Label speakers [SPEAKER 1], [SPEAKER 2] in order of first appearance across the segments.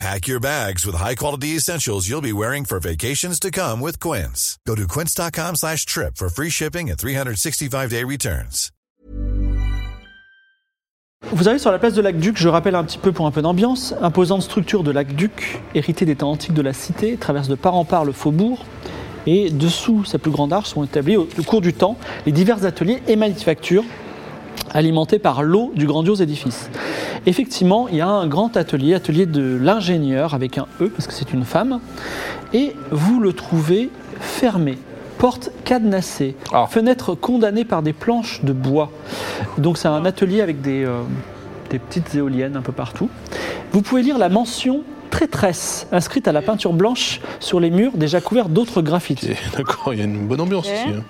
[SPEAKER 1] Pack your bags with high-quality essentials you'll be wearing for vacations to come with Quince. Go to quince.com slash trip for free shipping and 365-day returns.
[SPEAKER 2] Vous arrivez sur la place de Lac-Duc, je rappelle un petit peu pour un peu d'ambiance. Imposante structure de Lac-Duc, héritée des temps antiques de la cité, traverse de part en part le faubourg. Et dessous sa plus grande arche sont établis au, au cours du temps les divers ateliers et manufactures alimentés par l'eau du grandiose édifice. Effectivement, il y a un grand atelier, atelier de l'ingénieur avec un E parce que c'est une femme, et vous le trouvez fermé. Porte cadenassée,
[SPEAKER 3] Ah.
[SPEAKER 2] fenêtre condamnée par des planches de bois. Donc c'est un atelier avec des, euh, des petites éoliennes un peu partout. Vous pouvez lire la mention traîtresse inscrite à la peinture blanche sur les murs déjà couverts d'autres graffitis.
[SPEAKER 3] Et D'accord, il y a une bonne ambiance
[SPEAKER 4] Ok.
[SPEAKER 3] ici. hein.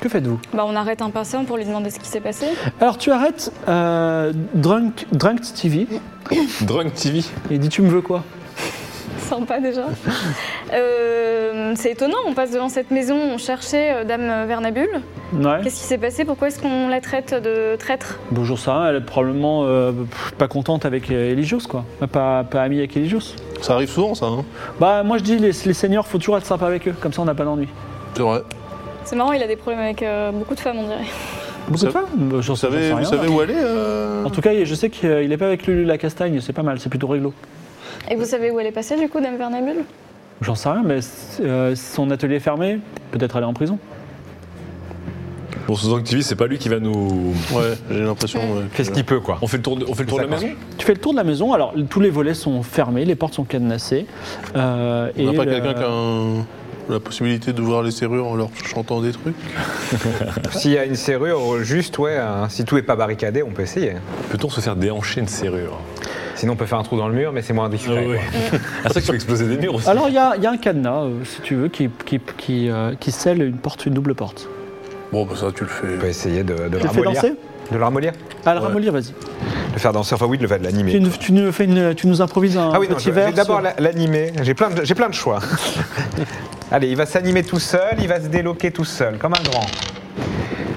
[SPEAKER 2] Que faites-vous
[SPEAKER 4] Bah, on arrête un passant pour lui demander ce qui s'est passé.
[SPEAKER 2] Alors tu arrêtes euh, Drunk, Drunk TV
[SPEAKER 3] Drunk TV.
[SPEAKER 2] et dis tu me veux quoi
[SPEAKER 4] Sympa déjà. Euh, c'est étonnant, on passe devant cette maison, on cherchait euh, Dame Vernabule.
[SPEAKER 2] Ouais.
[SPEAKER 4] Qu'est-ce qui s'est passé Pourquoi est-ce qu'on la traite de traître
[SPEAKER 2] Bonjour Sarah, elle est probablement euh, pff, pas contente avec euh, Eligius quoi. Pas, pas amie avec Eligius.
[SPEAKER 3] Ça arrive souvent, ça. Hein
[SPEAKER 2] Bah moi je dis les, les seniors faut toujours être sympa avec eux, comme ça on n'a pas d'ennui.
[SPEAKER 3] C'est vrai.
[SPEAKER 4] C'est marrant, il a des problèmes avec euh, beaucoup de femmes, on dirait.
[SPEAKER 2] Beaucoup de
[SPEAKER 3] sa-
[SPEAKER 2] femmes Bah, j'en sais- j'en
[SPEAKER 3] Vous
[SPEAKER 2] sais
[SPEAKER 3] savez, vous
[SPEAKER 2] rien,
[SPEAKER 3] savez
[SPEAKER 2] là.
[SPEAKER 3] où aller euh
[SPEAKER 2] En tout cas je sais qu'il euh, est pas avec Lulu la castagne, c'est pas mal, c'est plutôt réglo.
[SPEAKER 4] Et vous savez où elle est passée du coup, Dame Vernabule
[SPEAKER 2] J'en sais rien, mais c'est- euh, son atelier est fermé, peut-être elle est en prison.
[SPEAKER 5] Bon, ce Zank TV, c'est pas lui qui va nous.
[SPEAKER 3] Ouais, j'ai l'impression. ouais, que-
[SPEAKER 6] Qu'est-ce qu'il peut, quoi
[SPEAKER 5] On fait le tour de, on fait le tour de la
[SPEAKER 6] D'accord.
[SPEAKER 5] maison
[SPEAKER 2] Tu fais le tour de la maison, alors tous les volets sont fermés, les portes sont cadenassées. euh,
[SPEAKER 3] On n'a pas
[SPEAKER 2] le-
[SPEAKER 3] quelqu'un qui a un- la possibilité d'ouvrir les serrures en leur chantant des trucs
[SPEAKER 7] S'il y a une serrure, juste, ouais, hein, si tout n'est pas barricadé, on peut essayer.
[SPEAKER 5] Peut-on se faire déhancher une serrure
[SPEAKER 7] Sinon, on peut faire un trou dans le mur, mais c'est moins discret. quoi.
[SPEAKER 5] Ah, ça, tu peux exploser des murs aussi.
[SPEAKER 2] Alors il y, a il y a un cadenas, euh, si tu veux, qui, qui, qui, euh, qui scelle une porte, une double porte.
[SPEAKER 3] Bon, bah ça, tu le fais.
[SPEAKER 7] On peut essayer de, de
[SPEAKER 2] Tu le fais
[SPEAKER 7] ramollir.
[SPEAKER 2] danser
[SPEAKER 7] De le ramollir
[SPEAKER 2] Ah, le ramollir, vas-y.
[SPEAKER 7] De faire danser, enfin oui, de le faire de
[SPEAKER 2] Tu,
[SPEAKER 7] l'animer.
[SPEAKER 2] nous- tu nous fais une- tu nous improvises un
[SPEAKER 7] Ah oui, non,
[SPEAKER 2] petit
[SPEAKER 7] je je
[SPEAKER 2] verre.
[SPEAKER 7] vais d'abord
[SPEAKER 2] sur-
[SPEAKER 7] la- l'animer. J'ai plein, de- j'ai plein de choix. Allez, il va s'animer tout seul, il va se déloquer tout seul, comme un grand.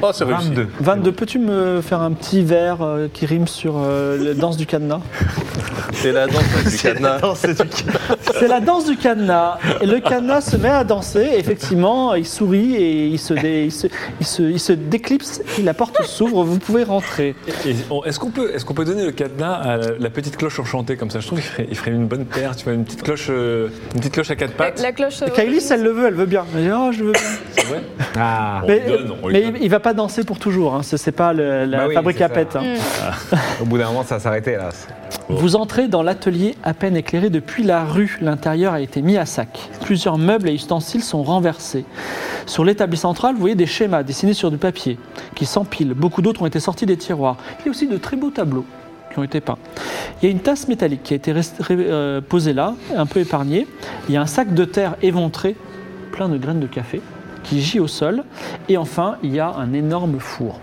[SPEAKER 3] Ah, c'est réussi.
[SPEAKER 7] 22.
[SPEAKER 2] 22, peux-tu me faire un petit verre euh, qui rime sur euh, la danse du cadenas
[SPEAKER 8] C'est la danse du cadenas.
[SPEAKER 2] C'est la danse du cadenas. Et le cadenas se met à danser. Et effectivement, il sourit et il se, dé- il se, il se- il se déclipse. Et la porte s'ouvre. Vous pouvez rentrer.
[SPEAKER 5] Et on- Est-ce qu'on peut, est qu'on peut donner le cadenas à la, la petite cloche enchantée comme ça Je trouve qu'il ferait, il ferait une bonne paire, tu vois, une petite cloche, euh, une petite cloche à quatre
[SPEAKER 4] la,
[SPEAKER 5] pattes.
[SPEAKER 4] la cloche. euh,
[SPEAKER 2] Kailis, elle le veut. Elle veut bien. Elle dit, Oh, je veux bien.
[SPEAKER 5] C'est vrai
[SPEAKER 7] Ah.
[SPEAKER 5] On
[SPEAKER 2] mais
[SPEAKER 5] lui donne, on lui
[SPEAKER 2] mais
[SPEAKER 5] donne.
[SPEAKER 2] il, il va pas danser pour toujours. Hein. Ce n'est pas le- la
[SPEAKER 7] Bah oui,
[SPEAKER 2] fabrique
[SPEAKER 7] c'est
[SPEAKER 2] à
[SPEAKER 7] ça.
[SPEAKER 2] pète. hein.
[SPEAKER 7] Au bout d'un moment, ça va s'arrêter, hélas.
[SPEAKER 2] Vous entrez dans l'atelier à peine éclairé depuis la rue. L'intérieur a été mis à sac. Plusieurs meubles et ustensiles sont renversés. Sur l'établi central, vous voyez des schémas dessinés sur du papier qui s'empilent. Beaucoup d'autres ont été sortis des tiroirs. Il y a aussi de très beaux tableaux qui ont été peints. Il y a une tasse métallique qui a été rest- ré- euh, posée là, un peu épargnée. Il y a un sac de terre éventré, plein de graines de café, qui gît au sol. Et enfin, il y a un énorme four.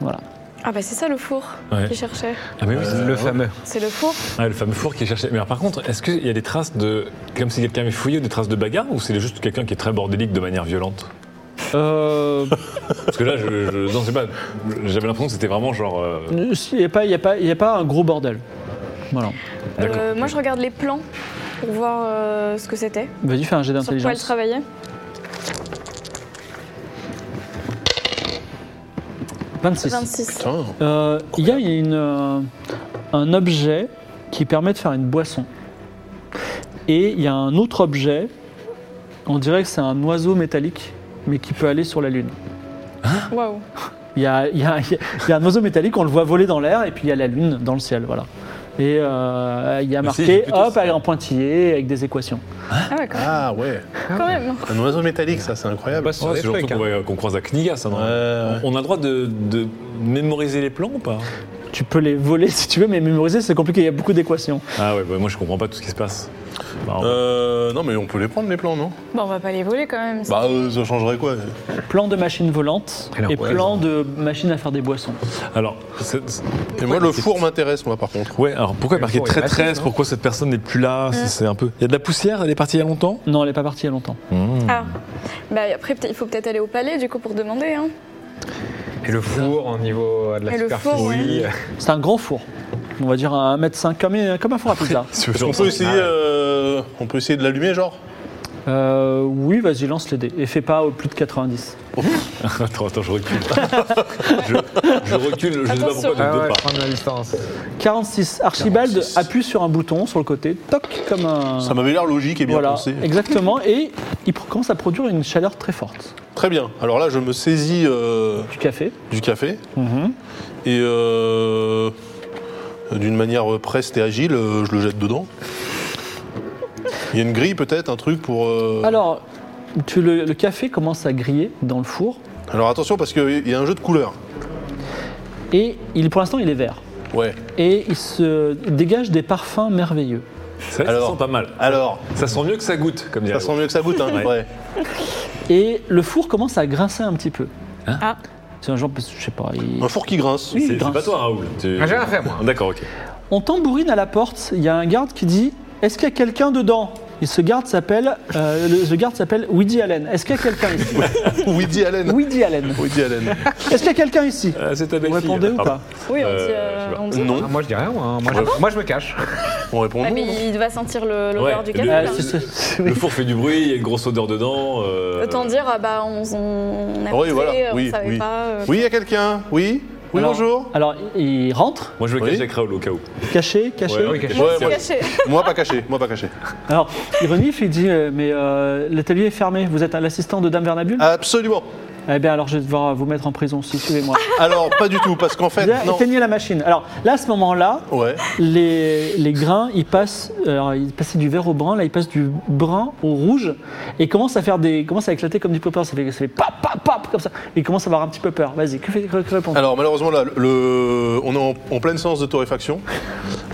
[SPEAKER 2] Voilà.
[SPEAKER 4] Ah bah c'est ça le four
[SPEAKER 5] Ouais.
[SPEAKER 4] qu'il cherchait.
[SPEAKER 5] Ah, mais oui, c'est-
[SPEAKER 7] Le fameux.
[SPEAKER 4] C'est le four.
[SPEAKER 5] Ah, le fameux four qui est cherché. Mais alors, par contre, est-ce qu'il y a des traces de. Comme si quelqu'un avait fouillé, des traces de bagarre ou c'est juste quelqu'un qui est très bordélique de manière violente
[SPEAKER 2] Euh,
[SPEAKER 5] Parce que là, je, je, non, je sais pas, j'avais l'impression que c'était vraiment genre. euh,
[SPEAKER 2] Il n'y a, pas- il y a pas- il y a pas un gros bordel. Voilà.
[SPEAKER 5] D'accord.
[SPEAKER 4] Euh, moi je regarde les plans pour voir euh, ce que c'était,
[SPEAKER 2] Vas-y, fais un jet
[SPEAKER 4] sur quoi elle
[SPEAKER 2] d'intelligence.
[SPEAKER 4] travaillait.
[SPEAKER 2] 26.
[SPEAKER 4] 26.
[SPEAKER 3] Putain,
[SPEAKER 2] Euh, Il y a une, euh, un objet qui permet de faire une boisson. Et il y a un autre objet, on dirait que c'est un oiseau métallique, mais qui peut aller sur la Lune.
[SPEAKER 4] Waouh.
[SPEAKER 2] Il y a, il y a- il y a- il y a un oiseau métallique, on le voit voler dans l'air, et puis il y a la Lune dans le ciel, voilà. Et euh, il y a
[SPEAKER 5] Mais si,
[SPEAKER 2] marqué,
[SPEAKER 5] j'ai plutôt
[SPEAKER 2] hop,
[SPEAKER 5] ça.
[SPEAKER 2] en pointillé, avec des équations.
[SPEAKER 4] Ah ouais, quand même.
[SPEAKER 3] Ah ouais.
[SPEAKER 4] Quand même.
[SPEAKER 3] Un oiseau métallique, ça, c'est incroyable.
[SPEAKER 7] Pas sur
[SPEAKER 5] ouais,
[SPEAKER 7] les
[SPEAKER 5] c'est genre
[SPEAKER 7] trucs,
[SPEAKER 5] qu'on
[SPEAKER 7] hein.
[SPEAKER 5] voit- euh, qu'on croise à Kniga, ça, non
[SPEAKER 3] Ouais, ouais.
[SPEAKER 5] On on a le droit de, de mémoriser les plans ou pas
[SPEAKER 2] Tu peux les voler si tu veux, mais mémoriser, c'est compliqué, il y a beaucoup d'équations.
[SPEAKER 5] Ah ouais, bah, moi je comprends pas tout ce qui se passe. Bah, on va-
[SPEAKER 3] Euh, non, mais on peut les prendre, les plans, non
[SPEAKER 4] Bon, on va pas les voler quand même.
[SPEAKER 3] Bah, euh, ça changerait quoi
[SPEAKER 2] Plan de machine volante
[SPEAKER 7] Alors,
[SPEAKER 2] et
[SPEAKER 7] ouais.
[SPEAKER 2] plan de machine à faire des boissons.
[SPEAKER 5] Alors, c'est- c'est-
[SPEAKER 3] Et moi, le four m'intéresse, moi, par contre.
[SPEAKER 5] ouais, alors pourquoi il est marqué
[SPEAKER 7] Le four est
[SPEAKER 5] traîtresse
[SPEAKER 7] massif, hein. non
[SPEAKER 5] Pourquoi cette personne n'est plus là C'est- C'est un peu. Il y a de la poussière, elle est partie il y a longtemps
[SPEAKER 2] Non, elle n'est pas partie il y a longtemps.
[SPEAKER 5] Mmh.
[SPEAKER 4] Ah. Bah après, peut-être- il faut peut-être aller au palais du coup pour demander. Hein.
[SPEAKER 7] Et le four au niveau euh, de la
[SPEAKER 4] Et le four,
[SPEAKER 7] superficie.
[SPEAKER 2] C'est un grand four. On va dire un mètre cinq comme, un- comme un four à pizza.
[SPEAKER 3] Est-ce qu'on peut essayer, euh, on peut essayer de l'allumer, genre
[SPEAKER 2] Euh, oui, vas-y, lance les dés. Et fais pas au plus de 90.
[SPEAKER 5] Attends, attends, je recule. je, je recule, je ne sais pas
[SPEAKER 4] Attention.
[SPEAKER 5] pourquoi je ne
[SPEAKER 7] Ah
[SPEAKER 5] peux
[SPEAKER 7] ouais,
[SPEAKER 5] pas.
[SPEAKER 7] prendre la distance.
[SPEAKER 2] 46. Archibald
[SPEAKER 3] 46.
[SPEAKER 2] appuie sur un bouton sur le côté, toc, comme un.
[SPEAKER 3] Ça m'avait l'air logique et bien
[SPEAKER 2] voilà,
[SPEAKER 3] pensé.
[SPEAKER 2] exactement. Et il pr- commence à produire une chaleur très forte.
[SPEAKER 3] Très bien. Alors là, je me saisis euh,
[SPEAKER 2] Du café.
[SPEAKER 3] du café
[SPEAKER 2] Mhm.
[SPEAKER 3] et euh, d'une manière preste et agile, euh, je le jette dedans. Il y a une grille, peut-être, un truc pour. euh,
[SPEAKER 2] Alors, tu, le, le café commence à griller dans le four.
[SPEAKER 3] Alors attention, parce qu'il y a un jeu de couleurs.
[SPEAKER 2] Et il, pour l'instant, il est vert.
[SPEAKER 3] Ouais.
[SPEAKER 2] Et il se dégage des parfums merveilleux.
[SPEAKER 5] C'est vrai que ça
[SPEAKER 3] Alors-
[SPEAKER 5] sent pas mal.
[SPEAKER 3] Alors,
[SPEAKER 5] Ça sent mieux que ça goûte, comme
[SPEAKER 3] ça
[SPEAKER 5] dirait.
[SPEAKER 3] sent mieux que ça goûte, hein,
[SPEAKER 5] Ouais.
[SPEAKER 3] ouais.
[SPEAKER 2] Et le four commence à grincer un petit peu.
[SPEAKER 5] Hein
[SPEAKER 4] Ah.
[SPEAKER 2] C'est un genre, je sais pas. il-
[SPEAKER 3] Un four qui grince.
[SPEAKER 2] Oui, il
[SPEAKER 5] C'est c'est
[SPEAKER 2] grince.
[SPEAKER 5] pas toi, Raoul. Tu-
[SPEAKER 7] Ah, j'ai rien fait, moi.
[SPEAKER 5] D'accord, ok.
[SPEAKER 2] On tambourine à la porte. Il y a un garde qui dit Est-ce qu'il y a quelqu'un dedans Et ce garde s'appelle. euh, le, ce garde s'appelle Woody Allen. Est-ce qu'il y a quelqu'un ici
[SPEAKER 3] Woody Allen.
[SPEAKER 2] Woody Allen.
[SPEAKER 3] Woody Allen.
[SPEAKER 2] Est-ce qu'il y a quelqu'un ici
[SPEAKER 5] Euh, c'est ta
[SPEAKER 2] Vous
[SPEAKER 5] belle-fille.
[SPEAKER 2] répondez ou
[SPEAKER 5] Pardon.
[SPEAKER 2] pas
[SPEAKER 4] Oui, on
[SPEAKER 5] Euh,
[SPEAKER 4] dit.
[SPEAKER 5] je
[SPEAKER 4] euh,
[SPEAKER 5] sais pas.
[SPEAKER 4] on dit
[SPEAKER 3] bah, Non.
[SPEAKER 7] Ah, moi, je dis rien, moi. hein. Moi, je, moi, je me cache.
[SPEAKER 3] On répond
[SPEAKER 4] Ah,
[SPEAKER 3] non.
[SPEAKER 4] mais il va sentir le- l'odeur
[SPEAKER 5] Ouais,
[SPEAKER 4] du hein.
[SPEAKER 5] le-
[SPEAKER 4] café.
[SPEAKER 5] Ah,
[SPEAKER 2] Euh,
[SPEAKER 4] là.
[SPEAKER 5] c'est- c'est-
[SPEAKER 2] oui.
[SPEAKER 5] Le four fait du bruit, il y a une grosse odeur dedans. euh,
[SPEAKER 4] Autant dire, ah bah on, on a
[SPEAKER 3] Ah Oui,
[SPEAKER 4] fait,
[SPEAKER 3] voilà.
[SPEAKER 4] euh, on
[SPEAKER 3] Oui,
[SPEAKER 4] savait
[SPEAKER 3] oui.
[SPEAKER 4] pas. euh,
[SPEAKER 3] Oui, il y a quelqu'un Oui Oui,
[SPEAKER 2] Alors-
[SPEAKER 3] bonjour
[SPEAKER 2] Alors, il rentre,
[SPEAKER 5] Moi, je vais
[SPEAKER 3] Oui.
[SPEAKER 5] cacher avec Raoul au cas où.
[SPEAKER 2] caché, caché.
[SPEAKER 5] Ouais,
[SPEAKER 7] oui,
[SPEAKER 5] ok.
[SPEAKER 7] caché.
[SPEAKER 4] on
[SPEAKER 3] Ouais,
[SPEAKER 4] s'est
[SPEAKER 3] moi,
[SPEAKER 4] caché.
[SPEAKER 3] moi, pas caché, moi pas caché.
[SPEAKER 2] Alors, il renifle, il dit euh, Mais euh, l'atelier est fermé, vous êtes à l'assistant de Dame Vernabule
[SPEAKER 5] Ah.
[SPEAKER 3] Absolument.
[SPEAKER 2] Eh bien, alors je vais devoir vous mettre en prison si suivez-moi.
[SPEAKER 3] Alors pas du tout, parce qu'en fait,
[SPEAKER 2] Bien,
[SPEAKER 3] non.
[SPEAKER 2] Éteignez la machine. Alors là, à ce moment-là,
[SPEAKER 3] Ouais.
[SPEAKER 2] les, les grains, ils passent, alors, ils passaient du vert au brun, là ils passent du brun au rouge et commencent à faire des, commencent à éclater comme du popper. Ça fait, ça fait pap pap pap comme ça. Ils commencent à avoir un petit peu peur. Vas-y, que, fait- que, que répondre
[SPEAKER 3] Alors malheureusement là, le, on est en, en pleine séance de torréfaction.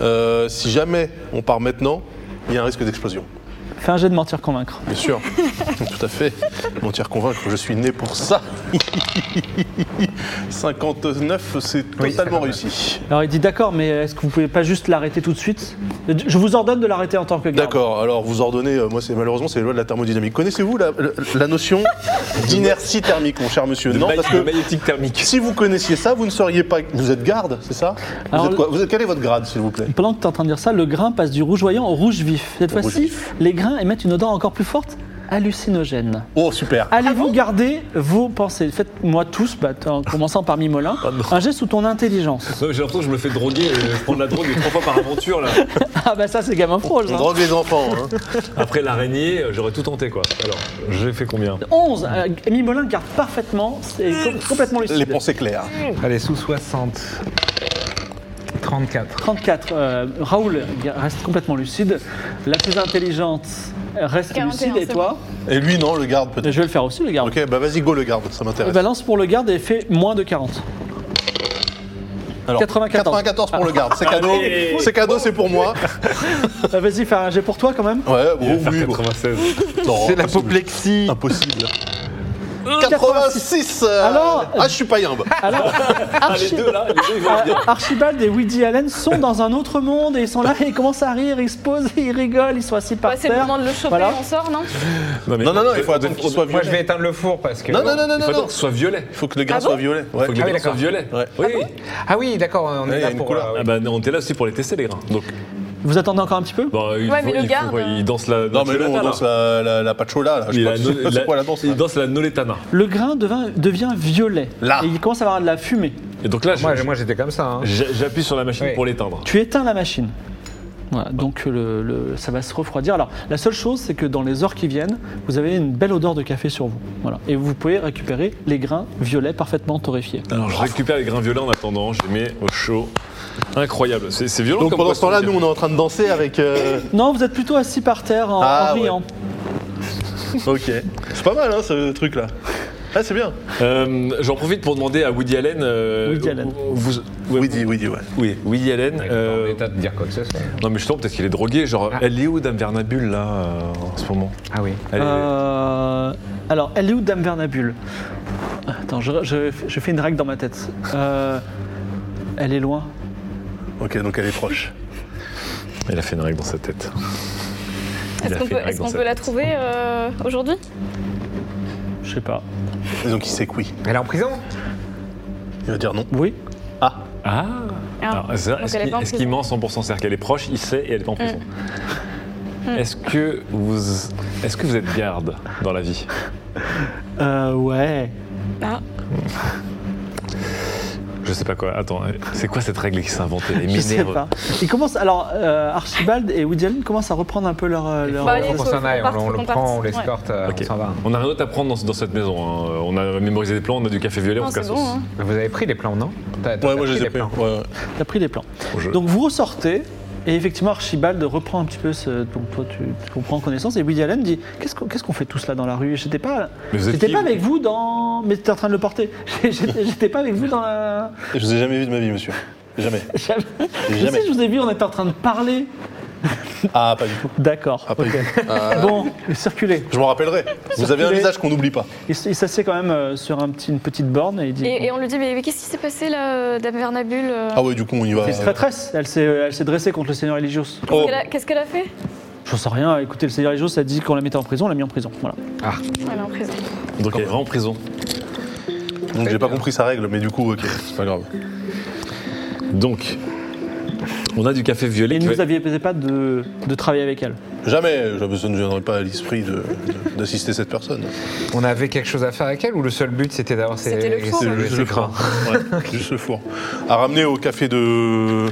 [SPEAKER 3] Euh, si jamais on part maintenant, il y a un risque d'explosion.
[SPEAKER 2] Fais un jet de mentir convaincre.
[SPEAKER 3] Bien sûr, tout à fait. Mentir convaincre, je suis né pour ça. 59, c'est totalement réussi.
[SPEAKER 2] Alors il dit d'accord, mais est-ce que vous pouvez pas juste l'arrêter tout de suite Je vous ordonne de l'arrêter en tant que garde.
[SPEAKER 3] D'accord, alors vous ordonnez, euh, moi c'est malheureusement c'est les lois de la thermodynamique. Connaissez-vous la, la- la notion d'inertie thermique, mon cher monsieur
[SPEAKER 5] Le
[SPEAKER 3] Non,
[SPEAKER 5] ma-
[SPEAKER 3] parce
[SPEAKER 5] le
[SPEAKER 3] que
[SPEAKER 5] magnétique thermique.
[SPEAKER 3] si vous connaissiez ça, vous ne seriez pas. Vous êtes garde, c'est ça vous
[SPEAKER 2] Alors,
[SPEAKER 3] êtes, quoi vous êtes- Quel est votre grade, s'il vous plaît
[SPEAKER 2] Pendant que tu es en train de dire ça, le grain passe du rougeoyant au rouge vif. Cette
[SPEAKER 3] Au rouge
[SPEAKER 2] fois-ci,
[SPEAKER 3] vif.
[SPEAKER 2] les grains émettent une odeur encore plus forte, hallucinogène.
[SPEAKER 3] Oh, super
[SPEAKER 2] Allez-vous garder vos pensées Faites-moi tous, bah, t- en commençant par Mimolin,
[SPEAKER 3] Ah
[SPEAKER 2] un geste sous ton intelligence.
[SPEAKER 5] Non, mais J'ai l'impression que je me fais droguer, euh, je prends de la drogue trois fois par aventure là.
[SPEAKER 2] Ah bah ça c'est gamin pro,
[SPEAKER 3] On
[SPEAKER 2] ça.
[SPEAKER 3] drogue les enfants. hein.
[SPEAKER 5] Après l'araignée, euh, j'aurais tout tenté quoi. Alors, j'ai fait combien
[SPEAKER 2] 11, euh, Mimolin garde parfaitement, c'est com- complètement lucide.
[SPEAKER 3] Les pensées claires.
[SPEAKER 7] Allez, sous 60. 34.
[SPEAKER 2] 34, euh, Raoul ga- reste complètement lucide, la plus intelligente reste
[SPEAKER 4] 41,
[SPEAKER 2] lucide, et
[SPEAKER 4] c'est
[SPEAKER 2] toi
[SPEAKER 3] Et lui, non, le garde
[SPEAKER 2] Je
[SPEAKER 3] peut-être.
[SPEAKER 2] vais le faire aussi, le Eh garde.
[SPEAKER 3] Ok, bah vas-y, go le garde, ça
[SPEAKER 2] Et
[SPEAKER 3] m'intéresse.
[SPEAKER 2] balance pour le garde et fait moins de 40.
[SPEAKER 3] Alors,
[SPEAKER 2] 94.
[SPEAKER 3] 94 pour le garde, c'est cadeau.
[SPEAKER 5] Allez.
[SPEAKER 3] C'est cadeau, c'est pour moi.
[SPEAKER 2] Euh, Vas-y, fais un jet pour toi quand même.
[SPEAKER 3] Ouais, bon,
[SPEAKER 5] Faire
[SPEAKER 3] Oh oui, bon.
[SPEAKER 5] 96.
[SPEAKER 3] Non,
[SPEAKER 7] C'est
[SPEAKER 3] impossible.
[SPEAKER 7] l'apoplexie.
[SPEAKER 3] Impossible. 86 euh,
[SPEAKER 2] Alors-
[SPEAKER 3] Ah, je suis pas yimbe.
[SPEAKER 2] Alors,
[SPEAKER 5] Ah, les
[SPEAKER 2] Archi-
[SPEAKER 5] deux là, les deux ils vont
[SPEAKER 2] Euh,
[SPEAKER 5] bien.
[SPEAKER 2] Archibald et Woody Allen sont dans un autre monde et ils sont là et ils commencent à rire, ils se posent, ils rigolent, ils sont assis par
[SPEAKER 4] Bah, c'est le
[SPEAKER 2] terre.
[SPEAKER 4] moment de le choper,
[SPEAKER 2] Voilà.
[SPEAKER 4] on sort, non
[SPEAKER 5] mais-
[SPEAKER 3] Non, non, non, il faut
[SPEAKER 5] mais-
[SPEAKER 3] attendre qu'il soit
[SPEAKER 7] Moi, je vais
[SPEAKER 3] violet.
[SPEAKER 7] éteindre le four parce que.
[SPEAKER 3] Non, non, non, non,
[SPEAKER 5] Il faut
[SPEAKER 3] non,
[SPEAKER 5] attendre
[SPEAKER 3] non.
[SPEAKER 5] que ce soit violet.
[SPEAKER 3] Il faut que le garde
[SPEAKER 4] Ah bon
[SPEAKER 3] soit violet. Ouais.
[SPEAKER 5] Faut que les
[SPEAKER 7] Ah oui,
[SPEAKER 5] grains soient
[SPEAKER 7] d'accord.
[SPEAKER 5] violets.
[SPEAKER 3] Ouais.
[SPEAKER 5] Oui.
[SPEAKER 7] Ah oui, d'accord, on
[SPEAKER 3] Ouais, il y
[SPEAKER 7] est
[SPEAKER 3] a
[SPEAKER 7] là
[SPEAKER 3] une
[SPEAKER 7] pour.
[SPEAKER 3] couleur.
[SPEAKER 7] euh,
[SPEAKER 5] Ah bah, non, on était là aussi pour les tester les grains. Donc,
[SPEAKER 2] Vous attendez encore un petit peu
[SPEAKER 5] bon, il,
[SPEAKER 4] Ouais,
[SPEAKER 5] faut-
[SPEAKER 4] mais le
[SPEAKER 5] il,
[SPEAKER 4] garde,
[SPEAKER 5] faut- ouais,
[SPEAKER 4] euh,
[SPEAKER 7] hein.
[SPEAKER 5] il danse la.
[SPEAKER 3] Non, mais nous,
[SPEAKER 5] la
[SPEAKER 3] on
[SPEAKER 5] Noletana.
[SPEAKER 3] danse la, la, la pachola, là. Je
[SPEAKER 5] Il
[SPEAKER 3] sais
[SPEAKER 5] a
[SPEAKER 3] pas
[SPEAKER 5] la no-
[SPEAKER 3] c'est- c'est quoi la danse là
[SPEAKER 5] Il danse la Noletana.
[SPEAKER 2] Le grain devint- devient violet.
[SPEAKER 3] Là.
[SPEAKER 2] Et il commence à avoir de la fumée.
[SPEAKER 5] Et donc là,
[SPEAKER 7] Moi,
[SPEAKER 5] bah, je-
[SPEAKER 7] je- moi, j'étais comme ça. hein.
[SPEAKER 5] j'a- j'appuie sur la machine
[SPEAKER 7] Oui.
[SPEAKER 5] pour l'éteindre.
[SPEAKER 2] Tu éteins la machine. Voilà, donc euh, le- le- ça va se refroidir. Alors, la seule chose, c'est que dans les heures qui viennent, vous avez une belle odeur de café sur vous. Voilà. Et vous pouvez récupérer les grains violets parfaitement torréfiés.
[SPEAKER 5] Alors,
[SPEAKER 3] Ah.
[SPEAKER 5] je récupère les grains violets en attendant, je les mets au chaud. Incroyable, c'est c'est violent.
[SPEAKER 3] Donc
[SPEAKER 5] comme
[SPEAKER 3] pendant
[SPEAKER 5] quoi,
[SPEAKER 3] ce temps-là,
[SPEAKER 5] c'est-
[SPEAKER 3] nous, on est en train de danser avec. euh,
[SPEAKER 2] Non, vous êtes plutôt assis par terre en,
[SPEAKER 3] Ah,
[SPEAKER 2] en riant.
[SPEAKER 3] Ok. C'est pas mal, hein, ce truc-là. Ah, c'est bien.
[SPEAKER 5] Euh, J'en profite pour demander à Woody Allen. euh,
[SPEAKER 2] Woody Allen.
[SPEAKER 5] vous- ouais,
[SPEAKER 3] Woody, Woody, ouais.
[SPEAKER 5] oui, Woody Allen. euh,
[SPEAKER 6] en état de Ah. dire quoi que ce soit.
[SPEAKER 5] non, mais justement, peut-être qu'il est drogué. Genre, elle est où, Dame Vernabule, là, euh, en ce moment
[SPEAKER 7] Ah oui.
[SPEAKER 5] Elle est-
[SPEAKER 2] Euh, alors, elle est où Dame Vernabule Attends, je, je- je fais une règle dans ma tête. Euh, elle est loin.
[SPEAKER 3] Ok, donc elle est proche.
[SPEAKER 5] Elle a fait une règle dans sa tête. Il
[SPEAKER 4] Est-ce
[SPEAKER 5] a
[SPEAKER 4] qu'on peut,
[SPEAKER 5] fait une règle
[SPEAKER 4] est-ce
[SPEAKER 5] dans
[SPEAKER 4] qu'on
[SPEAKER 5] sa
[SPEAKER 4] peut la
[SPEAKER 5] tête.
[SPEAKER 4] trouver euh, aujourd'hui
[SPEAKER 2] Je sais pas.
[SPEAKER 3] Et donc il s'écuit.
[SPEAKER 7] Elle est en prison
[SPEAKER 3] Il va dire non.
[SPEAKER 2] Oui
[SPEAKER 5] Ah
[SPEAKER 4] Ah.
[SPEAKER 5] Alors, ça,
[SPEAKER 4] Donc
[SPEAKER 5] Est-ce
[SPEAKER 4] elle est
[SPEAKER 5] qu'il
[SPEAKER 4] pas en
[SPEAKER 5] est-ce qu'il
[SPEAKER 4] prison.
[SPEAKER 5] ment 100% C'est-à-dire qu'elle est proche, il sait et elle est pas en prison.
[SPEAKER 4] Mm.
[SPEAKER 5] Est-ce que, vous... est que vous êtes garde dans la vie
[SPEAKER 2] Euh, ouais.
[SPEAKER 4] Ah,
[SPEAKER 5] Je sais pas quoi. Attends, c'est quoi cette règle qui s'est inventée Les
[SPEAKER 2] Je sais
[SPEAKER 5] minéraux
[SPEAKER 2] pas. Ils commencent, alors, euh, Archibald et Woody Allen commencent à reprendre un peu leur. euh, leur-
[SPEAKER 4] Bah, allez,
[SPEAKER 7] Faut
[SPEAKER 4] faut-
[SPEAKER 7] qu'on s'en aille,
[SPEAKER 4] faut
[SPEAKER 7] on,
[SPEAKER 4] partir,
[SPEAKER 7] on le
[SPEAKER 4] faut
[SPEAKER 7] prend,
[SPEAKER 4] partir.
[SPEAKER 7] on l'escorte, euh,
[SPEAKER 5] Ok.
[SPEAKER 7] on s'en va.
[SPEAKER 5] On a rien d'autre à prendre dans, dans cette maison. hein. On a mémorisé des plans, on a du café violet, on
[SPEAKER 4] non,
[SPEAKER 5] se casse.
[SPEAKER 4] c'est bon. hein.
[SPEAKER 7] Vous avez pris les plans, non T'as- t'as
[SPEAKER 3] Ouais, moi je
[SPEAKER 7] pris
[SPEAKER 3] les ai pris.
[SPEAKER 7] plans.
[SPEAKER 3] Ouais, ouais.
[SPEAKER 2] T'as pris les plans.
[SPEAKER 5] Bon jeu.
[SPEAKER 2] Donc vous ressortez et effectivement Archibald reprend un petit peu ce dont toi tu, tu comprends connaissance et Woody Allen dit qu'est-ce qu'on qu'est-ce qu'on fait tous là dans la rue J'étais pas,
[SPEAKER 5] Mais vous êtes
[SPEAKER 2] j'étais
[SPEAKER 5] qui,
[SPEAKER 2] pas
[SPEAKER 5] vous
[SPEAKER 2] avec vous dans, mais t'es en train de le porter. J'étais j'étais pas avec vous dans la.
[SPEAKER 3] Je vous ai jamais vu de ma vie, monsieur. Jamais.
[SPEAKER 2] Jamais. Je
[SPEAKER 3] Jamais.
[SPEAKER 2] sais, je vous ai vu, on était en train de parler.
[SPEAKER 3] Ah, pas du tout.
[SPEAKER 2] D'accord.
[SPEAKER 3] Ah, pas du tout.
[SPEAKER 2] Bon, circulez.
[SPEAKER 3] Je m'en rappellerai. Vous avez un
[SPEAKER 2] Circulez.
[SPEAKER 3] visage qu'on n'oublie pas.
[SPEAKER 2] Il, s- il s'assied quand même euh, sur un petit, une petite borne et il dit.
[SPEAKER 4] Et, et on lui dit, mais, mais qu'est-ce qui s'est passé là, euh, Dame Vernabule euh,
[SPEAKER 3] Ah ouais, du coup, on y va.
[SPEAKER 2] C'est une traîtresse. Elle s'est, euh, elle s'est dressée contre le Seigneur Eligios.
[SPEAKER 3] Oh.
[SPEAKER 4] qu'est-ce qu'elle a- Qu'est-ce qu'elle a fait
[SPEAKER 2] J'en sais rien. Écoutez, le Seigneur Eligios a dit qu'on la mettait en prison, on l'a mis en prison. Voilà.
[SPEAKER 7] Ah.
[SPEAKER 4] Elle est en prison.
[SPEAKER 5] Donc elle est en prison.
[SPEAKER 3] Donc j'ai pas compris sa règle, mais du coup, ok, c'est pas grave.
[SPEAKER 5] Donc, on a du café violet.
[SPEAKER 2] Et
[SPEAKER 5] qui
[SPEAKER 2] ne
[SPEAKER 5] va-
[SPEAKER 2] vous aviez pas de, de travailler avec elle.
[SPEAKER 3] Jamais, je- ça ne viendrait pas à l'esprit de- de- d'assister cette personne.
[SPEAKER 7] On avait quelque chose à faire avec elle ou le seul but c'était d'avoir ses,
[SPEAKER 4] C'était le four. hein.
[SPEAKER 7] ses-
[SPEAKER 4] C'est
[SPEAKER 7] ses crans
[SPEAKER 3] Ouais, juste le four. À ramener au café de.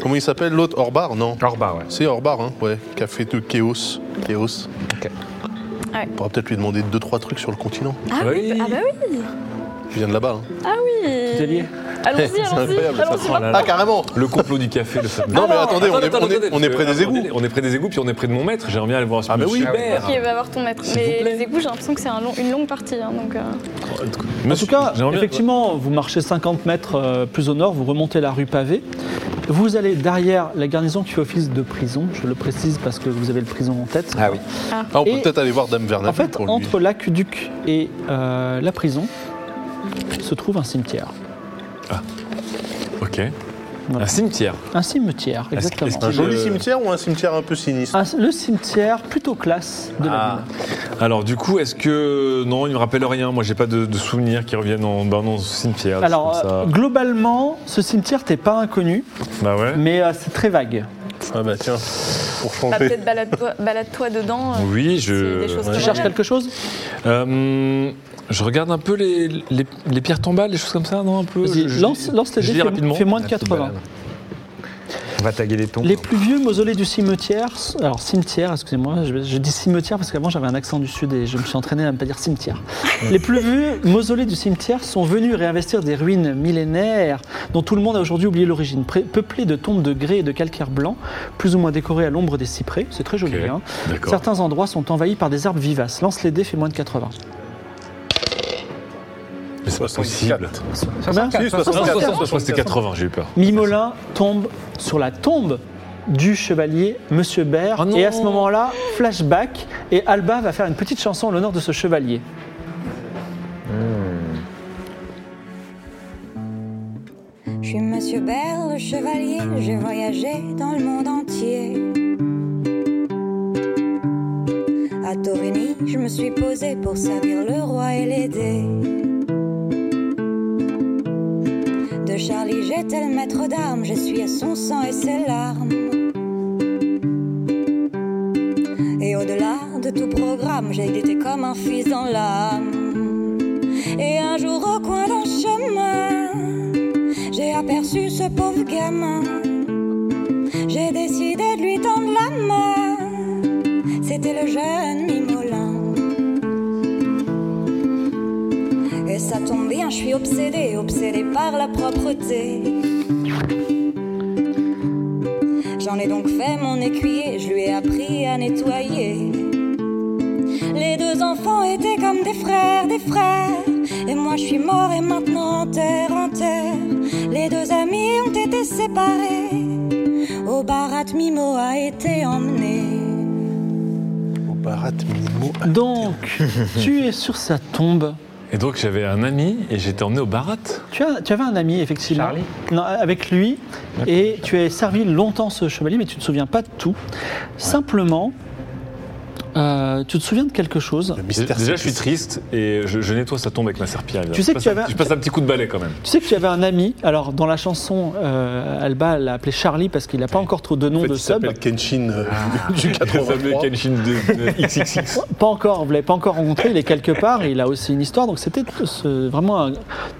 [SPEAKER 3] Comment il s'appelle l'autre Orbar Non.
[SPEAKER 7] Hors bas, ouais.
[SPEAKER 3] C'est Orbar, hein Ouais, café de Chaos. Chaos.
[SPEAKER 7] Ok.
[SPEAKER 4] Ouais.
[SPEAKER 3] On pourra peut-être lui demander deux, trois trucs sur le continent.
[SPEAKER 4] Ah oui,
[SPEAKER 5] Oui.
[SPEAKER 4] ah bah oui,
[SPEAKER 3] Il vient de là-bas. hein.
[SPEAKER 2] Ah Vous alliez
[SPEAKER 4] oui. Allons-y,
[SPEAKER 3] C'est
[SPEAKER 4] allons-y,
[SPEAKER 3] incroyable, ça.
[SPEAKER 4] allons-y.
[SPEAKER 5] Oh là là.
[SPEAKER 3] Ah, carrément
[SPEAKER 5] Le complot du café, le fameux.
[SPEAKER 3] Non, mais attendez, on est-
[SPEAKER 5] attends,
[SPEAKER 3] on est-
[SPEAKER 5] attendez,
[SPEAKER 3] on est près
[SPEAKER 5] parce
[SPEAKER 3] des
[SPEAKER 5] que,
[SPEAKER 3] égouts.
[SPEAKER 5] attendez, On est près des égouts, puis on est près de mon maître. J'aimerais bien aller voir ce
[SPEAKER 3] Ah, mais oui.
[SPEAKER 5] Hubert.
[SPEAKER 4] Ok, va voir ton maître.
[SPEAKER 5] S'il
[SPEAKER 4] Mais
[SPEAKER 5] vous plaît.
[SPEAKER 4] les égouts, j'ai l'impression que c'est un long- une longue partie. hein, donc, euh,
[SPEAKER 2] En tout cas,
[SPEAKER 5] j'aimerais bien-
[SPEAKER 2] effectivement, vous marchez 50 mètres euh, plus au nord, vous remontez la rue pavée. Vous allez derrière la garnison qui fait office de prison, je le précise parce que vous avez le prison en tête.
[SPEAKER 7] Ah oui.
[SPEAKER 3] Ah, on peut
[SPEAKER 2] Et-
[SPEAKER 3] peut-être aller voir Dame Vernon
[SPEAKER 2] En fait,
[SPEAKER 3] pour lui.
[SPEAKER 2] entre l'aqueduc et euh, la prison se trouve un cimetière.
[SPEAKER 5] Ok.
[SPEAKER 2] Voilà.
[SPEAKER 5] Un cimetière.
[SPEAKER 2] Un cimetière, exactement.
[SPEAKER 5] est-ce
[SPEAKER 3] Un joli
[SPEAKER 5] Euh,
[SPEAKER 3] cimetière ou un cimetière un peu sinistre
[SPEAKER 2] Un- le cimetière plutôt classe de
[SPEAKER 5] Ah,
[SPEAKER 2] la ville.
[SPEAKER 5] Alors du coup, est-ce que non, il me rappelle rien. Moi, j'ai pas de, de souvenirs qui reviennent en ben non, au cimetière. des
[SPEAKER 2] Alors,
[SPEAKER 5] choses comme
[SPEAKER 2] euh,
[SPEAKER 5] ça.
[SPEAKER 2] globalement, ce cimetière t'es pas inconnu,
[SPEAKER 5] bah ouais.
[SPEAKER 2] mais euh, c'est très vague.
[SPEAKER 3] Ah bah tiens, pour
[SPEAKER 4] bah,
[SPEAKER 3] changer.
[SPEAKER 4] Peut-être balade-toi balade-toi dedans. euh,
[SPEAKER 5] Oui,
[SPEAKER 4] c'est des
[SPEAKER 5] je.
[SPEAKER 4] choses
[SPEAKER 2] Tu
[SPEAKER 4] Ouais.
[SPEAKER 2] cherches quelque chose
[SPEAKER 5] Euh, je regarde un peu les, les, les pierres tombales, les choses comme ça, non un peu.
[SPEAKER 2] Vas-y,
[SPEAKER 5] Je- je-
[SPEAKER 2] lance, lance les
[SPEAKER 5] je
[SPEAKER 2] dés,
[SPEAKER 5] lis
[SPEAKER 2] fais-
[SPEAKER 5] rapidement.
[SPEAKER 2] fais moins de 80.
[SPEAKER 7] On va taguer les tons.
[SPEAKER 2] Les plus vieux mausolées du cimetière, alors cimetière, excusez-moi, je, je dis cimetière parce qu'avant j'avais un accent du sud et je me suis entraîné à ne pas dire cimetière. Les plus vieux mausolées du cimetière sont venus réinvestir des ruines millénaires dont tout le monde a aujourd'hui oublié l'origine, pré- peuplées de tombes de grès et de calcaire blanc, plus ou moins décorées à l'ombre des cyprès, c'est très joli.
[SPEAKER 5] Ok,
[SPEAKER 2] hein.
[SPEAKER 5] D'accord.
[SPEAKER 2] Certains endroits sont envahis par des arbres vivaces. Lance les dés, fait moins de 80.
[SPEAKER 5] Mais Ah, c'est pas possible.
[SPEAKER 2] Combien
[SPEAKER 3] Si, 64.
[SPEAKER 5] Non, non, non, je crois que c'était 80, j'ai eu peur.
[SPEAKER 2] Mimolin tombe sur la tombe du chevalier Monsieur Baird.
[SPEAKER 5] Oh non.
[SPEAKER 2] et à ce moment-là, flashback, et Alba va faire une petite chanson en l'honneur de ce chevalier.
[SPEAKER 9] Je suis Monsieur Bert, le chevalier, j'ai voyagé dans le monde entier. À Torigny, je me suis posé pour servir le roi et l'aider. De Charlie, j'étais le maître d'armes, j'essuyais son sang et ses larmes. Et au-delà de tout programme, j'ai été comme un fils dans l'âme. Et un jour au coin d'un chemin, j'ai aperçu ce pauvre gamin. J'ai décidé de lui tendre la main. C'était le jeune Mimolin. Et ça tombe bien, je suis obsédée, obsédée par la propreté. J'en ai donc fait mon écuyer, je lui ai appris à nettoyer. Les deux enfants étaient comme des frères, des frères. Et moi je suis mort et maintenant terre en terre. Les deux amis ont été séparés. Au barat Mimo a été emmené.
[SPEAKER 3] Au barat Mimo.
[SPEAKER 2] Donc, tu es sur sa tombe.
[SPEAKER 5] Et donc j'avais un ami et j'étais emmené au barat.
[SPEAKER 2] Tu, as- tu avais un ami, effectivement.
[SPEAKER 7] Charlie
[SPEAKER 2] Non, avec lui. Et tu as servi longtemps ce chevalier, mais tu ne te souviens pas de tout. Simplement, euh, tu te souviens de quelque chose.
[SPEAKER 3] Le
[SPEAKER 5] Déjà,
[SPEAKER 3] mystère,
[SPEAKER 5] je
[SPEAKER 3] c'est-
[SPEAKER 5] suis triste et je, je nettoie sa tombe avec ma serpillère.
[SPEAKER 2] Tu sais que
[SPEAKER 5] je passe
[SPEAKER 2] tu
[SPEAKER 5] un-
[SPEAKER 2] avais-
[SPEAKER 5] Je passe un petit coup de balai quand même.
[SPEAKER 2] Tu sais que tu avais un ami. Alors, dans la chanson, euh, Alba l'a appelé Charlie parce qu'il n'a pas encore trop de nom
[SPEAKER 3] En fait,
[SPEAKER 2] de
[SPEAKER 3] il
[SPEAKER 2] sub.
[SPEAKER 3] s'appelle Kenshin euh,
[SPEAKER 5] Ah,
[SPEAKER 3] du
[SPEAKER 5] Les fameux
[SPEAKER 3] 83.
[SPEAKER 5] Kenshin de, de XXX.
[SPEAKER 2] Pas encore, vous ne l'avez pas encore rencontré, il est quelque part, il a aussi une histoire, donc c'était ce- vraiment un-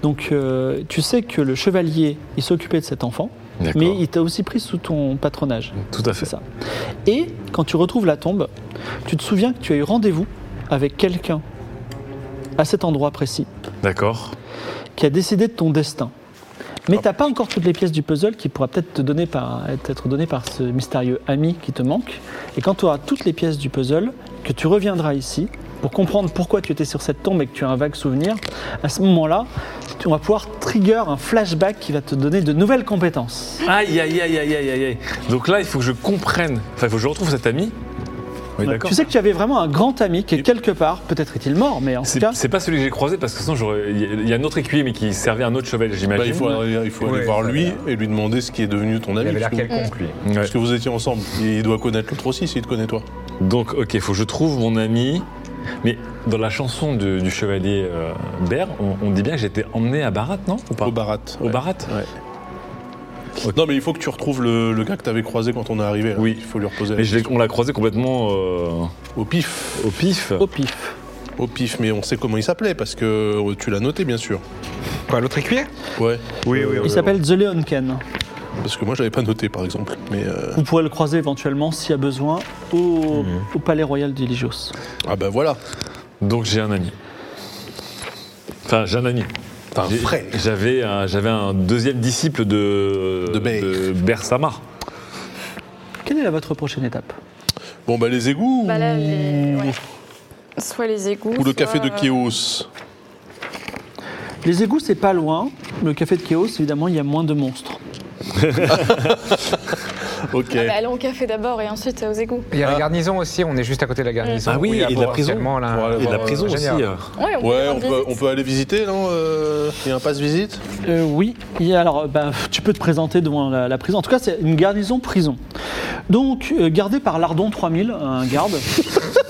[SPEAKER 2] Donc euh, tu sais que le chevalier, il s'occupait de cet enfant,
[SPEAKER 5] D'accord.
[SPEAKER 2] mais il t'a aussi pris sous ton patronage,
[SPEAKER 5] Tout à
[SPEAKER 2] c'est
[SPEAKER 5] fait.
[SPEAKER 2] ça. Et quand tu retrouves la tombe, tu te souviens que tu as eu rendez-vous avec quelqu'un à cet endroit précis,
[SPEAKER 5] D'accord.
[SPEAKER 2] qui a décidé de ton destin. Mais
[SPEAKER 5] Ah.
[SPEAKER 2] t'as pas encore toutes les pièces du puzzle qui pourra peut-être te donner par, être donné par ce mystérieux ami qui te manque. Et quand tu auras toutes les pièces du puzzle, que tu reviendras ici pour comprendre pourquoi tu étais sur cette tombe et que tu as un vague souvenir, à ce moment-là, tu- on va pouvoir trigger un flashback qui va te donner de nouvelles compétences.
[SPEAKER 5] Aïe, aïe, aïe, aïe, aïe, aïe, aïe. Donc là, il faut que je comprenne. Enfin, il faut que je retrouve cet ami. Oui, d'accord.
[SPEAKER 2] Tu sais que tu avais vraiment un grand ami qui est quelque part, peut-être est-il mort, mais en tout
[SPEAKER 5] C'est
[SPEAKER 2] cas,
[SPEAKER 5] c'est pas celui que j'ai croisé parce que sinon, j'aurais- il y a- il y a un autre écuyer mais qui servait à un autre chevalier, j'imagine.
[SPEAKER 3] Bah, il faut, aller, il faut aller
[SPEAKER 7] Ouais,
[SPEAKER 3] voir
[SPEAKER 7] ça a
[SPEAKER 3] lui
[SPEAKER 7] l'air.
[SPEAKER 3] et lui demander ce qui est devenu ton
[SPEAKER 7] Il
[SPEAKER 3] ami.
[SPEAKER 7] avait l'air
[SPEAKER 3] parce, que,
[SPEAKER 7] quelconque, lui.
[SPEAKER 5] Ouais.
[SPEAKER 3] parce que vous étiez ensemble. Et il doit connaître l'autre aussi s'il te connaît toi.
[SPEAKER 5] Donc, ok, il faut que je trouve mon ami. Mais dans la chanson de- du chevalier euh, Baird, on, on dit bien que j'étais emmené à Barat, non Ou pas
[SPEAKER 3] Au Barat.
[SPEAKER 5] Au
[SPEAKER 3] ouais.
[SPEAKER 5] Barat
[SPEAKER 3] Non, mais il faut que tu retrouves le, le gars que t'avais croisé quand on est arrivé. là.
[SPEAKER 5] Oui.
[SPEAKER 3] Il faut lui reposer. la
[SPEAKER 5] Mais je l'ai-
[SPEAKER 3] question.
[SPEAKER 5] on l'a croisé complètement euh,
[SPEAKER 3] Au pif.
[SPEAKER 5] au pif.
[SPEAKER 2] au pif.
[SPEAKER 3] Au pif. Mais on sait comment il s'appelait parce que euh, tu l'as noté, bien sûr.
[SPEAKER 7] Quoi, l'autre écuyer
[SPEAKER 3] Ouais.
[SPEAKER 7] Oui, oui,
[SPEAKER 2] Il s'appelle The Leonken.
[SPEAKER 3] Parce que moi, j'avais pas noté, par exemple. Mais euh,
[SPEAKER 2] Vous pourrez le croiser éventuellement s'il y a besoin au,
[SPEAKER 5] Mhm.
[SPEAKER 2] au palais royal d'Iligios.
[SPEAKER 3] ah ben voilà.
[SPEAKER 5] Donc j'ai un ami. Enfin, j'ai un ami.
[SPEAKER 3] T'as un
[SPEAKER 5] J'ai-
[SPEAKER 3] frère.
[SPEAKER 5] J'avais un, j'avais un deuxième disciple de,
[SPEAKER 3] De Baer.
[SPEAKER 5] Bersama.
[SPEAKER 2] Quelle est la, votre prochaine étape
[SPEAKER 3] Bon bah les égouts
[SPEAKER 4] Bah là,
[SPEAKER 3] ou-
[SPEAKER 4] les- ouais. Soit les égouts.
[SPEAKER 3] ou le
[SPEAKER 4] soit,
[SPEAKER 3] café de
[SPEAKER 4] euh,
[SPEAKER 3] Kios.
[SPEAKER 2] Les égouts, c'est pas loin. Le café de Chaos, évidemment, il y a moins de monstres.
[SPEAKER 3] Ok.
[SPEAKER 4] Ah bah, allons au café d'abord et ensuite aux égouts.
[SPEAKER 7] Il y a la garnison aussi, on est juste à côté de la garnison.
[SPEAKER 5] Ah oui,
[SPEAKER 7] Où il y a
[SPEAKER 5] et de la prison.
[SPEAKER 7] potentiellement, là,
[SPEAKER 3] Pour aller
[SPEAKER 5] Et de la
[SPEAKER 3] voir,
[SPEAKER 5] prison
[SPEAKER 7] euh,
[SPEAKER 5] aussi.
[SPEAKER 7] génial.
[SPEAKER 5] euh.
[SPEAKER 4] Ouais, on,
[SPEAKER 3] Ouais, on
[SPEAKER 4] peut.
[SPEAKER 3] peut,
[SPEAKER 4] rendre
[SPEAKER 3] on
[SPEAKER 4] visite.
[SPEAKER 3] peut aller visiter, non euh, Il y a un passe-visite
[SPEAKER 2] Euh, oui, il y a- alors bah, tu peux te présenter devant la, la prison. En tout cas, c'est une garnison prison. Donc, euh, gardée par l'Ardon 3000, un garde,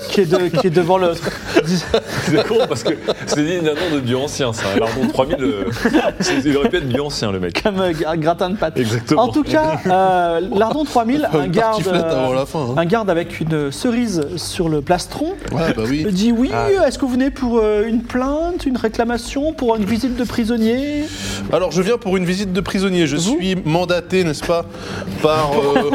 [SPEAKER 2] qui, est de- qui est devant le.
[SPEAKER 5] C'est con parce que c'est un nom de dieu ancien, ça. L'Ardon 3000, euh, c'est- il aurait pu être dieu ancien, le mec.
[SPEAKER 2] comme euh, gra- gratin de pâte.
[SPEAKER 5] Exactement.
[SPEAKER 2] En tout cas, euh, l'Ardon 3000, un
[SPEAKER 3] Une
[SPEAKER 2] garde,
[SPEAKER 3] tartiflette
[SPEAKER 2] euh,
[SPEAKER 3] avant la fin. hein.
[SPEAKER 2] un garde avec une cerise sur le plastron,
[SPEAKER 3] Ouais, bah oui.
[SPEAKER 2] Il dit oui, est-ce que vous venez pour euh, une plainte, une réclamation, pour une visite de prisonnier
[SPEAKER 3] Alors je viens pour une visite de prisonnier. Je
[SPEAKER 2] Vous
[SPEAKER 3] suis mandaté, n'est-ce pas, par. euh,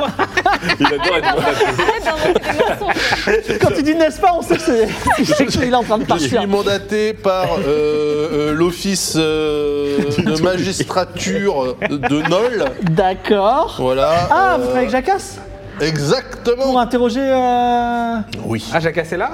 [SPEAKER 5] Il adore être mandaté.
[SPEAKER 4] Arrête d'inventer des mensonges.
[SPEAKER 2] Quand il dit n'est-ce pas, on sait que c'est- il sait qu'il est en train de
[SPEAKER 3] je suis
[SPEAKER 2] partir.
[SPEAKER 3] mandaté par euh, euh, l'office euh, de magistrature de Nol.
[SPEAKER 2] D'accord.
[SPEAKER 3] Voilà.
[SPEAKER 2] Ah,
[SPEAKER 3] euh,
[SPEAKER 2] vous travaillez avec Jacasse Pour
[SPEAKER 3] Exactement.
[SPEAKER 2] interroger. euh,
[SPEAKER 3] Oui.
[SPEAKER 7] Ah, Jacasse est là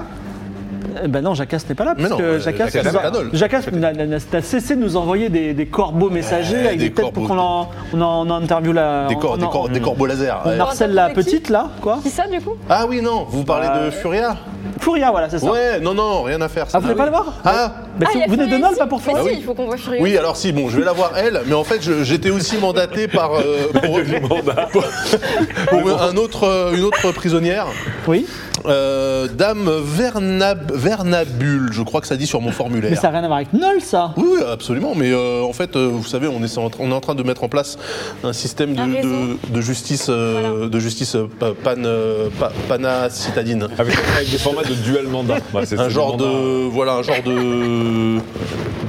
[SPEAKER 2] euh, Ben non, Jacasse n'est pas là,
[SPEAKER 3] Mais
[SPEAKER 2] parce
[SPEAKER 3] non,
[SPEAKER 2] que
[SPEAKER 3] euh,
[SPEAKER 2] Jacasse
[SPEAKER 3] Jacasse,
[SPEAKER 2] nous a-
[SPEAKER 3] c'est Canol.
[SPEAKER 2] Jacasse n'a- n'a- n'a- n'a cessé de nous envoyer des, des corbeaux messagers
[SPEAKER 3] Euh,
[SPEAKER 2] avec des,
[SPEAKER 3] des
[SPEAKER 2] têtes pour
[SPEAKER 3] corbeaux.
[SPEAKER 2] qu'on en, on en, on en interview la.
[SPEAKER 3] Des, cor-
[SPEAKER 2] Ah, on
[SPEAKER 3] des,
[SPEAKER 2] en-
[SPEAKER 3] cor- des corbeaux laser.
[SPEAKER 2] on
[SPEAKER 3] ouais.
[SPEAKER 2] harcèle la petite là, quoi.
[SPEAKER 4] Qui ça, du coup
[SPEAKER 3] Ah oui, non, vous parlez de Furia
[SPEAKER 2] Furia, voilà, Euh, c'est ça.
[SPEAKER 3] Ouais, non, non, rien à faire. ça.
[SPEAKER 2] Ah, vous voulez pas le voir
[SPEAKER 3] Ah
[SPEAKER 2] Ben,
[SPEAKER 4] Ah,
[SPEAKER 2] si
[SPEAKER 4] il y a
[SPEAKER 2] vous venez de
[SPEAKER 4] Furia
[SPEAKER 2] Nol,
[SPEAKER 4] ici.
[SPEAKER 2] pas pour
[SPEAKER 4] Mais
[SPEAKER 2] Furia.
[SPEAKER 4] si, il faut qu'on voit Furia.
[SPEAKER 3] Bah Oui, alors si, bon, je vais la voir elle, mais en fait, je- j'étais aussi mandaté par euh, pour, pour- pour un autre, euh, une autre prisonnière,
[SPEAKER 2] Oui,
[SPEAKER 3] euh, Dame Vernab, Vernabule, je crois que ça dit sur mon formulaire.
[SPEAKER 2] mais ça n'a rien à voir avec Nol, ça.
[SPEAKER 3] Oui, oui, absolument, mais euh, en fait, euh, vous savez, on est, en, on est en train de mettre en place un système de,
[SPEAKER 4] Un réseau.
[SPEAKER 3] de- de justice, euh, de justice euh, pa- pan, euh, pa- pana citadine.
[SPEAKER 5] Avec, avec des formats de duel mandat. Bah, c'est-
[SPEAKER 3] un
[SPEAKER 5] c'est
[SPEAKER 3] genre
[SPEAKER 5] des mandats.
[SPEAKER 3] de voilà un genre de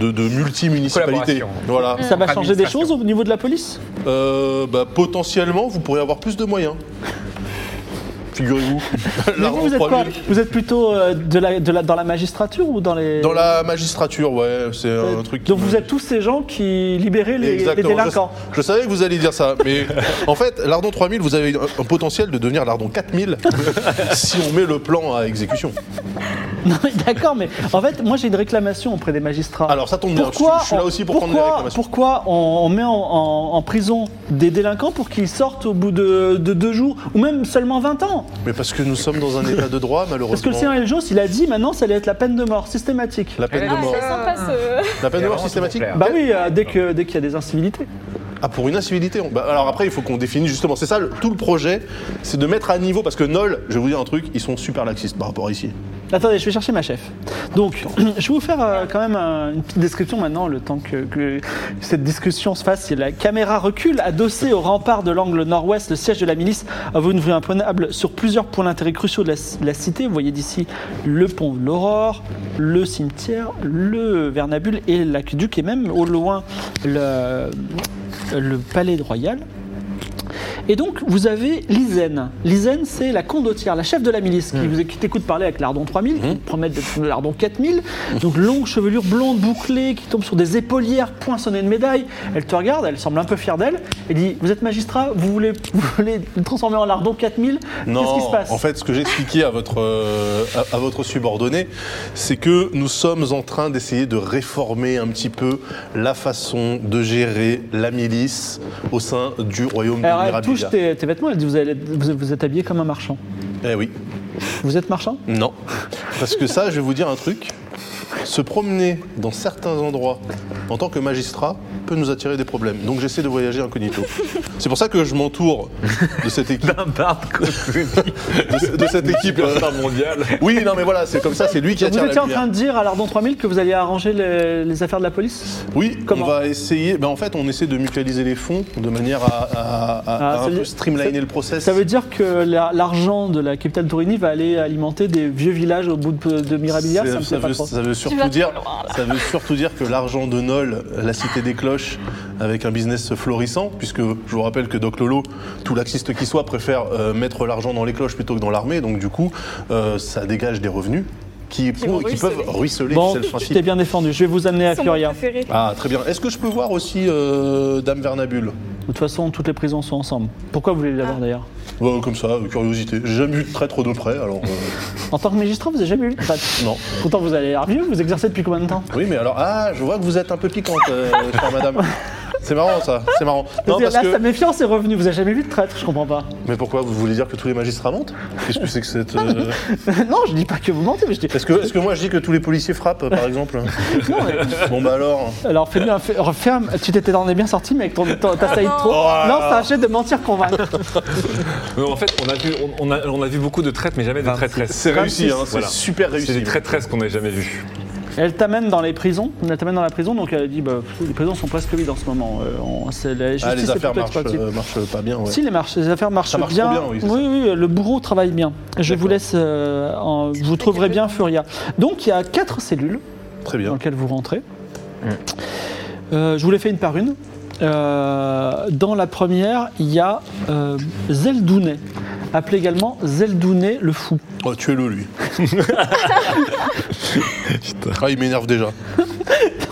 [SPEAKER 3] de, de multi-municipalité
[SPEAKER 7] Collaboration.
[SPEAKER 3] voilà
[SPEAKER 2] Ça va changer des
[SPEAKER 7] Administration.
[SPEAKER 2] choses au niveau de la police
[SPEAKER 3] Euh, bah, potentiellement vous pourrez avoir plus de moyens figurez-vous
[SPEAKER 2] Mais
[SPEAKER 3] L'argent
[SPEAKER 2] vous, vous êtes
[SPEAKER 3] trois
[SPEAKER 2] quoi
[SPEAKER 3] mille.
[SPEAKER 2] Vous êtes plutôt euh, de la, de la- dans la magistrature ou dans les...
[SPEAKER 3] dans la magistrature ouais c'est un truc qui
[SPEAKER 2] Euh, Donc
[SPEAKER 3] me-
[SPEAKER 2] vous êtes tous ces gens qui libéraient les, les
[SPEAKER 3] Exactement.
[SPEAKER 2] délinquants.
[SPEAKER 3] Je, je savais que vous alliez dire ça, mais en fait, l'Ardon 3000, vous avez un, un potentiel de devenir l'Ardon 4000 si on met le plan à exécution.
[SPEAKER 2] Non, mais d'accord, mais en fait, moi j'ai une réclamation auprès des magistrats.
[SPEAKER 3] Alors ça tombe bien, je,
[SPEAKER 2] pourquoi
[SPEAKER 3] je suis là
[SPEAKER 2] on-
[SPEAKER 3] aussi pour prendre les
[SPEAKER 2] pourquoi,
[SPEAKER 3] réclamations.
[SPEAKER 2] pourquoi on, on met en, en- en prison des délinquants pour qu'ils sortent au bout de, de deux jours ou même seulement 20 ans
[SPEAKER 3] Mais parce que nous sommes dans un état de droit,
[SPEAKER 2] Parce
[SPEAKER 3] malheureusement.
[SPEAKER 2] que le Seigneur Eljos, il a dit maintenant ça allait être la peine de mort systématique.
[SPEAKER 3] La peine de
[SPEAKER 4] Ah,
[SPEAKER 3] mort.
[SPEAKER 4] c'est sympa
[SPEAKER 2] Euh,
[SPEAKER 4] ce.
[SPEAKER 3] La peine de
[SPEAKER 7] Et
[SPEAKER 3] mort
[SPEAKER 7] avant,
[SPEAKER 3] systématique
[SPEAKER 7] c'est mon père.
[SPEAKER 2] Bah oui, euh, dès que- dès qu'il y a des incivilités.
[SPEAKER 3] Ah, pour une incivilité. on- bah, alors après, il faut qu'on définisse justement. C'est ça, le- tout le projet, c'est de mettre à niveau. Parce que Nol, je vais vous dire un truc, ils sont super laxistes par rapport à ici.
[SPEAKER 2] Attendez, je vais chercher ma chef. Donc, je vais vous faire euh, quand même un- une petite description maintenant, le temps que, que cette discussion se fasse. Si la caméra recule, adossée au rempart de l'angle nord-ouest, le siège de la milice Ah, avoue une vue imprenable sur plusieurs points d'intérêt cruciaux de la, la cité. Vous voyez d'ici le pont de l'Aurore, le cimetière, le Vernabule et l'aqueduc, et même au loin le, le palais royal. Et donc, vous avez Lisène. Lisène, c'est la condottière, la chef de la milice,
[SPEAKER 3] Hmm.
[SPEAKER 2] qui, vous- qui t'écoute parler avec l'Ardon 3000, qui promet d'être le l'Ardon 4000. Donc, longue chevelure blonde, bouclée, qui tombe sur des épaulières poinçonnées de médailles. Elle te regarde, elle semble un peu fière d'elle, et dit Vous êtes magistrat, vous voulez, vous voulez le transformer en l'Ardon 4000 Qu'est-ce qui se passe
[SPEAKER 3] en fait, ce que j'ai expliqué à votre, euh, à, à votre subordonné, c'est que nous sommes en train d'essayer de réformer un petit peu la façon de gérer la milice au sein du royaume
[SPEAKER 2] Alors,
[SPEAKER 3] de
[SPEAKER 2] elle touche
[SPEAKER 3] Mirabilia.
[SPEAKER 2] tes, tes vêtements, elle dit vous, allez- vous, vous êtes habillé comme un marchand.
[SPEAKER 3] Eh oui.
[SPEAKER 2] Vous êtes marchand
[SPEAKER 3] Non. Parce que ça, je vais vous dire un truc. Se promener dans certains endroits en tant que magistrat peut nous attirer des problèmes. Donc j'essaie de voyager incognito. C'est pour ça que je m'entoure de cette équipe.
[SPEAKER 5] D'un barde cosmique.
[SPEAKER 3] De, de cette équipe. euh,
[SPEAKER 5] mondial.
[SPEAKER 3] Oui, non, mais voilà, c'est comme ça, c'est lui qui
[SPEAKER 2] Vous
[SPEAKER 3] attire la
[SPEAKER 2] étiez en
[SPEAKER 3] lumière.
[SPEAKER 2] train de dire à l'Ardon 3000 que vous alliez arranger les, les affaires de la police
[SPEAKER 3] Oui,
[SPEAKER 2] Comment
[SPEAKER 3] on va essayer. Ben, en fait, on essaie de mutualiser les fonds de manière à, à- à- à
[SPEAKER 2] Ah, ça
[SPEAKER 3] un
[SPEAKER 2] veut-
[SPEAKER 3] peu streamliner le process.
[SPEAKER 2] Ça veut dire que la- l'argent de la capitale Torini va aller alimenter des vieux villages au bout de, de Mirabilia
[SPEAKER 3] C'est-
[SPEAKER 2] Ça me plaît pas
[SPEAKER 3] veut,
[SPEAKER 2] trop.
[SPEAKER 3] ça veut surtout
[SPEAKER 4] vas
[SPEAKER 3] dire,
[SPEAKER 4] trop loin, là.
[SPEAKER 3] ça veut surtout dire que l'argent de Nol, la cité des cloches, avec un business florissant, puisque je vous rappelle que Doc Lolo, tout laxiste qui soit, préfère euh, mettre l'argent dans les cloches plutôt que dans l'armée, donc du coup, euh, ça dégage des revenus qui,
[SPEAKER 4] vont
[SPEAKER 3] pour- qui
[SPEAKER 4] ruisseler.
[SPEAKER 3] peuvent ruisseler.
[SPEAKER 2] Bon,
[SPEAKER 3] c'est le
[SPEAKER 2] tu
[SPEAKER 3] principe.
[SPEAKER 2] t'es bien défendu. Je vais vous amener à
[SPEAKER 4] Son mot
[SPEAKER 2] Furia. De
[SPEAKER 4] préféré.
[SPEAKER 3] Ah, très bien. Est-ce que je peux voir aussi euh, Dame Vernabule
[SPEAKER 2] toute façon, toutes les prisons sont ensemble. Pourquoi vous voulez l'avoir d'ailleurs
[SPEAKER 3] Ouais, Comme ça, euh, curiosité. J'ai jamais vu de traître de près, alors euh,
[SPEAKER 2] En tant que magistrat, vous n'avez jamais eu le traite.
[SPEAKER 3] non.
[SPEAKER 2] Pourtant, vous allez l'air mieux. Vous exercez depuis combien de temps
[SPEAKER 3] Oui, mais alors, ah, je vois que vous êtes un peu piquante, euh, chère madame. C'est marrant, ça. C'est marrant. Non,
[SPEAKER 2] Là,
[SPEAKER 3] parce que...
[SPEAKER 2] sa méfiance est revenue. Vous n'avez jamais vu de traître, je comprends pas.
[SPEAKER 3] Mais pourquoi Vous voulez dire que tous les magistrats mentent Qu'est-ce que c'est que cette. euh,
[SPEAKER 2] non, je dis pas que vous mentez, mais je dis.
[SPEAKER 3] Est-ce que, est-ce que moi je dis que tous les policiers frappent, par exemple
[SPEAKER 2] Non, mais-
[SPEAKER 3] Bon bah alors.
[SPEAKER 2] Alors fais-lui un fais- referme. Tu t'étais t'en es bien sorti, mais avec ton, ton- ta saillie de trop.
[SPEAKER 3] Oh là
[SPEAKER 2] non,
[SPEAKER 3] là.
[SPEAKER 2] ça achète de mentir convaincre.
[SPEAKER 5] Mais en fait, on a vu, on, on a, on a vu beaucoup de traites, mais jamais des traîtresses.
[SPEAKER 3] C'est réussi, hein, c'est
[SPEAKER 5] Voilà.
[SPEAKER 3] super réussi.
[SPEAKER 5] C'est des traîtresses qu'on n'a jamais vues.
[SPEAKER 2] Elle t'amène dans les prisons. Elle t'amène dans la prison, donc elle dit bah, pff, les prisons sont presque vides en ce moment. Euh, on- c'est- la justice
[SPEAKER 3] Ah, les
[SPEAKER 2] est
[SPEAKER 3] affaires
[SPEAKER 2] plutôt
[SPEAKER 3] marchent,
[SPEAKER 2] exploitée.
[SPEAKER 3] euh, marchent pas bien, ouais.
[SPEAKER 2] Si les, marches, les affaires marchent
[SPEAKER 3] Ça marche
[SPEAKER 2] bien,
[SPEAKER 3] trop bien, oui, c'est
[SPEAKER 2] oui, oui, le bourreau travaille bien. Je vous laisse, euh, en- vous trouverez bien Furia. Donc il y a quatre cellules
[SPEAKER 3] Très
[SPEAKER 2] dans
[SPEAKER 3] bien.
[SPEAKER 2] lesquelles vous rentrez. Euh, je vous les fais une par une. Euh, dans la première, il y a euh, Zeldounet, appelé également Zeldounet le fou.
[SPEAKER 3] Oh, tuez-le lui. ah, il m'énerve déjà.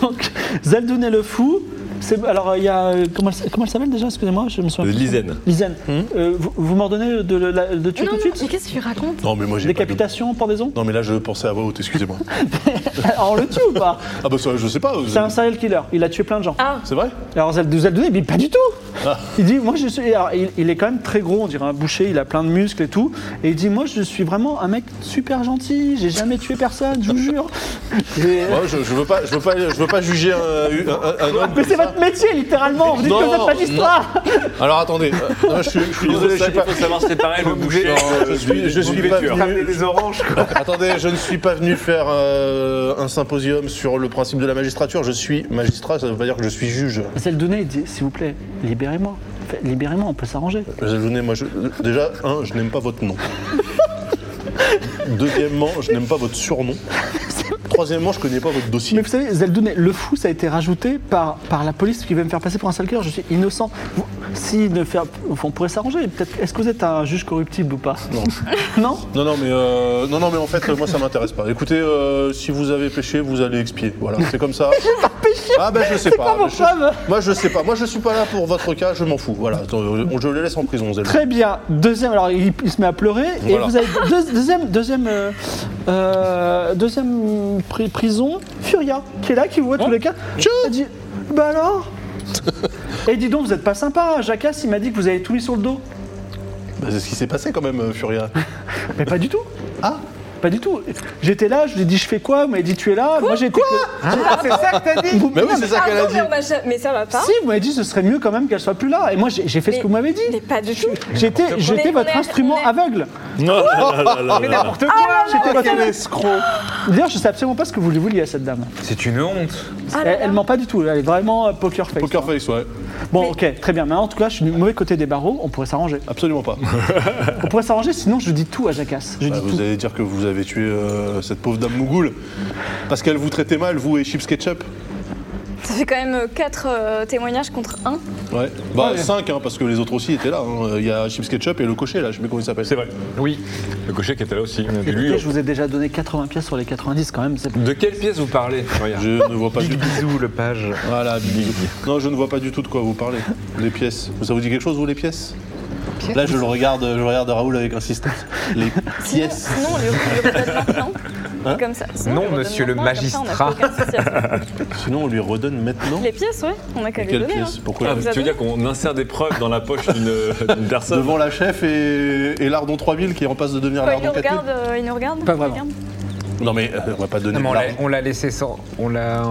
[SPEAKER 2] Donc, Zeldounet le fou. C'est, alors, il y a. euh, Comment elle, comment elle s'appelle déjà Excusez-moi, je me souviens.
[SPEAKER 3] Euh,
[SPEAKER 2] plus.
[SPEAKER 5] Lisène.
[SPEAKER 2] Lisanne.
[SPEAKER 3] Hmm.
[SPEAKER 2] Euh, vous vous m'ordonnez de, le- la- de tuer
[SPEAKER 4] Non,
[SPEAKER 2] tout
[SPEAKER 4] non,
[SPEAKER 2] de
[SPEAKER 4] mais
[SPEAKER 2] suite
[SPEAKER 4] qu'est-ce que tu racontes
[SPEAKER 3] Non, mais moi j'ai. pas de-
[SPEAKER 2] Décapitation, pendaison
[SPEAKER 3] Non, mais là je pensais à voix haute, excusez-moi.
[SPEAKER 2] Alors, on le tue ou pas
[SPEAKER 3] ah, bah ça, je sais pas. vous-
[SPEAKER 2] C'est un serial killer. Il a tué plein de gens.
[SPEAKER 4] Ah,
[SPEAKER 3] C'est vrai
[SPEAKER 2] Alors, Zeldou- Zeldounet, il dit pas du tout
[SPEAKER 3] Ah.
[SPEAKER 2] Il dit, moi je suis. alors, il, il est quand même très gros, on dirait un boucher, il a plein de muscles et tout. Et il dit, moi je suis vraiment un mec super gentil, j'ai jamais tué personne, je vous jure. Et- euh,
[SPEAKER 3] Ouais, je, je veux pas, je, veux pas, je veux pas juger un, un- un homme.
[SPEAKER 2] Mais c'est
[SPEAKER 3] comme ça.
[SPEAKER 2] votre métier, littéralement, vous dites que
[SPEAKER 3] Non,
[SPEAKER 2] vous êtes magistrat
[SPEAKER 3] Alors attendez, euh, non, je suis, je suis désolé, je suis pas.
[SPEAKER 5] savoir séparer le boucher.
[SPEAKER 3] Je suis, je suis pas venu-
[SPEAKER 7] Ramener des oranges, quoi.
[SPEAKER 3] Attendez, je ne suis pas venu faire euh, un symposium sur le principe de la magistrature. Je suis magistrat, ça veut pas dire que je suis juge.
[SPEAKER 2] Zeldounet, il dit, Bah, s'il vous plaît, libérez-moi. Fait- Libérez-moi, on peut s'arranger.
[SPEAKER 3] Zalounay, moi, je- déjà, un, je n'aime pas votre nom. Deuxièmement, je n'aime pas votre surnom. Troisièmement, je connais pas votre dossier.
[SPEAKER 2] Mais vous savez, Zeldounet, le fou, ça a été rajouté par, par la police qui veut me faire passer pour un sale cœur. Je suis innocent. Vous- S'il ne fait, enfin, on pourrait s'arranger. Peut-être. Est-ce que vous êtes un juge corruptible ou pas
[SPEAKER 3] Non.
[SPEAKER 2] Non
[SPEAKER 3] Non, non, mais, euh, non, non, mais en fait, euh, moi, ça m'intéresse pas. Écoutez, euh, si vous avez péché, vous allez expier. Voilà, c'est comme ça. Ah ben je sais pas.
[SPEAKER 2] pas mon
[SPEAKER 3] Je-
[SPEAKER 2] problème.
[SPEAKER 3] Moi je sais pas. Moi je suis pas là pour votre cas. Je m'en fous. Voilà. Attends, euh, on- Je les laisse en prison. Zelda.
[SPEAKER 2] Très bien. Deuxième. Alors il, il se met à pleurer
[SPEAKER 3] Voilà.
[SPEAKER 2] et vous avez deux- deuxième deuxième euh, euh, deuxième pri- prison. Furia qui est là qui vous
[SPEAKER 3] Hein
[SPEAKER 2] voit tous les cas. Elle dit bah alors. et dis donc vous êtes pas sympa. Jacasse il m'a dit que vous avez tout mis sur le dos.
[SPEAKER 3] Bah, c'est ce qui s'est passé quand même, euh, Furia.
[SPEAKER 2] Mais pas du tout. Ah. Pas du tout. J'étais là, je lui ai dit je fais quoi, vous m'avez dit tu es là, moi Hein? j'ai été.
[SPEAKER 7] Ah, c'est ça que t'as dit
[SPEAKER 3] Mais oui, c'est ça qu'elle a
[SPEAKER 4] Pardon,
[SPEAKER 3] dit.
[SPEAKER 4] mais, on m'a ja- mais ça va pas.
[SPEAKER 2] Si vous m'avez dit ce serait mieux quand même qu'elle soit plus là, et moi j'ai j'ai fait ce
[SPEAKER 4] Mais-
[SPEAKER 2] que vous m'avez dit.
[SPEAKER 4] Mais pas du tout.
[SPEAKER 2] J'étais j'étais
[SPEAKER 4] Mais
[SPEAKER 2] votre
[SPEAKER 4] on est-
[SPEAKER 2] instrument
[SPEAKER 4] on est-
[SPEAKER 2] aveugle.
[SPEAKER 7] Mais n'importe quoi
[SPEAKER 2] J'étais votre D'ailleurs, je sais absolument pas ce que vous lui vouliez à cette dame.
[SPEAKER 7] C'est une honte
[SPEAKER 2] elle, elle ment pas du tout, elle est vraiment euh, poker face.
[SPEAKER 3] Poker face, ouais.
[SPEAKER 2] Bon, ok, très bien. Maintenant, en tout cas, je suis du mauvais côté des barreaux, on pourrait s'arranger.
[SPEAKER 3] Absolument pas.
[SPEAKER 2] On pourrait s'arranger, sinon je dis tout à Jacasse. Je
[SPEAKER 3] Bah,
[SPEAKER 2] dis
[SPEAKER 3] vous
[SPEAKER 2] tout.
[SPEAKER 3] allez dire que vous avez tué euh, cette pauvre dame Mougoul parce qu'elle vous traitait mal, vous et Chips Ketchup.
[SPEAKER 4] Ça fait quand même 4 témoignages contre 1.
[SPEAKER 3] Ouais. Bah 5 hein, parce que les autres aussi étaient là. hein. Il y a Chips Ketchup et le cocher là. Je sais plus comment il s'appelle.
[SPEAKER 5] C'est vrai.
[SPEAKER 7] Oui.
[SPEAKER 5] Le cocher qui était là aussi. Mais
[SPEAKER 2] Écoutez,
[SPEAKER 5] lui,
[SPEAKER 2] je vous ai déjà donné 80 pièces sur les 90 quand même. c'est-
[SPEAKER 5] De quelle pièce vous parlez Regarde.
[SPEAKER 3] Je ne vois pas du
[SPEAKER 7] Big
[SPEAKER 3] tout.
[SPEAKER 7] bisou, le page.
[SPEAKER 3] Voilà, Big Bisou. Non, je ne vois pas du tout de quoi vous parlez. Les pièces. Ça vous dit quelque chose, vous, les pièces Là, je le regarde, je regarde Raoul avec insistance. Les pièces.
[SPEAKER 4] Sinon, on lui redonne
[SPEAKER 3] Hein
[SPEAKER 4] maintenant. Comme ça. Sinon, on
[SPEAKER 7] Non,
[SPEAKER 4] lui redonne
[SPEAKER 7] monsieur le
[SPEAKER 4] maintenant, comme ça, on n'a plus aucun souci à ça.
[SPEAKER 3] Sinon, on lui redonne maintenant.
[SPEAKER 4] Les pièces, ouais, on a qu'à les
[SPEAKER 3] Quelles
[SPEAKER 4] donner.
[SPEAKER 3] pièces
[SPEAKER 4] hein.
[SPEAKER 3] Pourquoi
[SPEAKER 4] vous
[SPEAKER 5] Ah, tu
[SPEAKER 4] avez-
[SPEAKER 5] veux dire qu'on insère des preuves dans la poche d'une euh, d'une personne
[SPEAKER 3] Devant la chef et, et l'Ardon 3000 qui est en passe de devenir
[SPEAKER 4] Quoi, il
[SPEAKER 3] l'Ardon
[SPEAKER 4] nous
[SPEAKER 3] 4000.
[SPEAKER 4] regarde, euh, il nous regarde
[SPEAKER 2] Pas
[SPEAKER 4] il
[SPEAKER 2] vraiment.
[SPEAKER 4] regarde.
[SPEAKER 3] Non, mais euh, on va pas donner
[SPEAKER 7] Non, mais on
[SPEAKER 3] de
[SPEAKER 7] l'a-
[SPEAKER 3] l'Ardon.
[SPEAKER 7] on l'a laissé sans. On l'a.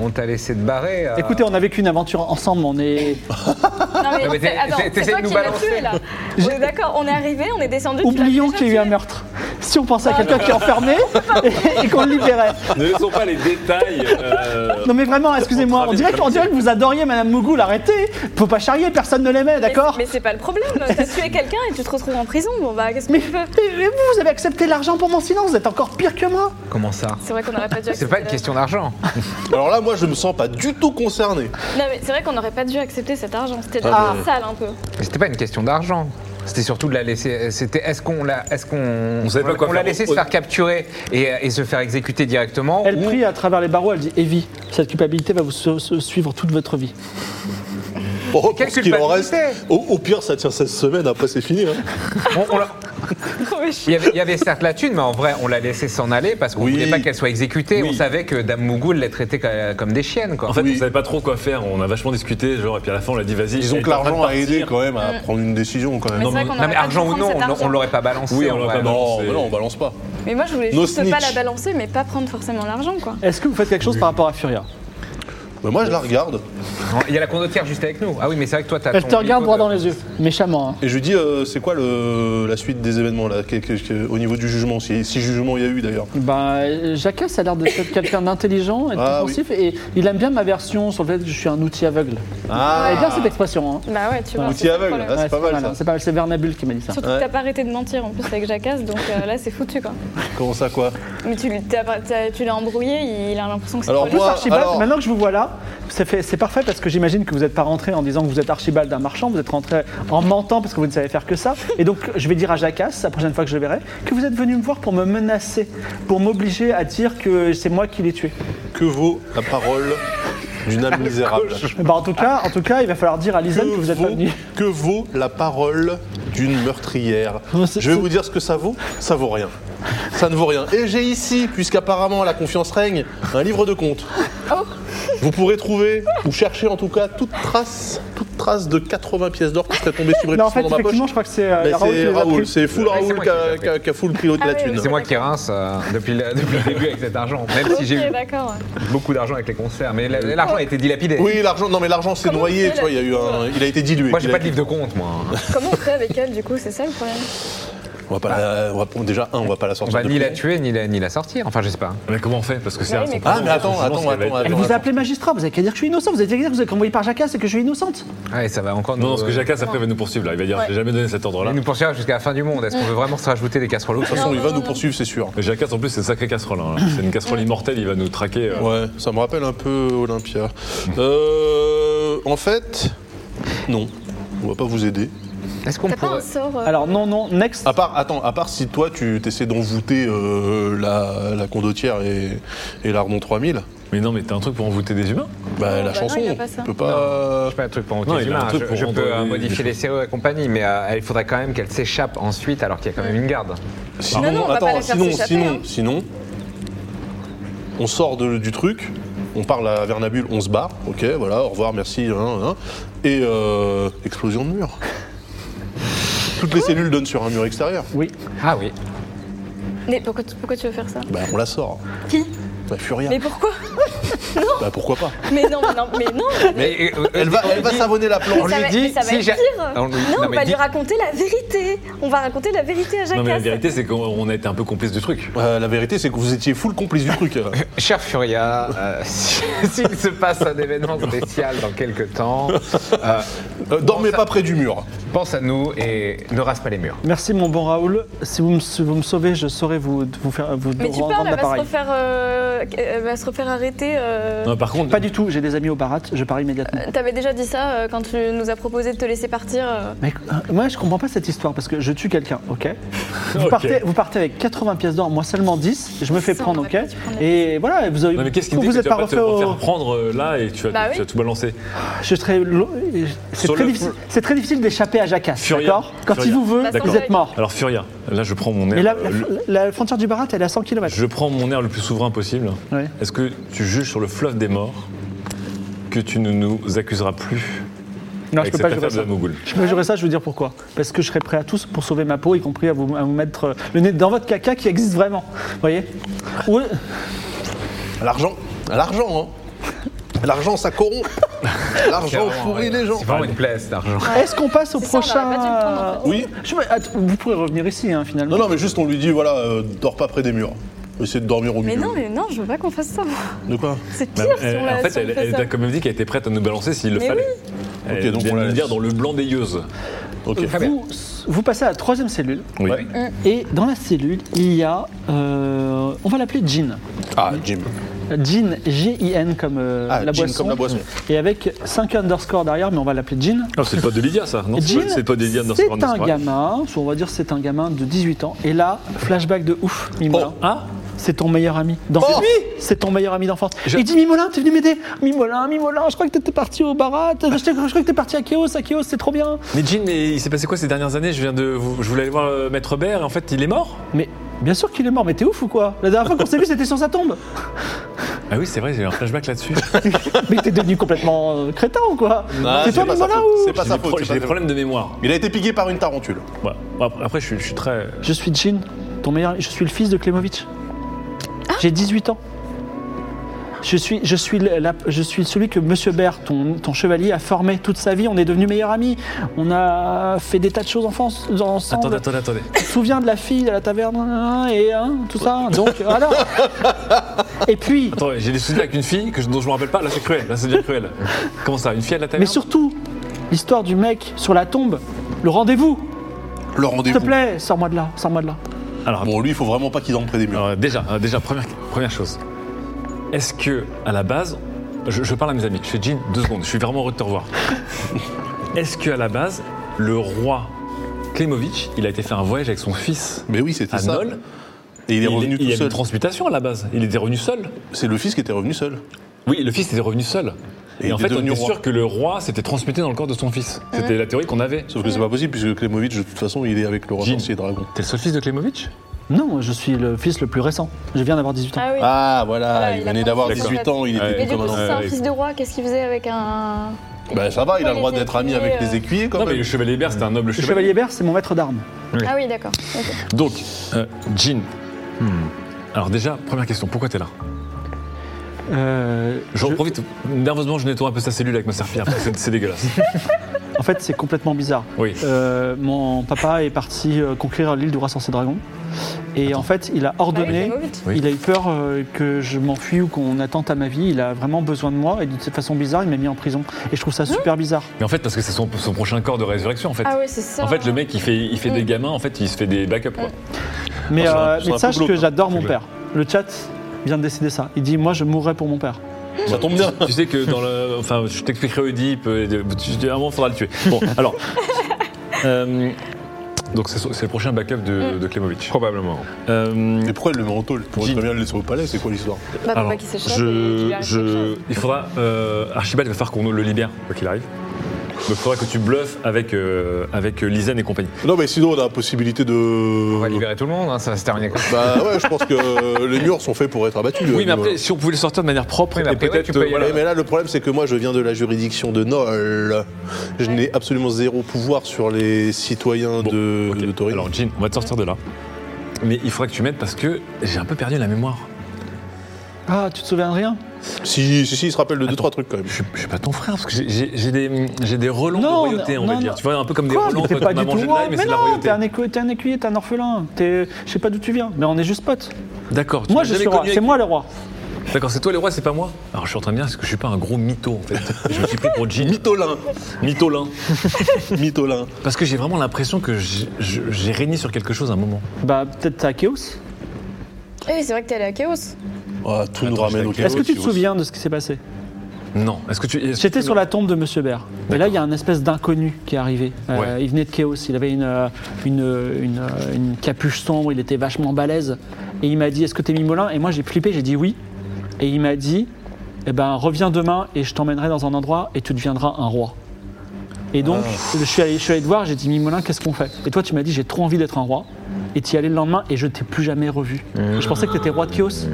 [SPEAKER 7] On t'a laissé te barrer. euh.
[SPEAKER 2] Écoutez, on a vécu une aventure ensemble, on est.
[SPEAKER 4] Non, mais,
[SPEAKER 7] Non, mais
[SPEAKER 4] c'est-
[SPEAKER 7] t'es-
[SPEAKER 4] attends,
[SPEAKER 7] t'es-
[SPEAKER 4] c'est
[SPEAKER 7] t'essaies
[SPEAKER 4] toi
[SPEAKER 7] de nous
[SPEAKER 4] qui l'as
[SPEAKER 7] balancer.
[SPEAKER 4] tué là. On est D'accord, on est arrivé, on est descendu. tu l'as
[SPEAKER 2] Oublions
[SPEAKER 4] déjà
[SPEAKER 2] qu'il y a eu
[SPEAKER 4] tué.
[SPEAKER 2] un meurtre. Si on pensait à quelqu'un qui est enfermé et, et qu'on le libérait.
[SPEAKER 5] Ne laissons pas les détails. euh,
[SPEAKER 2] Non mais vraiment, excusez-moi, on dirait, on dirait que vous adoriez Madame Mougoul, arrêtez Faut pas charrier, personne ne l'aimait,
[SPEAKER 4] Mais-
[SPEAKER 2] d'accord
[SPEAKER 4] Mais c'est pas le problème, t'as tué quelqu'un et tu te retrouves en prison. Bon bah, qu'est-ce que
[SPEAKER 2] mais,
[SPEAKER 4] tu veux
[SPEAKER 2] mais- mais vous, vous avez accepté l'argent pour mon silence, vous êtes encore pire que moi
[SPEAKER 7] Comment ça
[SPEAKER 4] C'est vrai qu'on aurait pas dû
[SPEAKER 7] C'est
[SPEAKER 4] accepter
[SPEAKER 7] pas une
[SPEAKER 4] la-
[SPEAKER 7] question d'argent.
[SPEAKER 3] Alors là, moi, je me sens pas du tout concerné.
[SPEAKER 4] Non, mais c'est vrai qu'on n'aurait pas dû accepter cet argent. C'était
[SPEAKER 2] Ah.
[SPEAKER 4] déjà sale un peu.
[SPEAKER 7] Mais c'était pas une question d'argent. C'était surtout de la laisser. euh, C'était est-ce qu'on l'a, est-ce qu'on, on,
[SPEAKER 5] savait pas quoi
[SPEAKER 7] l'a
[SPEAKER 5] faire.
[SPEAKER 7] laissé se faire capturer et, euh, et se faire exécuter directement
[SPEAKER 2] Elle
[SPEAKER 7] ou-
[SPEAKER 2] prie à travers les barreaux, elle dit Evie, cette culpabilité va vous su- su- suivre toute votre vie.
[SPEAKER 3] Oh,
[SPEAKER 7] Quelle
[SPEAKER 3] pour ce qu'il en reste.
[SPEAKER 7] culpabilité
[SPEAKER 3] Au, au pire, ça tient 16 semaines, après c'est fini. hein.
[SPEAKER 7] on- on l'a-
[SPEAKER 4] Trop méchant.
[SPEAKER 7] il, y avait, il y avait certes la thune, mais en vrai, on l'a laissé s'en aller parce qu'on
[SPEAKER 3] Oui.
[SPEAKER 7] voulait pas qu'elle soit exécutée.
[SPEAKER 5] Oui.
[SPEAKER 7] On savait que Dame Mougoul les traitait ca- comme des chiennes, quoi.
[SPEAKER 5] En fait,
[SPEAKER 3] Oui.
[SPEAKER 5] on savait pas trop quoi faire. On a vachement discuté, genre, et puis à la fin, on l'a dit, vas-y.
[SPEAKER 3] Disons
[SPEAKER 5] elle
[SPEAKER 3] que
[SPEAKER 5] est en train de
[SPEAKER 3] l'argent a aidé
[SPEAKER 5] partir.
[SPEAKER 3] quand même à prendre une décision quand même.
[SPEAKER 4] Mm. Mais
[SPEAKER 3] Non, oh,
[SPEAKER 4] c'est vrai qu'on
[SPEAKER 7] non
[SPEAKER 4] aurait
[SPEAKER 7] mais
[SPEAKER 4] pas dû
[SPEAKER 7] argent ou
[SPEAKER 4] prendre
[SPEAKER 7] non,
[SPEAKER 4] cet
[SPEAKER 7] on l'a- on
[SPEAKER 4] argent.
[SPEAKER 7] l'aurait pas balancé.
[SPEAKER 5] Oui, on l'aurait
[SPEAKER 7] en vrai.
[SPEAKER 5] pas balancé.
[SPEAKER 3] mais non, on balance pas.
[SPEAKER 4] Mais moi, je voulais
[SPEAKER 3] No
[SPEAKER 4] juste pas
[SPEAKER 3] snitch.
[SPEAKER 4] la balancer, mais pas prendre forcément l'argent, quoi.
[SPEAKER 2] Est-ce que vous faites quelque chose par rapport à Furia
[SPEAKER 3] Mais moi, je la regarde
[SPEAKER 7] Il y a la condottière juste avec nous. Ah oui, mais c'est vrai que toi, t'as.
[SPEAKER 2] Elle
[SPEAKER 7] ton
[SPEAKER 2] te regarde droit
[SPEAKER 7] micro, t'as-
[SPEAKER 2] dans les yeux, méchamment. hein.
[SPEAKER 3] et je lui dis euh, c'est quoi le, la suite des événements là, que- que- que- au niveau du jugement, si, si jugement il y a eu d'ailleurs.
[SPEAKER 2] Ben, Jacasse a l'air d'être peut-être quelqu'un d'intelligent et de
[SPEAKER 3] Ah,
[SPEAKER 2] compréhensif, et il aime bien ma version sur le fait que je suis un outil aveugle.
[SPEAKER 7] Ah,
[SPEAKER 2] Elle aime bien cette expression. hein.
[SPEAKER 4] Bah ouais, tu vois.
[SPEAKER 3] Outil
[SPEAKER 4] c'est ça le
[SPEAKER 3] aveugle,
[SPEAKER 4] problème.
[SPEAKER 3] Ah, c'est pas mal, ça.
[SPEAKER 2] hein. C'est pas mal, c'est Vernabule qui m'a dit ça.
[SPEAKER 4] Surtout
[SPEAKER 3] Ouais.
[SPEAKER 4] que t'as pas arrêté de mentir en plus avec Jacasse, donc euh, là c'est foutu quoi.
[SPEAKER 3] Comment ça quoi
[SPEAKER 4] Mais tu, lui- t'as pas- t'as- tu l'as embrouillé, il a l'impression que c'est
[SPEAKER 3] Alors,
[SPEAKER 4] toi le
[SPEAKER 2] Plus
[SPEAKER 3] moi-
[SPEAKER 2] Archibald,
[SPEAKER 3] alors-
[SPEAKER 2] maintenant que je vous vois là, ça fait- c'est parfait parce que j'imagine que vous n'êtes pas rentré en disant que vous êtes Archibald d'un marchand, vous êtes rentré en mentant parce que vous ne savez faire que ça. Et donc je vais dire à Jacasse, la prochaine fois que je le verrai, que vous êtes venu me voir pour me menacer, pour m'obliger à dire que c'est moi qui l'ai tué.
[SPEAKER 3] Que vaut la parole d'une âme misérable
[SPEAKER 2] Bah, en, tout cas, en tout cas, il va falloir dire à Lisanne que, vous êtes pas
[SPEAKER 3] vaut,
[SPEAKER 2] venu.
[SPEAKER 3] que vaut la parole d'une meurtrière
[SPEAKER 2] Non, c'est-
[SPEAKER 3] Je vais
[SPEAKER 2] c'est-
[SPEAKER 3] vous dire ce que ça vaut. Ça vaut rien. Ça ne vaut rien. Et j'ai ici, puisqu'apparemment la confiance règne, un livre de comptes.
[SPEAKER 7] Oh.
[SPEAKER 3] Vous pourrez trouver, ou chercher en tout cas, toute trace, toute trace de 80 pièces d'or qui seraient tombées subrepticement
[SPEAKER 2] Non, en fait,
[SPEAKER 3] dans ma poche.
[SPEAKER 2] effectivement, je crois que c'est euh,
[SPEAKER 3] Mais
[SPEAKER 2] Raoul qui
[SPEAKER 3] c'est
[SPEAKER 2] les a
[SPEAKER 3] Raoul,
[SPEAKER 2] pris.
[SPEAKER 3] c'est full
[SPEAKER 7] Ouais, c'est
[SPEAKER 3] Raoul
[SPEAKER 7] moi
[SPEAKER 3] qui
[SPEAKER 7] qui les
[SPEAKER 3] a,
[SPEAKER 7] ai
[SPEAKER 3] qui a- qui a full pilot de
[SPEAKER 4] Ah
[SPEAKER 3] la
[SPEAKER 4] oui,
[SPEAKER 3] thune.
[SPEAKER 4] oui.
[SPEAKER 7] C'est moi qui rince euh, depuis, le, depuis le début avec cet argent. Même si j'ai eu
[SPEAKER 4] Ok, d'accord.
[SPEAKER 7] beaucoup d'argent avec les concerts, mais la- l'argent a été dilapidé.
[SPEAKER 3] Oui, l'argent, non mais l'argent s'est
[SPEAKER 4] Comment
[SPEAKER 3] noyé,
[SPEAKER 4] c'est
[SPEAKER 3] tu vois, il y a eu un, il a été dilué.
[SPEAKER 7] Moi, j'ai
[SPEAKER 3] Il a
[SPEAKER 7] pas de
[SPEAKER 3] été-
[SPEAKER 7] livre de compte, moi. hein.
[SPEAKER 4] Comment on fait avec elle du coup C'est ça le problème
[SPEAKER 3] On va pas la- on va- déjà un, on va pas la
[SPEAKER 7] On
[SPEAKER 3] sortir.
[SPEAKER 7] va
[SPEAKER 3] de
[SPEAKER 7] ni la
[SPEAKER 3] prison.
[SPEAKER 7] tuer, ni la, ni la sortir. Enfin, je sais pas.
[SPEAKER 5] Mais comment on fait Parce que c'est
[SPEAKER 4] Mais
[SPEAKER 5] à
[SPEAKER 4] oui,
[SPEAKER 5] son
[SPEAKER 4] mais
[SPEAKER 5] plan,
[SPEAKER 3] Ah mais attends,
[SPEAKER 5] son
[SPEAKER 3] attends,
[SPEAKER 5] jugement, c'est
[SPEAKER 3] attends,
[SPEAKER 5] qu'elle
[SPEAKER 2] Elle
[SPEAKER 5] va
[SPEAKER 3] attends,
[SPEAKER 2] vous
[SPEAKER 5] être-
[SPEAKER 2] a appelé magistrat, vous avez qu'à dire que je suis innocent, vous avez qu'à dire que vous êtes envoyé par Jacasse et que je suis innocente.
[SPEAKER 7] Ouais, ça va encore nous. euh,
[SPEAKER 5] Non, non, ce que Jacques après va nous poursuivre là. Il va dire, j'ai jamais donné cet ordre-là.
[SPEAKER 7] Il nous poursuivra jusqu'à la fin du monde. Est-ce qu'on veut vraiment se rajouter des casseroles au
[SPEAKER 3] De toute façon,
[SPEAKER 4] Non,
[SPEAKER 3] il va
[SPEAKER 4] non,
[SPEAKER 3] nous
[SPEAKER 4] non.
[SPEAKER 3] poursuivre, c'est sûr.
[SPEAKER 5] Mais Jacques en plus, c'est une sacrée casserole. hein. C'est une casserole immortelle, il va nous traquer. euh.
[SPEAKER 3] Ouais, ça me rappelle un peu Olympia. Euh, en fait, non. on va pas vous aider.
[SPEAKER 7] Est-ce qu'on
[SPEAKER 4] T'as pas un
[SPEAKER 7] pourrait.
[SPEAKER 4] sort euh,
[SPEAKER 2] Alors non, non, next.
[SPEAKER 3] À part, attends, à part si toi tu t'essaies d'envoûter euh, la, la condottière et, et l'Ardon 3000,
[SPEAKER 5] Mais non, mais t'as un truc pour envoûter des humains
[SPEAKER 3] bah
[SPEAKER 4] Non,
[SPEAKER 3] la
[SPEAKER 4] bah
[SPEAKER 3] chanson,
[SPEAKER 4] non, il y a pas
[SPEAKER 3] on
[SPEAKER 4] ça.
[SPEAKER 3] peut pas.
[SPEAKER 7] J'ai Euh, pas un truc pour
[SPEAKER 5] Non,
[SPEAKER 7] ôter
[SPEAKER 5] il a
[SPEAKER 7] l'humain.
[SPEAKER 5] un truc
[SPEAKER 7] Je-
[SPEAKER 5] pour
[SPEAKER 7] Je
[SPEAKER 5] rendre
[SPEAKER 7] peux euh,
[SPEAKER 5] les-
[SPEAKER 7] modifier les serrures et compagnie, mais euh, il faudrait quand même qu'elle s'échappe ensuite alors qu'il y a quand même une garde.
[SPEAKER 3] Sinon,
[SPEAKER 4] non, on va pas
[SPEAKER 3] attends,
[SPEAKER 4] la faire
[SPEAKER 3] sinon,
[SPEAKER 4] s'échapper,
[SPEAKER 3] sinon,
[SPEAKER 4] hein.
[SPEAKER 3] sinon, on sort de- du truc, on parle à Vernabule, on se barre, ok, voilà, au revoir, merci, hein, hein. et euh, explosion de mur. Toutes les cellules donnent sur un mur extérieur.
[SPEAKER 2] Oui.
[SPEAKER 7] Ah oui.
[SPEAKER 4] Mais pourquoi tu, pourquoi tu veux faire ça
[SPEAKER 3] Bah, on la sort.
[SPEAKER 4] Qui
[SPEAKER 3] La Furia.
[SPEAKER 4] Mais pourquoi
[SPEAKER 3] Bah, pourquoi pas
[SPEAKER 4] Mais non, mais non, mais non
[SPEAKER 7] Mais euh,
[SPEAKER 3] Elle va, elle va savonner la planche.
[SPEAKER 7] on
[SPEAKER 4] ça
[SPEAKER 7] lui
[SPEAKER 4] va-
[SPEAKER 7] dit,
[SPEAKER 4] mais ça va
[SPEAKER 7] si
[SPEAKER 4] être
[SPEAKER 7] j'a-
[SPEAKER 4] pire.
[SPEAKER 7] On lui-
[SPEAKER 4] Non,
[SPEAKER 7] non,
[SPEAKER 4] on
[SPEAKER 7] mais
[SPEAKER 4] va lui
[SPEAKER 7] dis-
[SPEAKER 4] raconter la vérité On va raconter la vérité à Jacques
[SPEAKER 5] Non, mais la vérité, c'est qu'on on a été un peu complice du truc.
[SPEAKER 3] Euh, la vérité, c'est que vous étiez full complice du truc. euh.
[SPEAKER 7] Cher Furia, euh, si- s'il se passe un événement spécial dans quelques temps, euh,
[SPEAKER 3] Euh, dormez
[SPEAKER 7] Bon, ça-
[SPEAKER 3] pas près du mur.
[SPEAKER 7] pense à nous et ne rase pas les murs.
[SPEAKER 2] Merci mon bon Raoul. Si vous me, si vous me sauvez, je saurai vous, vous faire vous
[SPEAKER 4] Mais tu
[SPEAKER 2] rendre
[SPEAKER 4] parles, elle va, se
[SPEAKER 2] l'appareil.
[SPEAKER 4] refaire, euh, elle va se refaire arrêter. euh.
[SPEAKER 5] Non, par contre,
[SPEAKER 2] Pas du tout. J'ai des amis au barat. Je pars immédiatement.
[SPEAKER 4] T'avais déjà dit ça euh, quand tu nous as proposé de te laisser partir. euh.
[SPEAKER 2] Mais euh, moi, je comprends pas cette histoire parce que je tue quelqu'un, ok vous,
[SPEAKER 5] Ok.
[SPEAKER 2] Partez, vous partez avec 80 pièces d'or, moi seulement 10, je me fais
[SPEAKER 4] Ça,
[SPEAKER 2] prendre,
[SPEAKER 4] on va
[SPEAKER 2] ok
[SPEAKER 4] pas se prendre la
[SPEAKER 2] Et voilà, vous, avez,
[SPEAKER 5] non, mais qu'est-ce qui te
[SPEAKER 2] vous
[SPEAKER 5] dit que
[SPEAKER 2] êtes
[SPEAKER 5] tu
[SPEAKER 2] pas
[SPEAKER 5] vas pas te
[SPEAKER 2] refait au-
[SPEAKER 5] refaire prendre euh, là et tu vas,
[SPEAKER 4] Bah
[SPEAKER 5] tu
[SPEAKER 4] oui.
[SPEAKER 5] vas tout balancer
[SPEAKER 2] Je serais. lo- et je- C'est
[SPEAKER 5] Sur
[SPEAKER 2] très,
[SPEAKER 5] le
[SPEAKER 2] difficile-
[SPEAKER 5] fou-
[SPEAKER 2] c'est très difficile d'échapper à Jacasse,
[SPEAKER 5] Furia.
[SPEAKER 2] d'accord Quand
[SPEAKER 5] Furia.
[SPEAKER 2] il vous veut,
[SPEAKER 4] D'accord.
[SPEAKER 2] vous êtes mort.
[SPEAKER 5] Alors, Furia, là, je prends mon air.
[SPEAKER 2] Mais la,
[SPEAKER 5] euh, le-
[SPEAKER 2] la- la frontière du Barat, elle est à 100 km.
[SPEAKER 5] Je prends mon air le plus souverain possible.
[SPEAKER 2] Ouais.
[SPEAKER 5] Est-ce que tu juges sur le fleuve des morts que tu ne nous accuseras plus
[SPEAKER 2] Non, je
[SPEAKER 5] avec
[SPEAKER 2] peux
[SPEAKER 5] cette
[SPEAKER 2] pas jurer
[SPEAKER 5] affaire de
[SPEAKER 2] ça.
[SPEAKER 5] la Mogul
[SPEAKER 2] Je peux jurer ça, je veux dire pourquoi. Parce que je serais prêt à tous pour sauver ma peau, y compris à vous, à vous mettre euh, le nez dans votre caca qui existe vraiment. Vous voyez Ouais.
[SPEAKER 3] À L'argent, à l'argent, hein. À L'argent, ça corrompt. À L'argent pourrit les gens.
[SPEAKER 7] C'est vraiment une hein. plaie, cet argent.
[SPEAKER 2] Est-ce qu'on passe au
[SPEAKER 4] C'est ça, on
[SPEAKER 2] prochain
[SPEAKER 4] aurait pas dû le prendre, en
[SPEAKER 2] Oui. Je sais pas, att- vous pourrez revenir ici, hein, finalement.
[SPEAKER 3] Non, non, mais juste, on lui dit, voilà, euh, dors pas près des murs. Essaie de dormir au
[SPEAKER 4] Mais
[SPEAKER 3] milieu.
[SPEAKER 4] non, mais non, je veux pas qu'on fasse ça.
[SPEAKER 3] De quoi
[SPEAKER 4] C'est
[SPEAKER 5] Bah,
[SPEAKER 4] pire si on
[SPEAKER 5] euh,
[SPEAKER 4] la
[SPEAKER 5] En
[SPEAKER 4] si
[SPEAKER 5] fait,
[SPEAKER 4] on
[SPEAKER 5] elle,
[SPEAKER 4] fait
[SPEAKER 5] elle
[SPEAKER 4] ça.
[SPEAKER 5] a quand même dit qu'elle était prête à nous balancer s'il le
[SPEAKER 4] Mais
[SPEAKER 5] fallait.
[SPEAKER 3] Ok,
[SPEAKER 5] Elle
[SPEAKER 3] donc
[SPEAKER 5] donc vient
[SPEAKER 3] on
[SPEAKER 5] de
[SPEAKER 3] la
[SPEAKER 5] le
[SPEAKER 3] laisse.
[SPEAKER 5] dire dans le blanc des yeuses.
[SPEAKER 3] Ok.
[SPEAKER 4] Euh,
[SPEAKER 2] Vous, vous passez à la troisième cellule,
[SPEAKER 5] Oui.
[SPEAKER 2] et dans la cellule, il y a. euh, on va l'appeler Jean.
[SPEAKER 3] Ah, Jim.
[SPEAKER 2] Jean, G-I-N comme, euh,
[SPEAKER 3] Ah,
[SPEAKER 2] la
[SPEAKER 3] Jean
[SPEAKER 2] boisson.
[SPEAKER 3] comme la boisson.
[SPEAKER 2] Et avec 5 underscore derrière, mais on va l'appeler Jean.
[SPEAKER 5] Non, c'est pas de Lydia, ça. Non,
[SPEAKER 2] Jean,
[SPEAKER 5] c'est pas de Lydia.
[SPEAKER 2] c'est un gamin, on va dire c'est un gamin de 18 ans. Et là, flashback de ouf, Mimolin.
[SPEAKER 5] Ah
[SPEAKER 2] C'est ton meilleur ami d'enfance. c'est ton meilleur ami d'enfance.
[SPEAKER 5] Je-
[SPEAKER 2] Il dit Mimolin, t'es venu m'aider Mimolin, Mimolin, je crois que t'étais parti au Barat, je, je crois que t'es parti à Chaos, à Chaos, c'est trop bien.
[SPEAKER 5] Mais Jean, mais il s'est passé quoi ces dernières années Je viens de, vous- je voulais aller voir euh, Maître Bert et en fait, il est mort
[SPEAKER 2] Mais bien sûr qu'il est mort, mais t'es ouf ou quoi La dernière fois qu'on s'est vu, c'était sur sa tombe.
[SPEAKER 5] Ah oui, c'est vrai, j'ai eu un flashback là-dessus.
[SPEAKER 2] Mais t'es devenu complètement euh, crétin ou quoi
[SPEAKER 3] Ah,
[SPEAKER 2] C'est toi
[SPEAKER 3] pas sa
[SPEAKER 2] Mimolin
[SPEAKER 3] faute,
[SPEAKER 2] ou
[SPEAKER 3] C'est pas
[SPEAKER 5] J'ai
[SPEAKER 3] sa
[SPEAKER 5] des
[SPEAKER 3] faute.
[SPEAKER 5] pro-
[SPEAKER 3] c'est
[SPEAKER 5] J'ai
[SPEAKER 3] pas
[SPEAKER 5] des
[SPEAKER 3] sa
[SPEAKER 5] problèmes de mémoire.
[SPEAKER 3] faute. Il a été piqué par une tarentule.
[SPEAKER 5] Voilà. Bon, après- Après, je suis- je suis très.
[SPEAKER 2] Je suis Jin, ton meilleur. Je suis le fils de Klemovic. J'ai 18 ans. Je suis, je, suis le- la- je suis celui que Monsieur Baird, ton, ton chevalier, a formé toute sa vie. On est devenus meilleurs amis. On a fait des tas de choses en France, ensemble.
[SPEAKER 5] Attendez, attendez, attendez.
[SPEAKER 2] Tu te souviens de la fille à la taverne hein, et hein, tout ça. Donc, voilà. Et puis,
[SPEAKER 5] Attends, j'ai des soucis avec une fille que je- dont je me rappelle pas. Là, c'est cruel. Là, c'est bien cruel. Comment ça Une fille à la
[SPEAKER 2] mais
[SPEAKER 5] taverne
[SPEAKER 2] surtout, l'histoire du mec sur la tombe, le rendez-vous.
[SPEAKER 3] Le
[SPEAKER 2] S'il te
[SPEAKER 3] rendez-vous.
[SPEAKER 2] plaît, sors-moi de là, sors-moi de là.
[SPEAKER 5] Alors,
[SPEAKER 3] Bon, lui, il faut vraiment pas qu'il dorme près des murs.
[SPEAKER 5] alors, déjà, euh, déjà première, première chose. Est-ce que, à la base, je, je parle à mes amis, je fais Jean, deux secondes, je suis vraiment heureux de te revoir. Est-ce que, à la base, le roi Klemovic, il a été faire un voyage avec son fils
[SPEAKER 3] Mais oui, c'était
[SPEAKER 5] Ah. à
[SPEAKER 3] ça.
[SPEAKER 5] Nol
[SPEAKER 3] Et il est revenu
[SPEAKER 5] il y a
[SPEAKER 3] tout
[SPEAKER 5] eu
[SPEAKER 3] seul.
[SPEAKER 5] une transmutation à la base. Il était revenu seul.
[SPEAKER 3] C'est le fils qui était revenu seul.
[SPEAKER 5] Oui, le fils était revenu seul.
[SPEAKER 3] Et
[SPEAKER 5] Et,
[SPEAKER 3] il
[SPEAKER 5] en
[SPEAKER 3] était
[SPEAKER 5] fait, on
[SPEAKER 3] devenu
[SPEAKER 5] était
[SPEAKER 3] roi.
[SPEAKER 5] sûr que le roi s'était transmuté dans le corps de son fils. C'était la théorie qu'on avait.
[SPEAKER 3] Sauf que c'est pas possible puisque Klemovic, de toute façon, il est avec le roi
[SPEAKER 5] Jim.
[SPEAKER 3] sorcier dragon.
[SPEAKER 5] T'es le seul fils de Klemovic
[SPEAKER 2] Non, je suis le fils le plus récent. Je viens d'avoir 18 ans.
[SPEAKER 4] Ah oui.
[SPEAKER 3] Ah, voilà,
[SPEAKER 4] Voilà,
[SPEAKER 3] il
[SPEAKER 4] il
[SPEAKER 3] venait
[SPEAKER 4] a
[SPEAKER 3] d'avoir
[SPEAKER 4] pas fait
[SPEAKER 3] 18
[SPEAKER 4] ça.
[SPEAKER 3] ans, il était
[SPEAKER 5] Ouais.
[SPEAKER 4] Mais
[SPEAKER 3] tout
[SPEAKER 4] du
[SPEAKER 3] comme
[SPEAKER 4] coup,
[SPEAKER 3] un
[SPEAKER 4] c'est
[SPEAKER 3] enfant.
[SPEAKER 4] un fils de roi, qu'est-ce qu'il faisait avec un.
[SPEAKER 3] Bah, ça va, il a le
[SPEAKER 4] Ouais,
[SPEAKER 3] droit
[SPEAKER 4] les
[SPEAKER 3] d'être ami
[SPEAKER 4] écuyers,
[SPEAKER 3] avec
[SPEAKER 4] euh.
[SPEAKER 3] les écuyers quand
[SPEAKER 5] Non, mais
[SPEAKER 3] même.
[SPEAKER 5] le chevalier Bert, c'était un noble
[SPEAKER 2] Le
[SPEAKER 5] chevalier.
[SPEAKER 2] chevalier Baird, c'est mon maître d'armes.
[SPEAKER 4] Ah oui, d'accord. ok.
[SPEAKER 5] Donc, euh, Jean. Hmm. Alors déjà, première question, pourquoi t'es là
[SPEAKER 2] Euh,
[SPEAKER 5] J'en
[SPEAKER 2] je-
[SPEAKER 5] profite, nerveusement, je nettoie un peu sa cellule avec ma serpillière, parce que c'est- c'est dégueulasse.
[SPEAKER 2] En fait, c'est complètement bizarre.
[SPEAKER 5] Oui.
[SPEAKER 2] Euh, mon papa est parti euh, conquérir l'île du roi sorcier dragon. Et en fait, il a ordonné.
[SPEAKER 4] Ah oui, c'est
[SPEAKER 5] Oui.
[SPEAKER 2] Il a eu peur euh, que je m'enfuis ou qu'on attente à ma vie. Il a vraiment besoin de moi. Et de cette façon bizarre, il m'a mis en prison. Et je trouve ça super bizarre.
[SPEAKER 5] Mais en fait, parce que c'est son, son prochain corps de résurrection, en fait.
[SPEAKER 4] Ah oui, c'est ça.
[SPEAKER 5] En fait, le mec, il fait, il fait des gamins, en fait, il se fait des backups, quoi.
[SPEAKER 2] Mais,
[SPEAKER 3] c'est un-
[SPEAKER 2] euh,
[SPEAKER 5] Ah,
[SPEAKER 3] c'est
[SPEAKER 2] mais
[SPEAKER 3] un peu
[SPEAKER 2] sache
[SPEAKER 3] glauque,
[SPEAKER 2] que
[SPEAKER 3] hein.
[SPEAKER 2] j'adore
[SPEAKER 5] C'est
[SPEAKER 2] mon
[SPEAKER 5] glauque.
[SPEAKER 2] père. Le chat vient de décider ça. Il dit Moi, je mourrais pour mon père.
[SPEAKER 3] Ça tombe bien.
[SPEAKER 5] Tu sais que dans le. Enfin, je t'expliquerai Oedipe, euh, et de- tu dis, à un moment, faudra le tuer. Bon, alors. euh, donc, c'est c'est le prochain backup de, de Klemovic.
[SPEAKER 7] Probablement.
[SPEAKER 5] Euh,
[SPEAKER 3] Mais pourquoi elle le met en tôle Pour
[SPEAKER 5] Jean.
[SPEAKER 3] très bien le laisser au palais, c'est quoi l'histoire
[SPEAKER 4] Bah, pour
[SPEAKER 5] alors,
[SPEAKER 4] pas qu'il s'échappe. et qu'il
[SPEAKER 5] je,
[SPEAKER 4] arrive quelque
[SPEAKER 5] je,
[SPEAKER 4] chose.
[SPEAKER 5] il faudra. euh, Archibald va falloir qu'on le libère, quoi qu'il arrive. Donc, il faudra que tu bluffes avec, euh, avec Lizen et compagnie.
[SPEAKER 3] Non, mais sinon, on a la possibilité
[SPEAKER 7] On va
[SPEAKER 3] de.
[SPEAKER 7] libérer tout le monde, hein, ça va se terminer comme ça.
[SPEAKER 3] Bah ouais, je pense que les murs sont faits pour être abattus.
[SPEAKER 5] Oui, mais
[SPEAKER 3] euh,
[SPEAKER 5] après, si on pouvait le sortir de manière propre,
[SPEAKER 7] Oui, mais
[SPEAKER 5] et
[SPEAKER 7] après, ouais,
[SPEAKER 5] peut-être.
[SPEAKER 7] tu peux y
[SPEAKER 5] euh, voilà.
[SPEAKER 3] Ouais, mais là, le problème, c'est que moi, je viens de la juridiction de Nol. Je n'ai absolument zéro pouvoir sur les citoyens
[SPEAKER 5] Bon,
[SPEAKER 3] de,
[SPEAKER 5] Ok,
[SPEAKER 3] de Torino.
[SPEAKER 5] Alors, Jean, on va te sortir de là. Mais il faudra que tu m'aides parce que j'ai un peu perdu la mémoire.
[SPEAKER 2] Ah, tu te souviens de rien
[SPEAKER 3] Si, si, si, il se rappelle de deux, trois trucs quand même.
[SPEAKER 5] Je suis, je suis pas ton frère, parce que j'ai- j'ai j'ai des, j'ai des relents
[SPEAKER 2] Non,
[SPEAKER 5] de royauté, on
[SPEAKER 2] non,
[SPEAKER 5] va dire.
[SPEAKER 2] non.
[SPEAKER 5] Tu vois, un peu comme
[SPEAKER 2] Quoi
[SPEAKER 5] des relents,
[SPEAKER 2] Mais t'es
[SPEAKER 5] quand
[SPEAKER 2] pas
[SPEAKER 5] on a
[SPEAKER 2] du tout
[SPEAKER 5] mangé de
[SPEAKER 2] moi.
[SPEAKER 5] l'ail, mais,
[SPEAKER 2] Mais
[SPEAKER 5] c'est de la
[SPEAKER 2] non, t'es
[SPEAKER 5] royauté.
[SPEAKER 2] un, écu- t'es un écuyer, t'es un orphelin. T'es- Je sais pas d'où tu viens, mais on est juste potes.
[SPEAKER 5] D'accord, tu
[SPEAKER 2] moi,
[SPEAKER 5] m'as
[SPEAKER 2] je
[SPEAKER 5] jamais
[SPEAKER 2] suis roi.
[SPEAKER 5] connu
[SPEAKER 2] C'est
[SPEAKER 5] avec-
[SPEAKER 2] moi le roi.
[SPEAKER 5] D'accord, c'est toi le roi, c'est pas moi. Alors je suis en train de dire, est-ce que je suis pas un gros mytho en fait Je me suis pris pour Jean.
[SPEAKER 3] Mytholin,
[SPEAKER 5] Mytholin.
[SPEAKER 3] Mytholin.
[SPEAKER 5] Parce que j'ai vraiment l'impression que j'ai- je- j'ai régné sur quelque chose à un moment.
[SPEAKER 2] Bah, peut-être t'es à Chaos.
[SPEAKER 4] Eh oui, c'est vrai que t'es allé à Chaos.
[SPEAKER 3] Ah, tout nous
[SPEAKER 5] Attends,
[SPEAKER 3] ramène
[SPEAKER 5] je
[SPEAKER 3] au
[SPEAKER 5] t'ai-
[SPEAKER 3] chaos.
[SPEAKER 2] Est-ce que tu te
[SPEAKER 3] Chaos.
[SPEAKER 2] souviens de ce qui s'est passé
[SPEAKER 5] Non. Est-ce que tu. est-ce que
[SPEAKER 2] J'étais
[SPEAKER 5] tu-
[SPEAKER 2] sur la tombe de Monsieur Baird. Et là, il y a un espèce d'inconnu qui est arrivé. Euh,
[SPEAKER 5] Ouais.
[SPEAKER 2] Il venait de Chaos. Il avait une, euh, une, euh, une, euh, une capuche sombre. Il était vachement balèze. Et il m'a dit Est-ce que t'es Mimolin Et moi, j'ai flippé. J'ai dit oui. Et il m'a dit Eh ben, reviens demain et je t'emmènerai dans un endroit et tu deviendras un roi. Et donc, je, suis allé, je suis allé te voir. J'ai dit Mimolin, qu'est-ce qu'on fait Et toi, tu m'as dit J'ai trop envie d'être un roi. Et t'y allais le lendemain et je t'ai plus jamais revu. Et je pensais que t'étais roi de Chaos.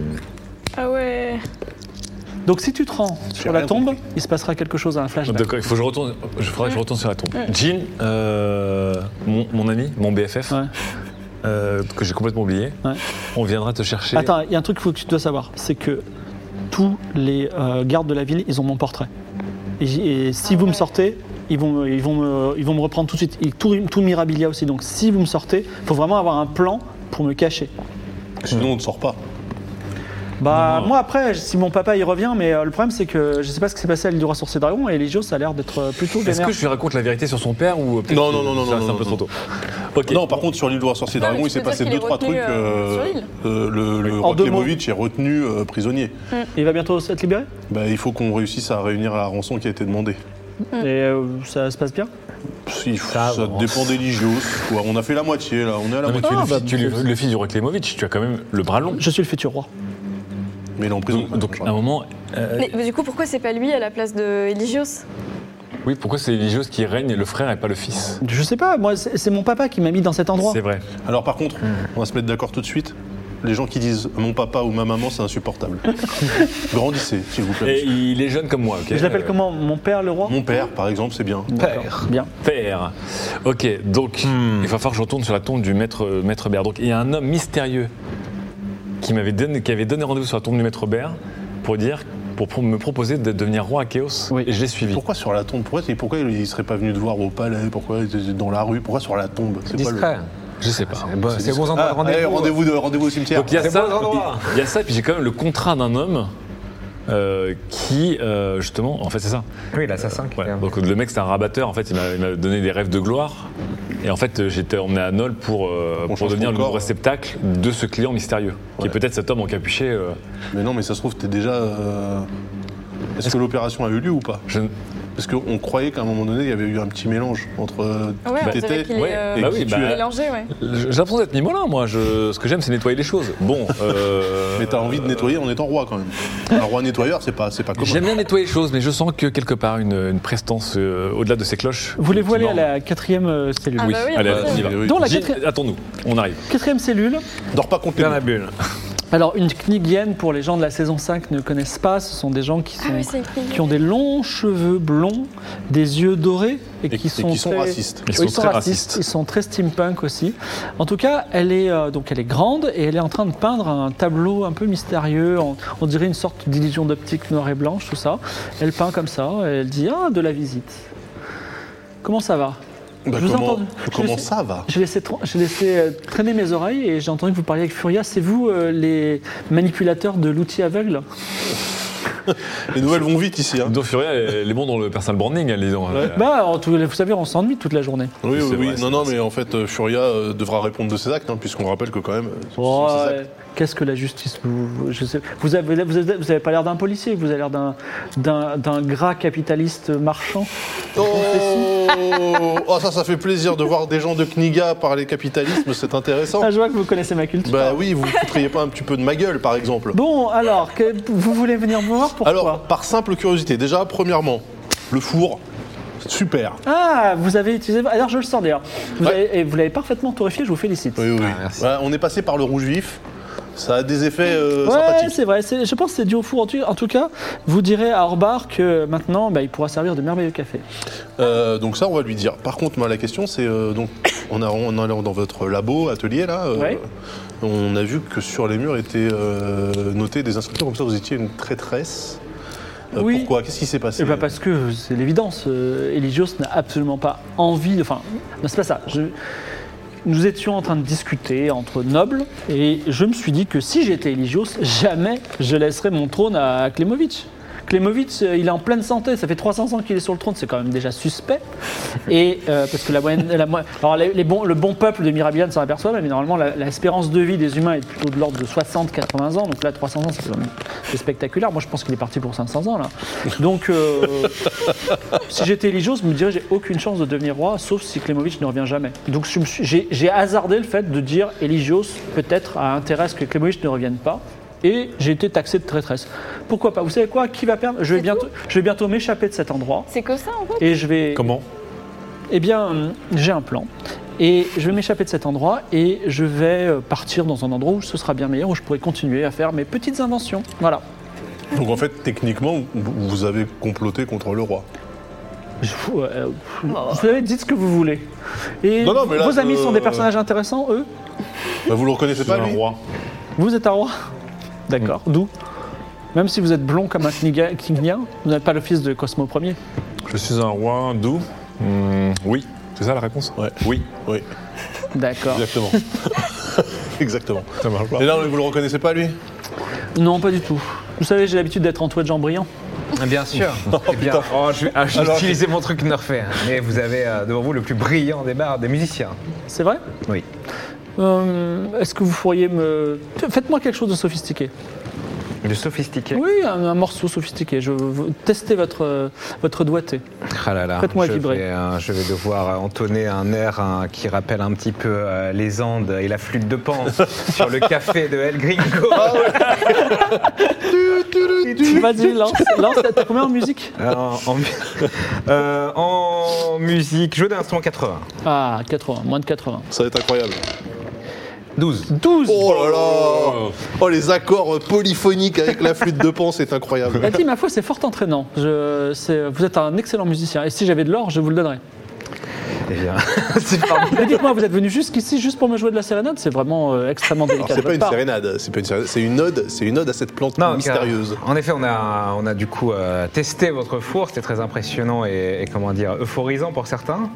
[SPEAKER 4] Ah ouais.
[SPEAKER 2] Donc, si tu te rends sur la
[SPEAKER 3] rien
[SPEAKER 2] tombe, il se passera quelque chose à un flashback.
[SPEAKER 5] D'accord, il faut que je retourne. Je faudrait que je retourne sur la tombe. Jean, euh, mon, mon ami, mon BFF,
[SPEAKER 2] Ouais.
[SPEAKER 5] euh, que j'ai complètement oublié,
[SPEAKER 2] Ouais.
[SPEAKER 5] on viendra te chercher.
[SPEAKER 2] Attends, il y a un truc qu'il faut que tu dois savoir, c'est que tous les euh, gardes de la ville, ils ont mon portrait. Et, j- et si vous me sortez, ils vont, me- ils, vont me, ils vont me reprendre tout de suite. Et tout, tout Mirabilia aussi. Donc si vous me sortez, faut vraiment avoir un plan pour me cacher.
[SPEAKER 3] Sinon, on ne sort pas.
[SPEAKER 2] Bah
[SPEAKER 5] Non.
[SPEAKER 2] moi après, si mon papa il revient, mais euh, le problème c'est que je sais pas ce qui s'est passé à l'île du roi sorcier dragon et les Légios ça a l'air d'être euh, plutôt
[SPEAKER 5] Est-ce
[SPEAKER 2] vénère.
[SPEAKER 5] que je lui raconte la vérité sur son père ou peut-être
[SPEAKER 3] Non,
[SPEAKER 5] que
[SPEAKER 3] non, non, non,
[SPEAKER 5] ça,
[SPEAKER 3] non,
[SPEAKER 5] C'est un
[SPEAKER 3] non,
[SPEAKER 5] peu
[SPEAKER 3] non.
[SPEAKER 5] trop tôt. Ok.
[SPEAKER 3] Non, par contre, sur l'île du roi sorcier
[SPEAKER 4] Non, mais
[SPEAKER 3] dragon,
[SPEAKER 4] tu
[SPEAKER 3] il s'est
[SPEAKER 4] peux dire
[SPEAKER 3] passé
[SPEAKER 4] qu'il est
[SPEAKER 3] deux, trois trucs.
[SPEAKER 4] retenu, euh,
[SPEAKER 3] euh,
[SPEAKER 4] sur l'île.
[SPEAKER 3] euh, le le
[SPEAKER 2] En
[SPEAKER 3] roi
[SPEAKER 2] deux mots.
[SPEAKER 3] Klemovic est retenu euh, prisonnier.
[SPEAKER 2] Il va bientôt être libéré
[SPEAKER 3] Bah, il faut qu'on réussisse à réunir la rançon qui a été demandée.
[SPEAKER 2] et euh, ça se passe bien.
[SPEAKER 3] Si, ça
[SPEAKER 5] Ça avance.
[SPEAKER 3] dépend des Légios. quoi. On a fait la moitié, là. On est à la
[SPEAKER 5] Non, mais
[SPEAKER 3] moitié.
[SPEAKER 5] tu es le,
[SPEAKER 2] Ah,
[SPEAKER 5] fils-
[SPEAKER 2] bah,
[SPEAKER 5] tu es le-
[SPEAKER 2] bon.
[SPEAKER 5] le fils du roi Klemovic, tu as quand même le bras long.
[SPEAKER 2] Je suis le futur roi.
[SPEAKER 3] Mais il est en prison.
[SPEAKER 5] Donc, donc, à un moment. euh,
[SPEAKER 4] Mais, mais du coup, pourquoi c'est pas lui à la place de Eligios
[SPEAKER 5] oui, pourquoi c'est Eligios qui règne et le frère et pas le fils
[SPEAKER 2] Je sais pas, moi c'est c'est mon papa qui m'a mis dans cet endroit.
[SPEAKER 5] C'est vrai.
[SPEAKER 3] Alors par contre, on va se mettre d'accord tout de suite. Les gens qui disent mon papa ou ma maman, c'est insupportable. Grandissez, s'il vous plaît.
[SPEAKER 5] Et il est jeune comme moi, ok
[SPEAKER 2] Je l'appelle
[SPEAKER 5] Euh,
[SPEAKER 2] comment Mon père le roi
[SPEAKER 3] Mon père, par exemple, c'est bien.
[SPEAKER 2] Père. Bien.
[SPEAKER 5] Père. Ok, donc il va falloir que je retourne sur la tombe du maître, euh, maître Bert. Donc il y a un homme mystérieux qui, m'avait donné, qui avait donné rendez-vous sur la tombe du maître Bert pour dire. Pour, pro- me proposer de devenir roi à Chaos.
[SPEAKER 2] Oui.
[SPEAKER 5] Et je l'ai suivi.
[SPEAKER 3] Pourquoi sur la tombe pourquoi, pourquoi il serait pas venu te voir au palais Pourquoi il était dans la rue Pourquoi sur la tombe C'est quoi le-
[SPEAKER 7] Discret.
[SPEAKER 5] Je sais pas.
[SPEAKER 7] Bon, C'est vos endroits
[SPEAKER 3] Ah,
[SPEAKER 7] de
[SPEAKER 3] allez,
[SPEAKER 7] rendez-vous. euh.
[SPEAKER 3] rendez-vous de- rendez-vous au cimetière.
[SPEAKER 5] Donc il y a
[SPEAKER 7] C'est
[SPEAKER 5] ça,
[SPEAKER 7] bon endroit.
[SPEAKER 5] il y a ça, et puis j'ai quand même le contrat d'un homme euh, qui, euh, justement, en fait c'est ça.
[SPEAKER 7] Oui, l'assassin qui
[SPEAKER 5] Ouais.
[SPEAKER 7] était-
[SPEAKER 5] Donc le mec c'est un rabatteur, en fait il m'a- il m'a donné des rêves de gloire. Et en fait euh, j'étais emmené à Nol pour, euh, pour
[SPEAKER 3] change
[SPEAKER 5] devenir
[SPEAKER 3] ton
[SPEAKER 5] le
[SPEAKER 3] corps.
[SPEAKER 5] réceptacle de ce client mystérieux, qui est peut-être cet homme encapuché. euh,
[SPEAKER 3] Mais non, mais ça se trouve, t'es déjà. euh, Est-ce que l'opération a eu lieu ou pas
[SPEAKER 5] je ne-
[SPEAKER 3] Parce qu'on croyait qu'à un moment donné, il y avait eu un petit mélange entre euh,
[SPEAKER 4] Ah ouais,
[SPEAKER 3] qui
[SPEAKER 4] on
[SPEAKER 3] t'étais-
[SPEAKER 4] dirait qu'il
[SPEAKER 5] ouais,
[SPEAKER 4] est euh,
[SPEAKER 5] bah oui,
[SPEAKER 3] qui tu
[SPEAKER 5] bah,
[SPEAKER 4] mélangé, ouais.
[SPEAKER 5] j'ai l'impression d'être Mimolin moi, Je- ce que j'aime c'est nettoyer les choses. Bon, euh,
[SPEAKER 3] Mais t'as envie de nettoyer en étant roi quand même. Un roi nettoyeur, c'est pas, c'est pas commun.
[SPEAKER 5] J'aime bien nettoyer les choses, mais je sens que quelque part une, une prestance euh, au-delà de ces cloches.
[SPEAKER 2] Voulez-vous aller à
[SPEAKER 5] énorme.
[SPEAKER 2] la quatrième euh, cellule
[SPEAKER 4] Ah
[SPEAKER 5] Oui,
[SPEAKER 4] bah oui,
[SPEAKER 5] allez,
[SPEAKER 4] on
[SPEAKER 5] on y va.
[SPEAKER 3] Oui, oui.
[SPEAKER 2] Dans la
[SPEAKER 5] Gilles,
[SPEAKER 2] quatrième-
[SPEAKER 5] Attends-nous, on arrive.
[SPEAKER 2] Quatrième cellule,
[SPEAKER 3] Dors pas contre les
[SPEAKER 7] Dans la
[SPEAKER 3] murs.
[SPEAKER 7] bulle.
[SPEAKER 2] alors une knigienne pour les gens de la saison 5 ne connaissent pas, ce sont des gens qui,
[SPEAKER 4] Ah
[SPEAKER 2] sont,
[SPEAKER 4] oui, c'est écrit.
[SPEAKER 2] qui ont des longs cheveux blonds, des yeux dorés et,
[SPEAKER 3] et
[SPEAKER 2] qui sont,
[SPEAKER 3] qui sont
[SPEAKER 2] très-
[SPEAKER 3] racistes.
[SPEAKER 5] Ils
[SPEAKER 2] Oui,
[SPEAKER 5] sont très racistes.
[SPEAKER 2] Ils sont très steampunk aussi. En tout cas, elle est, euh, donc elle est grande et elle est en train de peindre un tableau un peu mystérieux. On, on dirait une sorte d'illusion d'optique noire et blanche, tout ça. Elle peint comme ça. et elle dit Ah, de la visite. Comment ça va
[SPEAKER 3] Bah,
[SPEAKER 2] Je vous ai
[SPEAKER 3] comment
[SPEAKER 2] entendu. Je
[SPEAKER 3] comment
[SPEAKER 2] sais-
[SPEAKER 3] ça va
[SPEAKER 2] J'ai laissé, tra- j'ai laissé, euh, traîner mes oreilles et j'ai entendu que vous parliez avec Furia. C'est vous euh, les manipulateurs de l'outil aveugle
[SPEAKER 3] Les nouvelles vont vite ici. hein.
[SPEAKER 5] Don Furia, elle est bon dans le personal branding, elle est dans.
[SPEAKER 3] Ouais.
[SPEAKER 2] Bah, en tout- vous savez, on s'ennuie toute la journée.
[SPEAKER 3] Oui,
[SPEAKER 5] C'est
[SPEAKER 3] oui, oui.
[SPEAKER 5] vrai, c'est
[SPEAKER 3] non, non,
[SPEAKER 5] vrai.
[SPEAKER 3] mais en fait, euh, Furia euh, devra répondre de ses actes, hein, puisqu'on rappelle que quand même. euh, ce sont
[SPEAKER 2] Oh,
[SPEAKER 3] ses actes.
[SPEAKER 2] ouais. Qu'est-ce que la justice vous, vous- je sais- vous avez, vous avez- vous avez pas l'air d'un policier, vous avez l'air d'un, d'un, d'un gras capitaliste marchand.
[SPEAKER 3] Oh, Oh, ça, ça fait plaisir de voir des gens de Kniga parler capitalisme, c'est intéressant.
[SPEAKER 2] Ah, je vois que vous connaissez ma culture.
[SPEAKER 3] Bah oui, vous ne foutriez pas un petit peu de ma gueule, par exemple.
[SPEAKER 2] Bon, alors, que- vous voulez venir me voir pourquoi
[SPEAKER 3] Alors, par simple curiosité, déjà, premièrement, le four, super.
[SPEAKER 2] Ah, vous avez utilisé. Alors, je le sens d'ailleurs. Vous,
[SPEAKER 3] Ouais.
[SPEAKER 2] avez- et vous l'avez parfaitement torréfié, je vous félicite.
[SPEAKER 3] Ah, Oui, oui.
[SPEAKER 5] merci.
[SPEAKER 3] Ouais, on est passé par le rouge vif, ça a des effets euh,
[SPEAKER 2] Ouais,
[SPEAKER 3] sympathiques.
[SPEAKER 2] c'est vrai. c'est- je pense que c'est dû au four. En tout, en tout cas, vous direz à Orbar que maintenant, bah, il pourra servir de merveilleux café.
[SPEAKER 3] Euh, donc ça, on va lui dire. Par contre, moi, la question, c'est euh, donc en, allant- en allant dans votre labo, atelier là, euh,
[SPEAKER 2] Ouais.
[SPEAKER 3] on a vu que sur les murs étaient euh, notées des instructions comme ça. Vous étiez une traîtresse. Euh,
[SPEAKER 2] Oui.
[SPEAKER 3] Pourquoi Qu'est-ce qui s'est passé
[SPEAKER 2] Eh ben, parce que c'est l'évidence. euh, Eligios n'a absolument pas envie. de- Enfin, non, c'est pas ça. Je- nous étions en train de discuter entre nobles et je me suis dit que si j'étais Eligios, jamais je laisserais mon trône à Klemovic. Klemovic, euh, il est en pleine santé, ça fait 300 ans qu'il est sur le trône, c'est quand même déjà suspect. Et euh, parce que la moyenne, la moyenne- alors les, les bons- le bon peuple de Mirabian s'en aperçoit, mais normalement la- l'espérance de vie des humains est plutôt de l'ordre de 60-80 ans, donc là 300 ans c'est quand même- c'est spectaculaire. Moi je pense qu'il est parti pour 500 ans là. Donc euh, si j'étais Eligios, je me dirais j'ai aucune chance de devenir roi, sauf si Klemovic ne revient jamais. Donc je me suis- j'ai j'ai hasardé le fait de dire Eligios peut-être a intérêt à ce que Klemovic ne revienne pas. Et j'ai été taxé de traîtresse. Pourquoi pas Vous savez quoi Qui va perdre Je vais bientôt, je vais bientôt m'échapper de cet endroit
[SPEAKER 4] C'est que ça en fait.
[SPEAKER 2] et je vais.
[SPEAKER 5] Comment
[SPEAKER 2] Eh bien, euh, j'ai un plan. Et je vais m'échapper de cet endroit et je vais euh, partir dans un endroit où ce sera bien meilleur, où je pourrai continuer à faire mes petites inventions. Voilà.
[SPEAKER 3] Donc en fait, techniquement, vous vous avez comploté contre le roi.
[SPEAKER 2] Je- euh, Vous savez, dites ce que vous voulez. Et
[SPEAKER 3] Non, non, mais là,
[SPEAKER 2] vos amis
[SPEAKER 3] euh,
[SPEAKER 2] sont des personnages intéressants, eux
[SPEAKER 3] Bah, vous le reconnaissez
[SPEAKER 5] C'est
[SPEAKER 3] pas,
[SPEAKER 5] un
[SPEAKER 3] lui
[SPEAKER 5] roi.
[SPEAKER 2] Vous êtes un roi D'accord. D'où Même si vous êtes blond comme un Kniga- Knignien, vous n'êtes pas le fils de Cosmo Ier.
[SPEAKER 5] Je suis un roi d'où Hmm, Oui. C'est ça la réponse
[SPEAKER 3] Ouais.
[SPEAKER 5] Oui.
[SPEAKER 3] Oui,
[SPEAKER 2] D'accord.
[SPEAKER 3] exactement. exactement.
[SPEAKER 5] Ça marche pas.
[SPEAKER 3] Et là, vous le reconnaissez pas, lui
[SPEAKER 2] Non, pas du tout. Vous savez, j'ai l'habitude d'être entouré de gens brillants.
[SPEAKER 7] Bien sûr. Eh bien,
[SPEAKER 3] putain.
[SPEAKER 7] oh, je vais, ah, je vais
[SPEAKER 3] Alors,
[SPEAKER 7] utiliser mon truc Nerfé. Mais vous avez euh, devant vous le plus brillant des bars, des musiciens.
[SPEAKER 2] C'est vrai
[SPEAKER 7] Oui.
[SPEAKER 2] Euh, Est-ce que vous pourriez me. Faites-moi quelque chose de sophistiqué.
[SPEAKER 7] Le sophistiqué.
[SPEAKER 2] Oui, un, un morceau sophistiqué. Je veux tester votre, euh, votre doigté.
[SPEAKER 7] Ah là là,
[SPEAKER 2] Faites-moi
[SPEAKER 7] je,
[SPEAKER 2] vibrer.
[SPEAKER 7] Vais, euh, je vais devoir euh, entonner un air hein, qui rappelle un petit peu euh, les Andes et la flûte de Pan sur le café de El Gringo.
[SPEAKER 2] Ah Vas-y, lance, lance. T'as combien en musique
[SPEAKER 7] Euh, en, mu- euh, en musique, jeu d'instrument 80.
[SPEAKER 2] Ah, 80, moins de 80.
[SPEAKER 3] Ça va être incroyable.
[SPEAKER 7] 12.
[SPEAKER 2] 12
[SPEAKER 3] Oh là là Oh, les accords polyphoniques avec la flûte de pan, c'est incroyable.
[SPEAKER 2] Elle dit, ma foi, c'est fort entraînant. Je, c'est- vous êtes un excellent musicien. Et si j'avais de l'or, je vous le donnerais.
[SPEAKER 7] Eh bien, c'est parmi-
[SPEAKER 2] Mais dites-moi, vous êtes venu jusqu'ici juste pour me jouer de la sérénade C'est vraiment euh, extrêmement
[SPEAKER 3] Alors,
[SPEAKER 2] délicat. de
[SPEAKER 3] c'est pas
[SPEAKER 2] votre
[SPEAKER 3] une
[SPEAKER 2] part.
[SPEAKER 3] sérénade, c'est pas une sérénade, c'est une ode, c'est une ode à cette plante
[SPEAKER 7] Non,
[SPEAKER 3] mystérieuse.
[SPEAKER 7] car- En effet, on a, on a du coup euh, testé votre four, c'était très impressionnant et, et comment dire, euphorisant pour certains.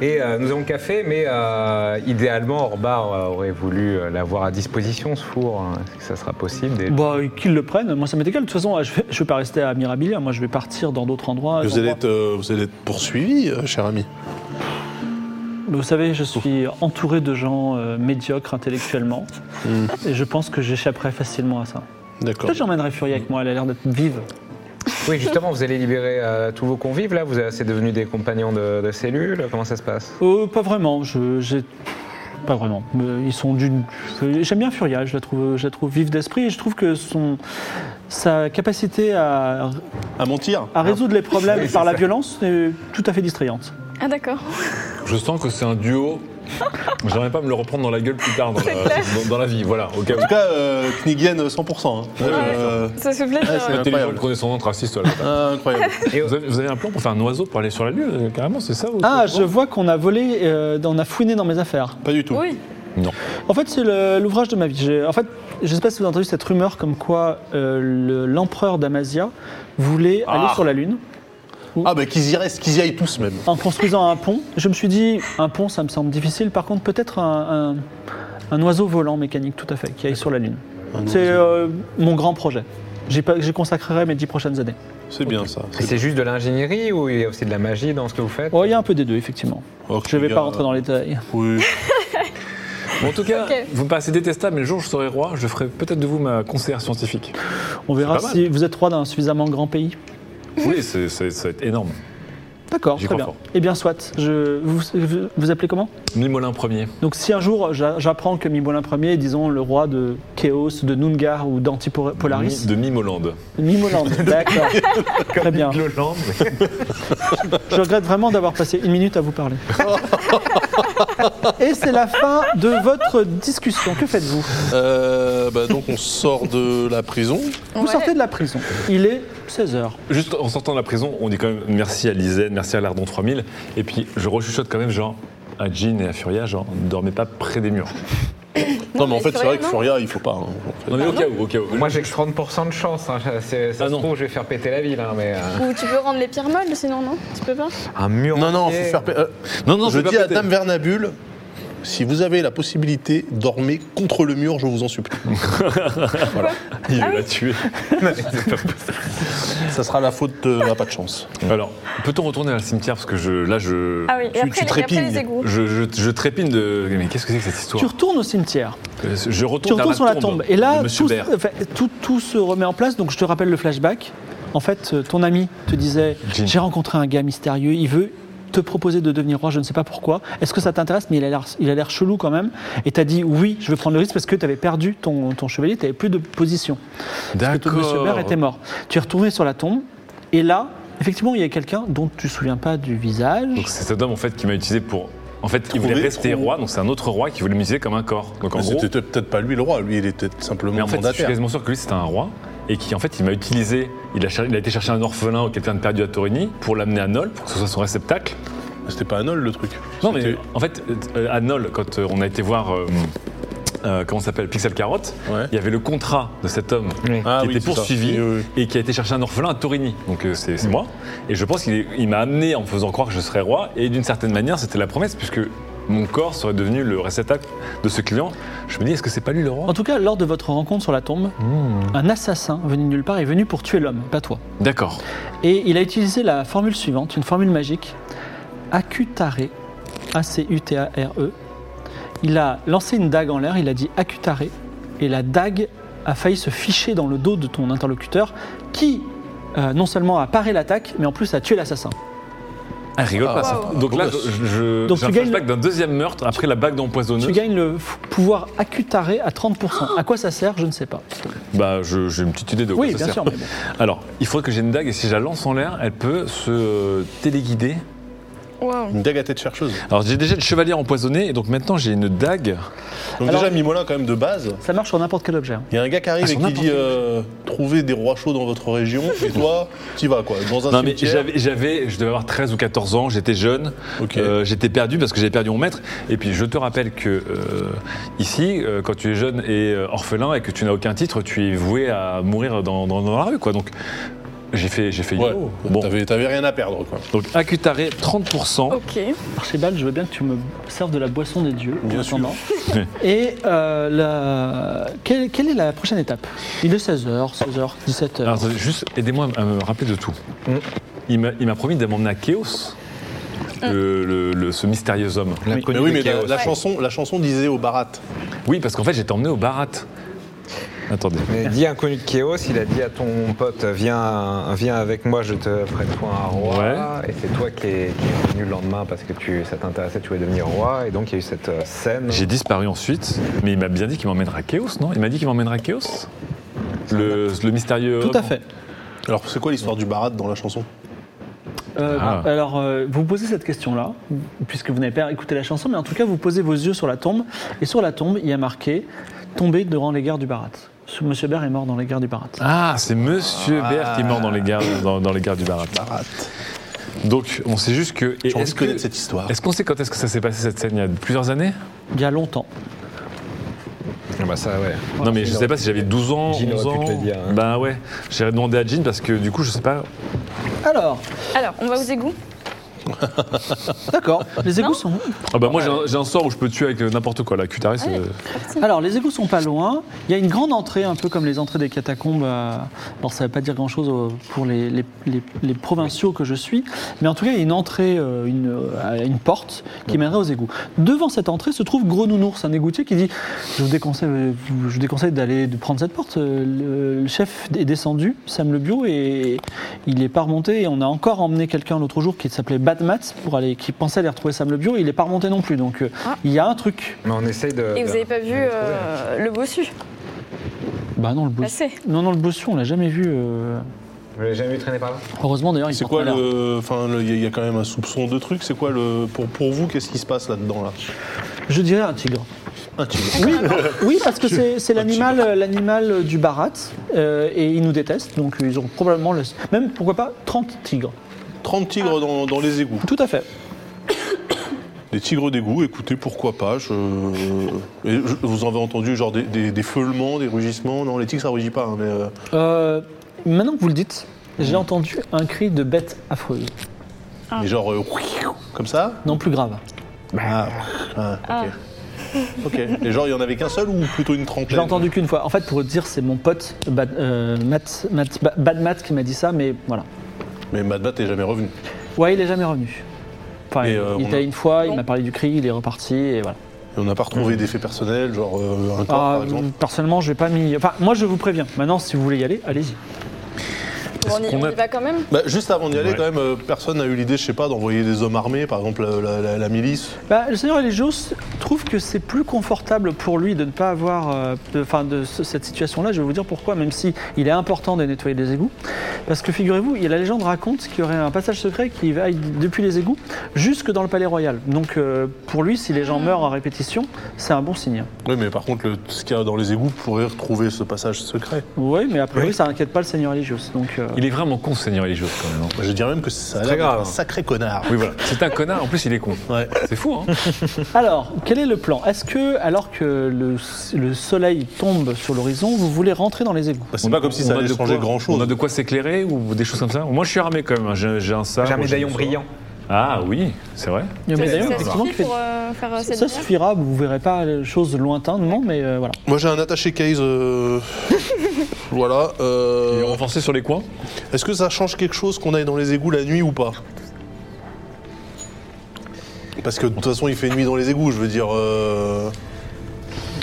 [SPEAKER 7] Et euh, nous avons le café, mais euh, idéalement, Orbar euh, aurait voulu euh, l'avoir à disposition ce four. hein. Est-ce que ça sera possible déjà
[SPEAKER 2] Bah, qu'ils le prennent, moi ça m'est égal. De toute façon, ah, je vais, je vais pas rester à Mirabilia, moi je vais partir dans d'autres endroits.
[SPEAKER 3] Vous
[SPEAKER 2] des
[SPEAKER 3] allez,
[SPEAKER 2] endroits-
[SPEAKER 3] être, euh, vous allez être poursuivi, euh, cher ami.
[SPEAKER 2] Mais Vous savez, je suis entouré de gens euh, médiocres intellectuellement.
[SPEAKER 3] Hmm.
[SPEAKER 2] Et je pense que j'échapperai facilement à ça.
[SPEAKER 3] D'accord.
[SPEAKER 2] Peut-être j'emmènerai Furia avec moi, elle a l'air d'être vive.
[SPEAKER 7] Oui, justement, vous allez libérer euh, tous vos convives là Vous avez- C'est devenu des compagnons de, de cellule Comment ça se passe
[SPEAKER 2] Euh, pas vraiment, je, j'ai... Pas vraiment. Euh, Ils sont d'une... euh, J'aime bien Furia, je la trouve, je la trouve vive d'esprit et je trouve que son... sa capacité à,
[SPEAKER 3] À mentir
[SPEAKER 2] à résoudre les problèmes
[SPEAKER 7] Oui, c'est
[SPEAKER 2] par la
[SPEAKER 7] ça.
[SPEAKER 2] violence est tout à fait distrayante.
[SPEAKER 4] Ah d'accord.
[SPEAKER 5] Je sens que c'est un duo. J'aimerais pas me le reprendre dans la gueule plus tard dans, la, dans- dans la vie. Voilà, au cas où.
[SPEAKER 3] En tout cas, euh, Knigian, 100%. hein. Euh,
[SPEAKER 4] Ça se plaît.
[SPEAKER 3] c'est
[SPEAKER 4] ouais.
[SPEAKER 5] Intelligent,
[SPEAKER 3] incroyable.
[SPEAKER 5] condescendante, raciste. Là.
[SPEAKER 3] Incroyable.
[SPEAKER 5] Vous, avez, vous avez un plan pour faire un oiseau pour aller sur la lune euh, Carrément, c'est ça votre
[SPEAKER 2] Ah, je
[SPEAKER 5] plan
[SPEAKER 2] vois qu'on a volé, euh, on a fouiné dans mes affaires.
[SPEAKER 3] Pas du tout.
[SPEAKER 4] Oui.
[SPEAKER 2] En fait, c'est le- l'ouvrage de ma vie. J'ai- En fait, je ne sais pas si vous avez entendu cette rumeur comme quoi euh, le- l'empereur d'Amazia voulait aller sur la Lune
[SPEAKER 3] Ah, bah qu'ils y restent, qu'ils y aillent tous même.
[SPEAKER 2] en construisant un pont. Je me suis dit, un pont, ça me semble difficile. Par contre, peut-être un, un- un oiseau volant mécanique, tout à fait, qui aille sur la Lune. C'est euh, mon grand projet. J'y pa- j'y consacrerai mes dix prochaines années.
[SPEAKER 3] C'est bien ça.
[SPEAKER 7] Et C'est juste de l'ingénierie ou il y a aussi de la magie dans ce que vous faites
[SPEAKER 2] Oh, il y a un peu des deux, effectivement.
[SPEAKER 3] Ok,
[SPEAKER 2] Je ne vais
[SPEAKER 3] gars.
[SPEAKER 2] pas rentrer dans les
[SPEAKER 7] euh,
[SPEAKER 2] détails.
[SPEAKER 3] Oh, Oui.
[SPEAKER 5] Bon, en tout cas,
[SPEAKER 4] Ok.
[SPEAKER 5] vous me paraissez détestable, mais le jour où je serai roi, je ferai peut-être de vous ma conseillère scientifique.
[SPEAKER 2] On verra
[SPEAKER 5] pas mal.
[SPEAKER 2] si vous êtes roi d'un suffisamment grand pays.
[SPEAKER 5] Oui, c'est- c'est- ça va être énorme.
[SPEAKER 2] D'accord,
[SPEAKER 5] J'y
[SPEAKER 2] très bien.
[SPEAKER 5] crois
[SPEAKER 2] Eh bien, soit. Je, vous, vous vous appelez comment
[SPEAKER 5] Mimolin premier.
[SPEAKER 2] Donc, si un jour j'a- j'apprends que Mimolin Ier est, disons, le roi de Chaos, de Nungar ou d'Antipolaris,
[SPEAKER 5] De Mimolande.
[SPEAKER 2] Mimoland, d'accord. très bien.
[SPEAKER 7] L'Hollande
[SPEAKER 2] Je regrette vraiment d'avoir passé une minute à vous parler. Et c'est la fin de votre discussion. Que faites-vous
[SPEAKER 3] Euh, bah, donc on sort de la prison.
[SPEAKER 2] Vous sortez de la prison. Il est 16h.
[SPEAKER 5] Juste en sortant de la prison, on dit quand même merci à Lisette, merci à l'Ardon 3000. Et puis, je rechuchote quand même, genre, à Jean et à Furia, genre, ne dormez pas près des murs.
[SPEAKER 3] Non, mais en fait, c'est vrai que
[SPEAKER 4] non
[SPEAKER 3] Furia, il faut pas. hein, en fait.
[SPEAKER 5] Non, mais au cas où, au cas où.
[SPEAKER 7] Moi j'ai que 30% de chance, hein. ça, c'est- ça
[SPEAKER 5] Ah
[SPEAKER 7] se
[SPEAKER 5] non.
[SPEAKER 7] trouve je vais faire péter la ville. hein, mais, euh,
[SPEAKER 4] Ou tu peux rendre les pierres molles sinon, non Tu peux pas
[SPEAKER 7] Un mur
[SPEAKER 3] Non, non, faut
[SPEAKER 7] entier.
[SPEAKER 3] faire. pa- euh,
[SPEAKER 5] Non, non,
[SPEAKER 3] je
[SPEAKER 5] vais pas
[SPEAKER 3] dis à
[SPEAKER 5] péter.
[SPEAKER 3] Dame Vernabule, si vous avez la possibilité, dormez contre le mur, je vous en supplie.
[SPEAKER 5] Il
[SPEAKER 4] Ah
[SPEAKER 5] l'a tué.
[SPEAKER 3] Ça sera la faute de la pas de chance.
[SPEAKER 5] Alors, peut-on retourner au cimetière Parce que je, là, je.
[SPEAKER 4] Ah oui, et
[SPEAKER 3] Tu- tu
[SPEAKER 4] après, les, et après les
[SPEAKER 3] trépignes.
[SPEAKER 4] égouts.
[SPEAKER 5] Je, je- je trépigne de. Mais qu'est-ce que c'est que cette histoire
[SPEAKER 2] Tu retournes au cimetière.
[SPEAKER 5] Euh, Je
[SPEAKER 2] Tu
[SPEAKER 5] retourne,
[SPEAKER 2] retournes
[SPEAKER 5] à
[SPEAKER 2] sur la tombe. Et
[SPEAKER 5] de
[SPEAKER 2] là,
[SPEAKER 5] Monsieur
[SPEAKER 2] tout,
[SPEAKER 5] Baird.
[SPEAKER 2] enfin, tout, tout se remet en place. Donc je te rappelle le flashback. En fait, euh, ton ami te disait
[SPEAKER 5] Jim.
[SPEAKER 2] J'ai rencontré un gars mystérieux, il veut te proposer de devenir roi, je ne sais pas pourquoi. Est-ce que ça t'intéresse Mais il a l'air- il a l'air chelou quand même. Et t'as dit Oui, je veux prendre le risque parce que tu avais perdu ton, ton chevalier, tu n'avais plus de position. Parce que ton monsieur Baird était mort. Tu es retourné sur la tombe. Et là, effectivement, il y a quelqu'un dont tu ne te souviens pas du visage.
[SPEAKER 5] Donc c'est cet homme en fait qui m'a utilisé pour. En fait, il
[SPEAKER 3] Trouver-
[SPEAKER 5] voulait Ah, rester
[SPEAKER 3] trouver-
[SPEAKER 5] roi, donc c'est un autre roi qui voulait m'utiliser comme un corps. Donc en
[SPEAKER 3] Mais
[SPEAKER 5] gros,
[SPEAKER 3] C'était peut-être pas lui le roi, lui, il était simplement
[SPEAKER 5] mais en fait, je suis
[SPEAKER 3] mandataire.
[SPEAKER 5] quasiment sûr que lui c'était un roi et qui en fait il m'a utilisé. Il a, cher- il a été chercher un orphelin ou quelqu'un de perdu à Torigny pour l'amener à Nol pour que ce soit son réceptacle.
[SPEAKER 3] C'était pas un nol le truc.
[SPEAKER 5] Non mais
[SPEAKER 3] C'était-
[SPEAKER 5] en fait, euh, à Nol, quand euh, on a été voir. euh, euh, comment ça s'appelle Pixel Carotte,
[SPEAKER 3] Ouais.
[SPEAKER 5] il y avait le contrat de cet homme
[SPEAKER 7] Oui.
[SPEAKER 5] qui
[SPEAKER 3] Ah oui,
[SPEAKER 5] était
[SPEAKER 3] c'est ça. Oui,
[SPEAKER 5] poursuivi
[SPEAKER 3] oui. Mm.
[SPEAKER 5] et qui a été chercher un orphelin à Torigny. Donc euh, c'est c'est moi. Et je pense qu'il est- il m'a amené en me faisant croire que je serais roi. Et d'une certaine manière, c'était la promesse, puisque mon corps serait devenu le réceptacle de ce client. Je me dis, est-ce que c'est pas lui le roi
[SPEAKER 2] En tout cas, lors de votre rencontre sur la tombe,
[SPEAKER 5] Hmm.
[SPEAKER 2] un assassin venu de nulle part est venu pour tuer l'homme, pas toi.
[SPEAKER 5] D'accord.
[SPEAKER 2] Et il a utilisé la formule suivante, une formule magique, Acutare, A-C-U-T-A-R-E. E. Il a lancé une dague en l'air, il a dit Acutare, et la dague a failli se ficher dans le dos de ton interlocuteur, qui euh, non seulement a paré l'attaque, mais en plus a tué l'assassin.
[SPEAKER 5] Ah, rigole
[SPEAKER 3] Ah,
[SPEAKER 5] pas ça.
[SPEAKER 3] wow.
[SPEAKER 5] Donc là,
[SPEAKER 3] Beau gosse.
[SPEAKER 5] je- je-
[SPEAKER 2] Donc tu
[SPEAKER 5] j'ai un
[SPEAKER 2] gagnes
[SPEAKER 5] flashback d'un deuxième meurtre après la bague
[SPEAKER 2] Tu
[SPEAKER 5] d'empoisonneuse.
[SPEAKER 2] gagnes le f- pouvoir Acutare à 30%. À quoi ça sert Je ne sais pas.
[SPEAKER 5] Bah, je- j'ai une petite idée de quoi
[SPEAKER 2] Oui,
[SPEAKER 5] ça
[SPEAKER 2] bien
[SPEAKER 5] sert.
[SPEAKER 2] sûr, mais bon.
[SPEAKER 5] Alors, il faudrait que j'ai une dague et si je la lance en l'air, elle peut se euh, téléguider.
[SPEAKER 4] Waouh.
[SPEAKER 3] Une dague à tête chercheuse.
[SPEAKER 5] Alors, j'ai déjà le chevalier empoisonné et donc maintenant j'ai une dague.
[SPEAKER 3] Donc
[SPEAKER 2] Alors-
[SPEAKER 3] déjà, Mimolin, quand même, de base,
[SPEAKER 2] Ça marche sur n'importe quel objet. hein.
[SPEAKER 3] il y a un gars qui arrive
[SPEAKER 5] Ah,
[SPEAKER 3] et
[SPEAKER 5] sur
[SPEAKER 3] qui
[SPEAKER 5] n'importe
[SPEAKER 3] dit euh, Trouvez des rois chauds dans votre région, et toi, t'y vas, quoi. Dans un
[SPEAKER 5] Non mais
[SPEAKER 3] cimetière.
[SPEAKER 5] j'avais, j'avais- je devais avoir 13 ou 14 ans, j'étais jeune,
[SPEAKER 3] Ok.
[SPEAKER 5] euh, j'étais perdu parce que j'avais perdu mon maître. Et puis je te rappelle que euh, ici, euh, quand tu es jeune et euh, orphelin et que tu n'as aucun titre, tu es voué à mourir dans, dans- dans la rue quoi. Donc j'ai fait, j'ai fait
[SPEAKER 3] Ouais,
[SPEAKER 5] yo. Oh, Bon,
[SPEAKER 3] t'avais t'avais rien à perdre, quoi.
[SPEAKER 5] donc Acutare 30%.
[SPEAKER 4] Ok.
[SPEAKER 2] Archibald, je veux bien que tu me serves de la boisson des dieux. en
[SPEAKER 3] Bien sûr.
[SPEAKER 2] attendant. Et euh, la- quelle, quelle est la prochaine étape Il est 16h, 16h, 17h.
[SPEAKER 5] Alors attendez, juste aidez-moi à me rappeler de tout.
[SPEAKER 7] Mm.
[SPEAKER 5] Il m'a, il m'a promis de m'emmener à Chaos, le- le- le- ce mystérieux homme.
[SPEAKER 3] Mais oui, mais la, la chanson, la chanson disait au barat.
[SPEAKER 5] Oui, parce qu'en fait j'étais emmené au Barat. Attendez.
[SPEAKER 7] Mais dit inconnu de Chaos, il a dit à ton pote viens, viens avec moi, je te prête-toi un roi. Et c'est toi qui es, qui es venu le lendemain parce que tu, ça t'intéressait, tu voulais devenir roi. Et donc il y a eu cette euh, scène.
[SPEAKER 5] J'ai disparu ensuite, mais il m'a bien dit qu'il m'emmènera à Chaos, non Il m'a dit qu'il m'emmènera à Chaos le, le
[SPEAKER 3] Ah,
[SPEAKER 5] mystérieux.
[SPEAKER 2] Tout à
[SPEAKER 5] homme.
[SPEAKER 2] fait.
[SPEAKER 3] Alors, c'est quoi l'histoire du barat dans la chanson
[SPEAKER 2] Euh,
[SPEAKER 5] Ah.
[SPEAKER 2] Alors, euh, vous posez cette question-là, puisque vous n'avez pas écouté la chanson, mais en tout cas, vous posez vos yeux sur la tombe. Et sur la tombe, il y a marqué Tombé durant les guerres du Barat. Ce Monsieur Baird est mort dans les guerres du Barat.
[SPEAKER 5] Ah, c'est Monsieur Baird qui est mort dans les gares, dans, dans les gares du Barat.
[SPEAKER 3] Barat.
[SPEAKER 5] Donc, on sait juste que. et
[SPEAKER 3] J'ai envie
[SPEAKER 5] est-ce
[SPEAKER 3] de
[SPEAKER 5] que-
[SPEAKER 3] connaître cette histoire.
[SPEAKER 5] Est-ce qu'on sait quand est-ce que ça s'est passé cette scène Il y a plusieurs années
[SPEAKER 2] Il y a longtemps.
[SPEAKER 7] Ah bah ça, ouais.
[SPEAKER 5] Non, mais je sais pas si j'avais 12 ans,
[SPEAKER 7] Jean
[SPEAKER 5] 11
[SPEAKER 7] aurait pu
[SPEAKER 5] ans.
[SPEAKER 7] te le dire, hein.
[SPEAKER 5] Bah ouais, j'ai demandé à Jean parce que du coup, je sais pas.
[SPEAKER 2] Alors,
[SPEAKER 4] Alors, on va aux égouts
[SPEAKER 2] D'accord. Les égouts
[SPEAKER 4] Non.
[SPEAKER 2] sont.
[SPEAKER 5] Ah bah moi j'ai un- j'ai un sort où je peux tuer avec euh, n'importe quoi. La cutaresse.
[SPEAKER 4] Ouais.
[SPEAKER 5] euh,
[SPEAKER 2] Alors, les égouts sont pas loin. Il y a une grande entrée, un peu comme les entrées des catacombes. euh, Bon, ça ne veut pas dire grand-chose euh, pour les, les- les- les provinciaux que je suis. Mais en tout cas, il y a une entrée, euh, une, euh, une porte qui mènerait aux égouts. Devant cette entrée se trouve Gros Nounours, un égoutier qui dit Je vous déconseille, euh, vous- je vous déconseille d'aller de prendre cette porte. Euh, Le, le chef est descendu, Sam Le Bio, et il n'est pas remonté. Et on a encore emmené quelqu'un l'autre jour qui s'appelait Batmat, pour aller, qui pensait aller retrouver Sam Le Bio. Il n'est pas remonté non plus. Donc, euh,
[SPEAKER 4] Ah.
[SPEAKER 2] il y a un truc.
[SPEAKER 7] Mais on essaye de.
[SPEAKER 4] Et
[SPEAKER 7] de-
[SPEAKER 4] vous avez pas
[SPEAKER 7] de
[SPEAKER 4] vu
[SPEAKER 7] les trouver.
[SPEAKER 4] euh, le bossu
[SPEAKER 2] Bah non, le boss.
[SPEAKER 4] passer
[SPEAKER 2] Non, non, le bossu, on l'a jamais vu. euh.
[SPEAKER 7] Vous l'avez jamais vu traîner par là
[SPEAKER 2] Heureusement d'ailleurs, il
[SPEAKER 3] C'est
[SPEAKER 2] porte
[SPEAKER 3] quoi
[SPEAKER 2] pas l'air.
[SPEAKER 3] le. Enfin, le- il y, a- il y a quand même un soupçon de truc. C'est quoi le. Pour, pour vous, qu'est-ce qui se passe là-dedans, là
[SPEAKER 2] Je dirais un tigre.
[SPEAKER 3] Un tigre.
[SPEAKER 2] Oui, oui parce que c'est c'est l'animal euh, l'animal du Barat euh, et ils nous détestent, donc euh, ils ont probablement le- même pourquoi pas 30 tigres.
[SPEAKER 3] 30 tigres dans, dans les égouts.
[SPEAKER 2] Tout à fait.
[SPEAKER 3] Des tigres d'égout, écoutez, pourquoi pas je... euh, Et je- Vous en avez entendu genre des, des, des feulements, des rugissements Non, les tigres, ça rugit pas, hein, mais. euh,
[SPEAKER 2] Euh, maintenant que vous le dites,
[SPEAKER 3] Mm.
[SPEAKER 2] j'ai entendu un cri de bête affreuse.
[SPEAKER 3] mais genre. euh, comme ça
[SPEAKER 2] Non plus grave.
[SPEAKER 3] Ah, ah, ok. Ok. Et genre, il y en avait qu'un seul ou plutôt une trentaine
[SPEAKER 2] Je l'ai entendu qu'une fois. En fait, pour te dire, c'est mon pote Bad, euh, Matt, Matt- Ba- Bad Matt qui m'a dit ça, mais voilà.
[SPEAKER 3] Mais Madbat est jamais revenu.
[SPEAKER 2] Ouais, il est jamais revenu. Enfin,
[SPEAKER 3] Et,
[SPEAKER 2] il-
[SPEAKER 3] euh,
[SPEAKER 2] il
[SPEAKER 3] on
[SPEAKER 2] était
[SPEAKER 3] a-
[SPEAKER 2] une fois, il
[SPEAKER 4] Bon.
[SPEAKER 2] m'a parlé du cri, il est reparti et voilà.
[SPEAKER 3] Et on n'a pas retrouvé d'effets personnels, genre euh, un corps,
[SPEAKER 2] Ah,
[SPEAKER 3] par exemple.
[SPEAKER 2] personnellement, je vais pas mis. Enfin, moi, je vous préviens. Maintenant, si vous voulez y aller, allez-y.
[SPEAKER 4] Bon, on, y,
[SPEAKER 5] qu'on
[SPEAKER 4] on
[SPEAKER 5] a-
[SPEAKER 4] y va quand même
[SPEAKER 3] Bah, juste avant d'y aller,
[SPEAKER 5] Ouais.
[SPEAKER 3] quand même, euh, personne n'a eu l'idée, je sais pas, d'envoyer des hommes armés, par exemple la, la- la- la milice.
[SPEAKER 2] Bah, le Seigneur Eligios trouve que c'est plus confortable pour lui de ne pas avoir euh, de, enfin, de ce- cette situation-là. Je vais vous dire pourquoi, même si il est important de nettoyer les égouts. Parce que figurez-vous, il y a la légende raconte qu'il y aurait un passage secret qui va depuis les égouts jusque dans le palais royal. Donc euh, pour lui, si les gens meurent à répétition, c'est un bon signe.
[SPEAKER 3] Oui, mais par contre, le- ce qu'il y a dans les égouts pourrait retrouver ce passage secret.
[SPEAKER 2] Oui, mais a priori, ça inquiète pas le Seigneur Eligios. Donc, euh,
[SPEAKER 5] Il est vraiment con, ce Seigneur religieux quand même. hein.
[SPEAKER 3] Je dirais même que ça a
[SPEAKER 7] Très
[SPEAKER 3] l'air d'être
[SPEAKER 7] grave.
[SPEAKER 3] un sacré connard.
[SPEAKER 5] Oui voilà. C'est un connard. En plus il est con.
[SPEAKER 3] Ouais.
[SPEAKER 5] C'est fou hein.
[SPEAKER 2] Alors, quel est le plan Est-ce que, alors que le, le soleil tombe sur l'horizon, vous voulez rentrer dans les égouts
[SPEAKER 3] Bah, c'est pas comme si ça
[SPEAKER 5] On a
[SPEAKER 3] allait
[SPEAKER 5] de
[SPEAKER 3] changer
[SPEAKER 5] quoi-
[SPEAKER 3] grand
[SPEAKER 5] On a
[SPEAKER 3] chose.
[SPEAKER 5] de quoi s'éclairer ou des choses comme ça. Moi je suis armé quand même. hein. J'ai j'ai un sabre.
[SPEAKER 7] J'ai un médaillon
[SPEAKER 5] une
[SPEAKER 7] brillant.
[SPEAKER 5] Ah oui, c'est vrai.
[SPEAKER 2] Il y a un
[SPEAKER 4] Ça-
[SPEAKER 2] médaillon,
[SPEAKER 4] ça
[SPEAKER 2] effectivement,
[SPEAKER 4] suffit
[SPEAKER 2] qui fait-
[SPEAKER 4] pour euh, faire euh, cette
[SPEAKER 2] Ça
[SPEAKER 4] lumière
[SPEAKER 2] suffira, vous verrez pas les choses lointaines, non, mais euh, voilà.
[SPEAKER 3] Moi, j'ai un attaché case. euh, voilà.
[SPEAKER 5] Il est
[SPEAKER 3] euh,
[SPEAKER 5] renforcé sur les coins.
[SPEAKER 3] Est-ce que ça change quelque chose qu'on aille dans les égouts la nuit ou pas parce que de toute façon il fait nuit dans les égouts, je veux dire. Euh...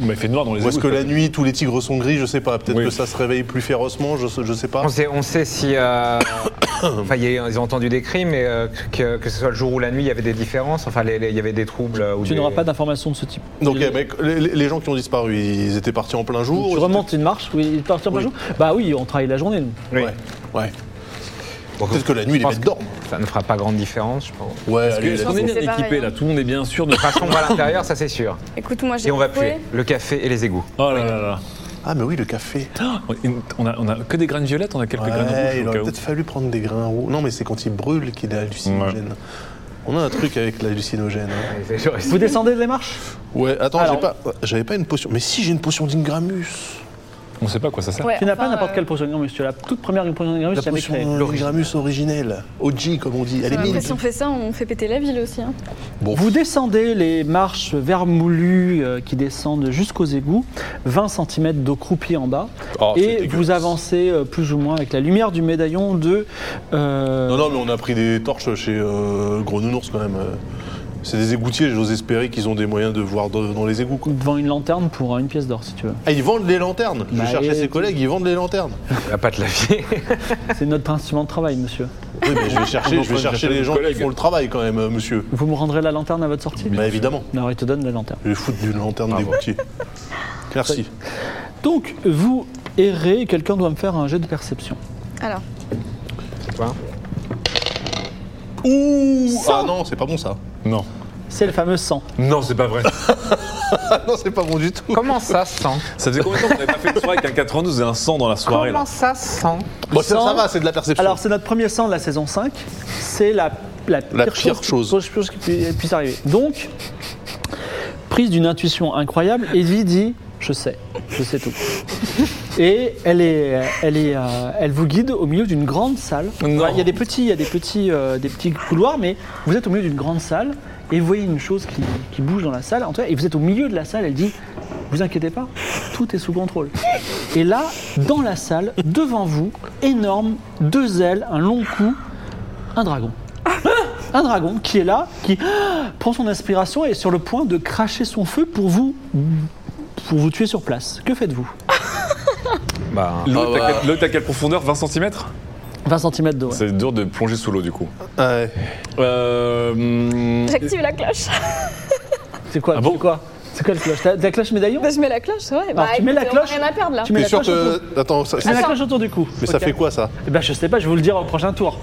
[SPEAKER 5] Mais il fait noir dans les
[SPEAKER 3] ou Est-ce
[SPEAKER 5] égouts,
[SPEAKER 3] que la
[SPEAKER 5] ça.
[SPEAKER 3] nuit tous les tigres sont gris, je sais pas. Peut-être
[SPEAKER 5] Oui.
[SPEAKER 3] que ça se réveille plus férocement, je, sais- je sais pas.
[SPEAKER 7] On sait, on sait si. euh, enfin, il y a- ils ont entendu des cris, mais euh, que, que ce soit le jour ou la nuit, il y avait des différences. Enfin, les- les- il y avait des troubles. euh, Ou
[SPEAKER 2] Tu
[SPEAKER 7] des-
[SPEAKER 2] n'auras pas d'informations de ce type.
[SPEAKER 3] Donc
[SPEAKER 2] Il-
[SPEAKER 3] eh, mec, les, les- les gens qui ont disparu, ils étaient partis en plein jour.
[SPEAKER 2] Tu
[SPEAKER 3] ils
[SPEAKER 2] remontes une marche, oui, il partir par
[SPEAKER 3] Oui.
[SPEAKER 2] jour Bah oui, on travaille la journée. nous.
[SPEAKER 3] étaient-
[SPEAKER 7] Oui.
[SPEAKER 3] Ouais. ouais.
[SPEAKER 7] Donc,
[SPEAKER 3] Peut-être que la nuit
[SPEAKER 7] je
[SPEAKER 3] les
[SPEAKER 7] pense
[SPEAKER 3] bêtes
[SPEAKER 7] que
[SPEAKER 3] dorment.
[SPEAKER 7] Ça ne fera pas grande différence, je pense. De
[SPEAKER 3] Ouais,
[SPEAKER 5] Parce que-
[SPEAKER 3] allez,
[SPEAKER 5] Est-ce
[SPEAKER 3] let's
[SPEAKER 5] qu'on est
[SPEAKER 3] go.
[SPEAKER 5] bien
[SPEAKER 4] C'est pareil,
[SPEAKER 5] équipé
[SPEAKER 4] hein.
[SPEAKER 5] là Tout le monde est bien sûr de.
[SPEAKER 7] toute façon, on va à l'intérieur, ça c'est sûr.
[SPEAKER 4] Écoute, moi j'ai
[SPEAKER 7] Et on va
[SPEAKER 4] trouvé.
[SPEAKER 7] puer le café et les égouts.
[SPEAKER 5] Oh là là là.
[SPEAKER 3] Ah mais oui, le café.
[SPEAKER 5] On a, on a que des graines violettes, on a quelques
[SPEAKER 3] Ouais,
[SPEAKER 5] graines rouges
[SPEAKER 3] il
[SPEAKER 5] au
[SPEAKER 3] aurait
[SPEAKER 5] cas où.
[SPEAKER 3] peut-être fallu prendre des grains rouges. Non mais c'est quand il brûle qu'il est hallucinogène. On a un truc avec l'hallucinogène.
[SPEAKER 7] Ah,
[SPEAKER 3] hein.
[SPEAKER 2] Vous descendez les marches
[SPEAKER 3] Ouais, attends,
[SPEAKER 2] Alors-
[SPEAKER 3] j'ai pas- j'avais pas, une potion. Mais si, j'ai une potion d'Ingramus.
[SPEAKER 5] On sait pas à quoi ça sert.
[SPEAKER 4] Ouais,
[SPEAKER 2] Tu n'as pas
[SPEAKER 4] enfin,
[SPEAKER 2] n'importe
[SPEAKER 4] euh,
[SPEAKER 2] quelle potion d'Ingramus, tu as la toute première potion d'Ingramus
[SPEAKER 3] La
[SPEAKER 2] jamais
[SPEAKER 3] potion
[SPEAKER 2] créée.
[SPEAKER 3] d'Ingramus originelle. OG, comme on dit. Elle est
[SPEAKER 4] Après,
[SPEAKER 3] mille.
[SPEAKER 4] si on fait ça, on fait péter la ville aussi. hein.
[SPEAKER 3] Bon,
[SPEAKER 2] Vous descendez les marches vermoulues euh, qui descendent jusqu'aux égouts, 20 cm d'eau croupie en bas,
[SPEAKER 3] Oh, c'est
[SPEAKER 2] et
[SPEAKER 3] dégueulasse.
[SPEAKER 2] vous avancez euh, plus ou moins avec la lumière du médaillon de... euh,
[SPEAKER 3] Non, non, mais on a pris des torches chez euh, Gros Nounours quand même. euh. C'est des égoutiers, j'ose espérer qu'ils ont des moyens de voir de- dans les égouts. Quoi.
[SPEAKER 2] devant une lanterne pour euh, une pièce d'or si tu veux.
[SPEAKER 3] Ah, ils vendent les lanternes Je
[SPEAKER 2] Bah,
[SPEAKER 3] cherchais
[SPEAKER 2] et-
[SPEAKER 3] ses collègues, ils vendent les lanternes.
[SPEAKER 7] On va pas te la vie.
[SPEAKER 2] C'est notre instrument de travail monsieur.
[SPEAKER 3] Oui, mais je vais chercher, je vais
[SPEAKER 5] Enfin,
[SPEAKER 3] chercher les
[SPEAKER 5] nos
[SPEAKER 3] gens
[SPEAKER 5] collègues.
[SPEAKER 3] qui font le travail quand même, euh, monsieur.
[SPEAKER 2] Vous me rendrez la lanterne à votre sortie
[SPEAKER 3] Bah, évidemment.
[SPEAKER 2] Non, il te donne la lanterne.
[SPEAKER 3] Je vais foutre d'une lanterne d'égoutier. Merci.
[SPEAKER 2] Donc, vous errez, quelqu'un doit me faire un jet de perception.
[SPEAKER 4] Alors,
[SPEAKER 3] Ouh Ah non, c'est pas bon ça.
[SPEAKER 5] Non.
[SPEAKER 2] C'est le fameux 100.
[SPEAKER 5] Non, c'est pas vrai.
[SPEAKER 3] Ah non, c'est pas bon du tout.
[SPEAKER 7] Comment ça sent
[SPEAKER 5] Ça faisait combien de temps qu'on n'avait pas fait de soirée avec un 92 et un 100 dans la soirée là
[SPEAKER 7] Comment ça sent
[SPEAKER 3] Bon, ça,
[SPEAKER 2] Sans-
[SPEAKER 3] ça va, c'est de la perception.
[SPEAKER 2] Alors, c'est notre premier 100 de la saison 5. C'est la, la,
[SPEAKER 3] pire chose.
[SPEAKER 2] pire chose qui pu- puisse arriver. Donc, prise d'une intuition incroyable, Evie dit Je sais, je sais tout. Et elle, est, elle, est, euh, elle vous guide au milieu d'une grande salle.
[SPEAKER 7] Non.
[SPEAKER 2] Ouais, Il y a des petits, il y a des petits, euh, des petits couloirs, mais vous êtes au milieu d'une grande salle et vous voyez une chose qui, qui bouge dans la salle. En tout cas, et vous êtes au milieu de la salle. Elle dit Vous inquiétez pas, tout est sous contrôle. Et là, dans la salle, devant vous, énorme, deux ailes, un long cou, un dragon. Un dragon qui est là, qui prend son inspiration et est sur le point de cracher son feu pour vous, pour vous tuer sur place. Que faites-vous
[SPEAKER 7] Bah,
[SPEAKER 5] L'eau,
[SPEAKER 8] Ah
[SPEAKER 5] t'as
[SPEAKER 8] bah.
[SPEAKER 5] quelle- l'eau, t'as quelle profondeur 20 cm
[SPEAKER 2] 20 cm d'eau. ouais.
[SPEAKER 5] C'est dur de plonger sous l'eau du coup.
[SPEAKER 3] Ouais.
[SPEAKER 5] Ah Euh, hum,
[SPEAKER 4] J'active la cloche.
[SPEAKER 2] C'est quoi
[SPEAKER 5] Ah bon
[SPEAKER 2] C'est quoi C'est quoi la cloche T'as t'as la cloche médaillon
[SPEAKER 4] Bah, je mets la cloche, ouais.
[SPEAKER 2] Alors, tu mets la
[SPEAKER 4] écoutez,
[SPEAKER 2] cloche
[SPEAKER 4] On a rien à perdre là.
[SPEAKER 2] Tu mets
[SPEAKER 3] T'es
[SPEAKER 2] la
[SPEAKER 3] sûr
[SPEAKER 2] cloche autour.
[SPEAKER 3] que. Attends, ça,
[SPEAKER 2] Tu mets la
[SPEAKER 3] ça-
[SPEAKER 2] cloche autour du cou.
[SPEAKER 3] mais ça
[SPEAKER 2] Ok.
[SPEAKER 3] fait quoi ça
[SPEAKER 2] Eh ben je sais pas, je vais vous le dire au prochain tour.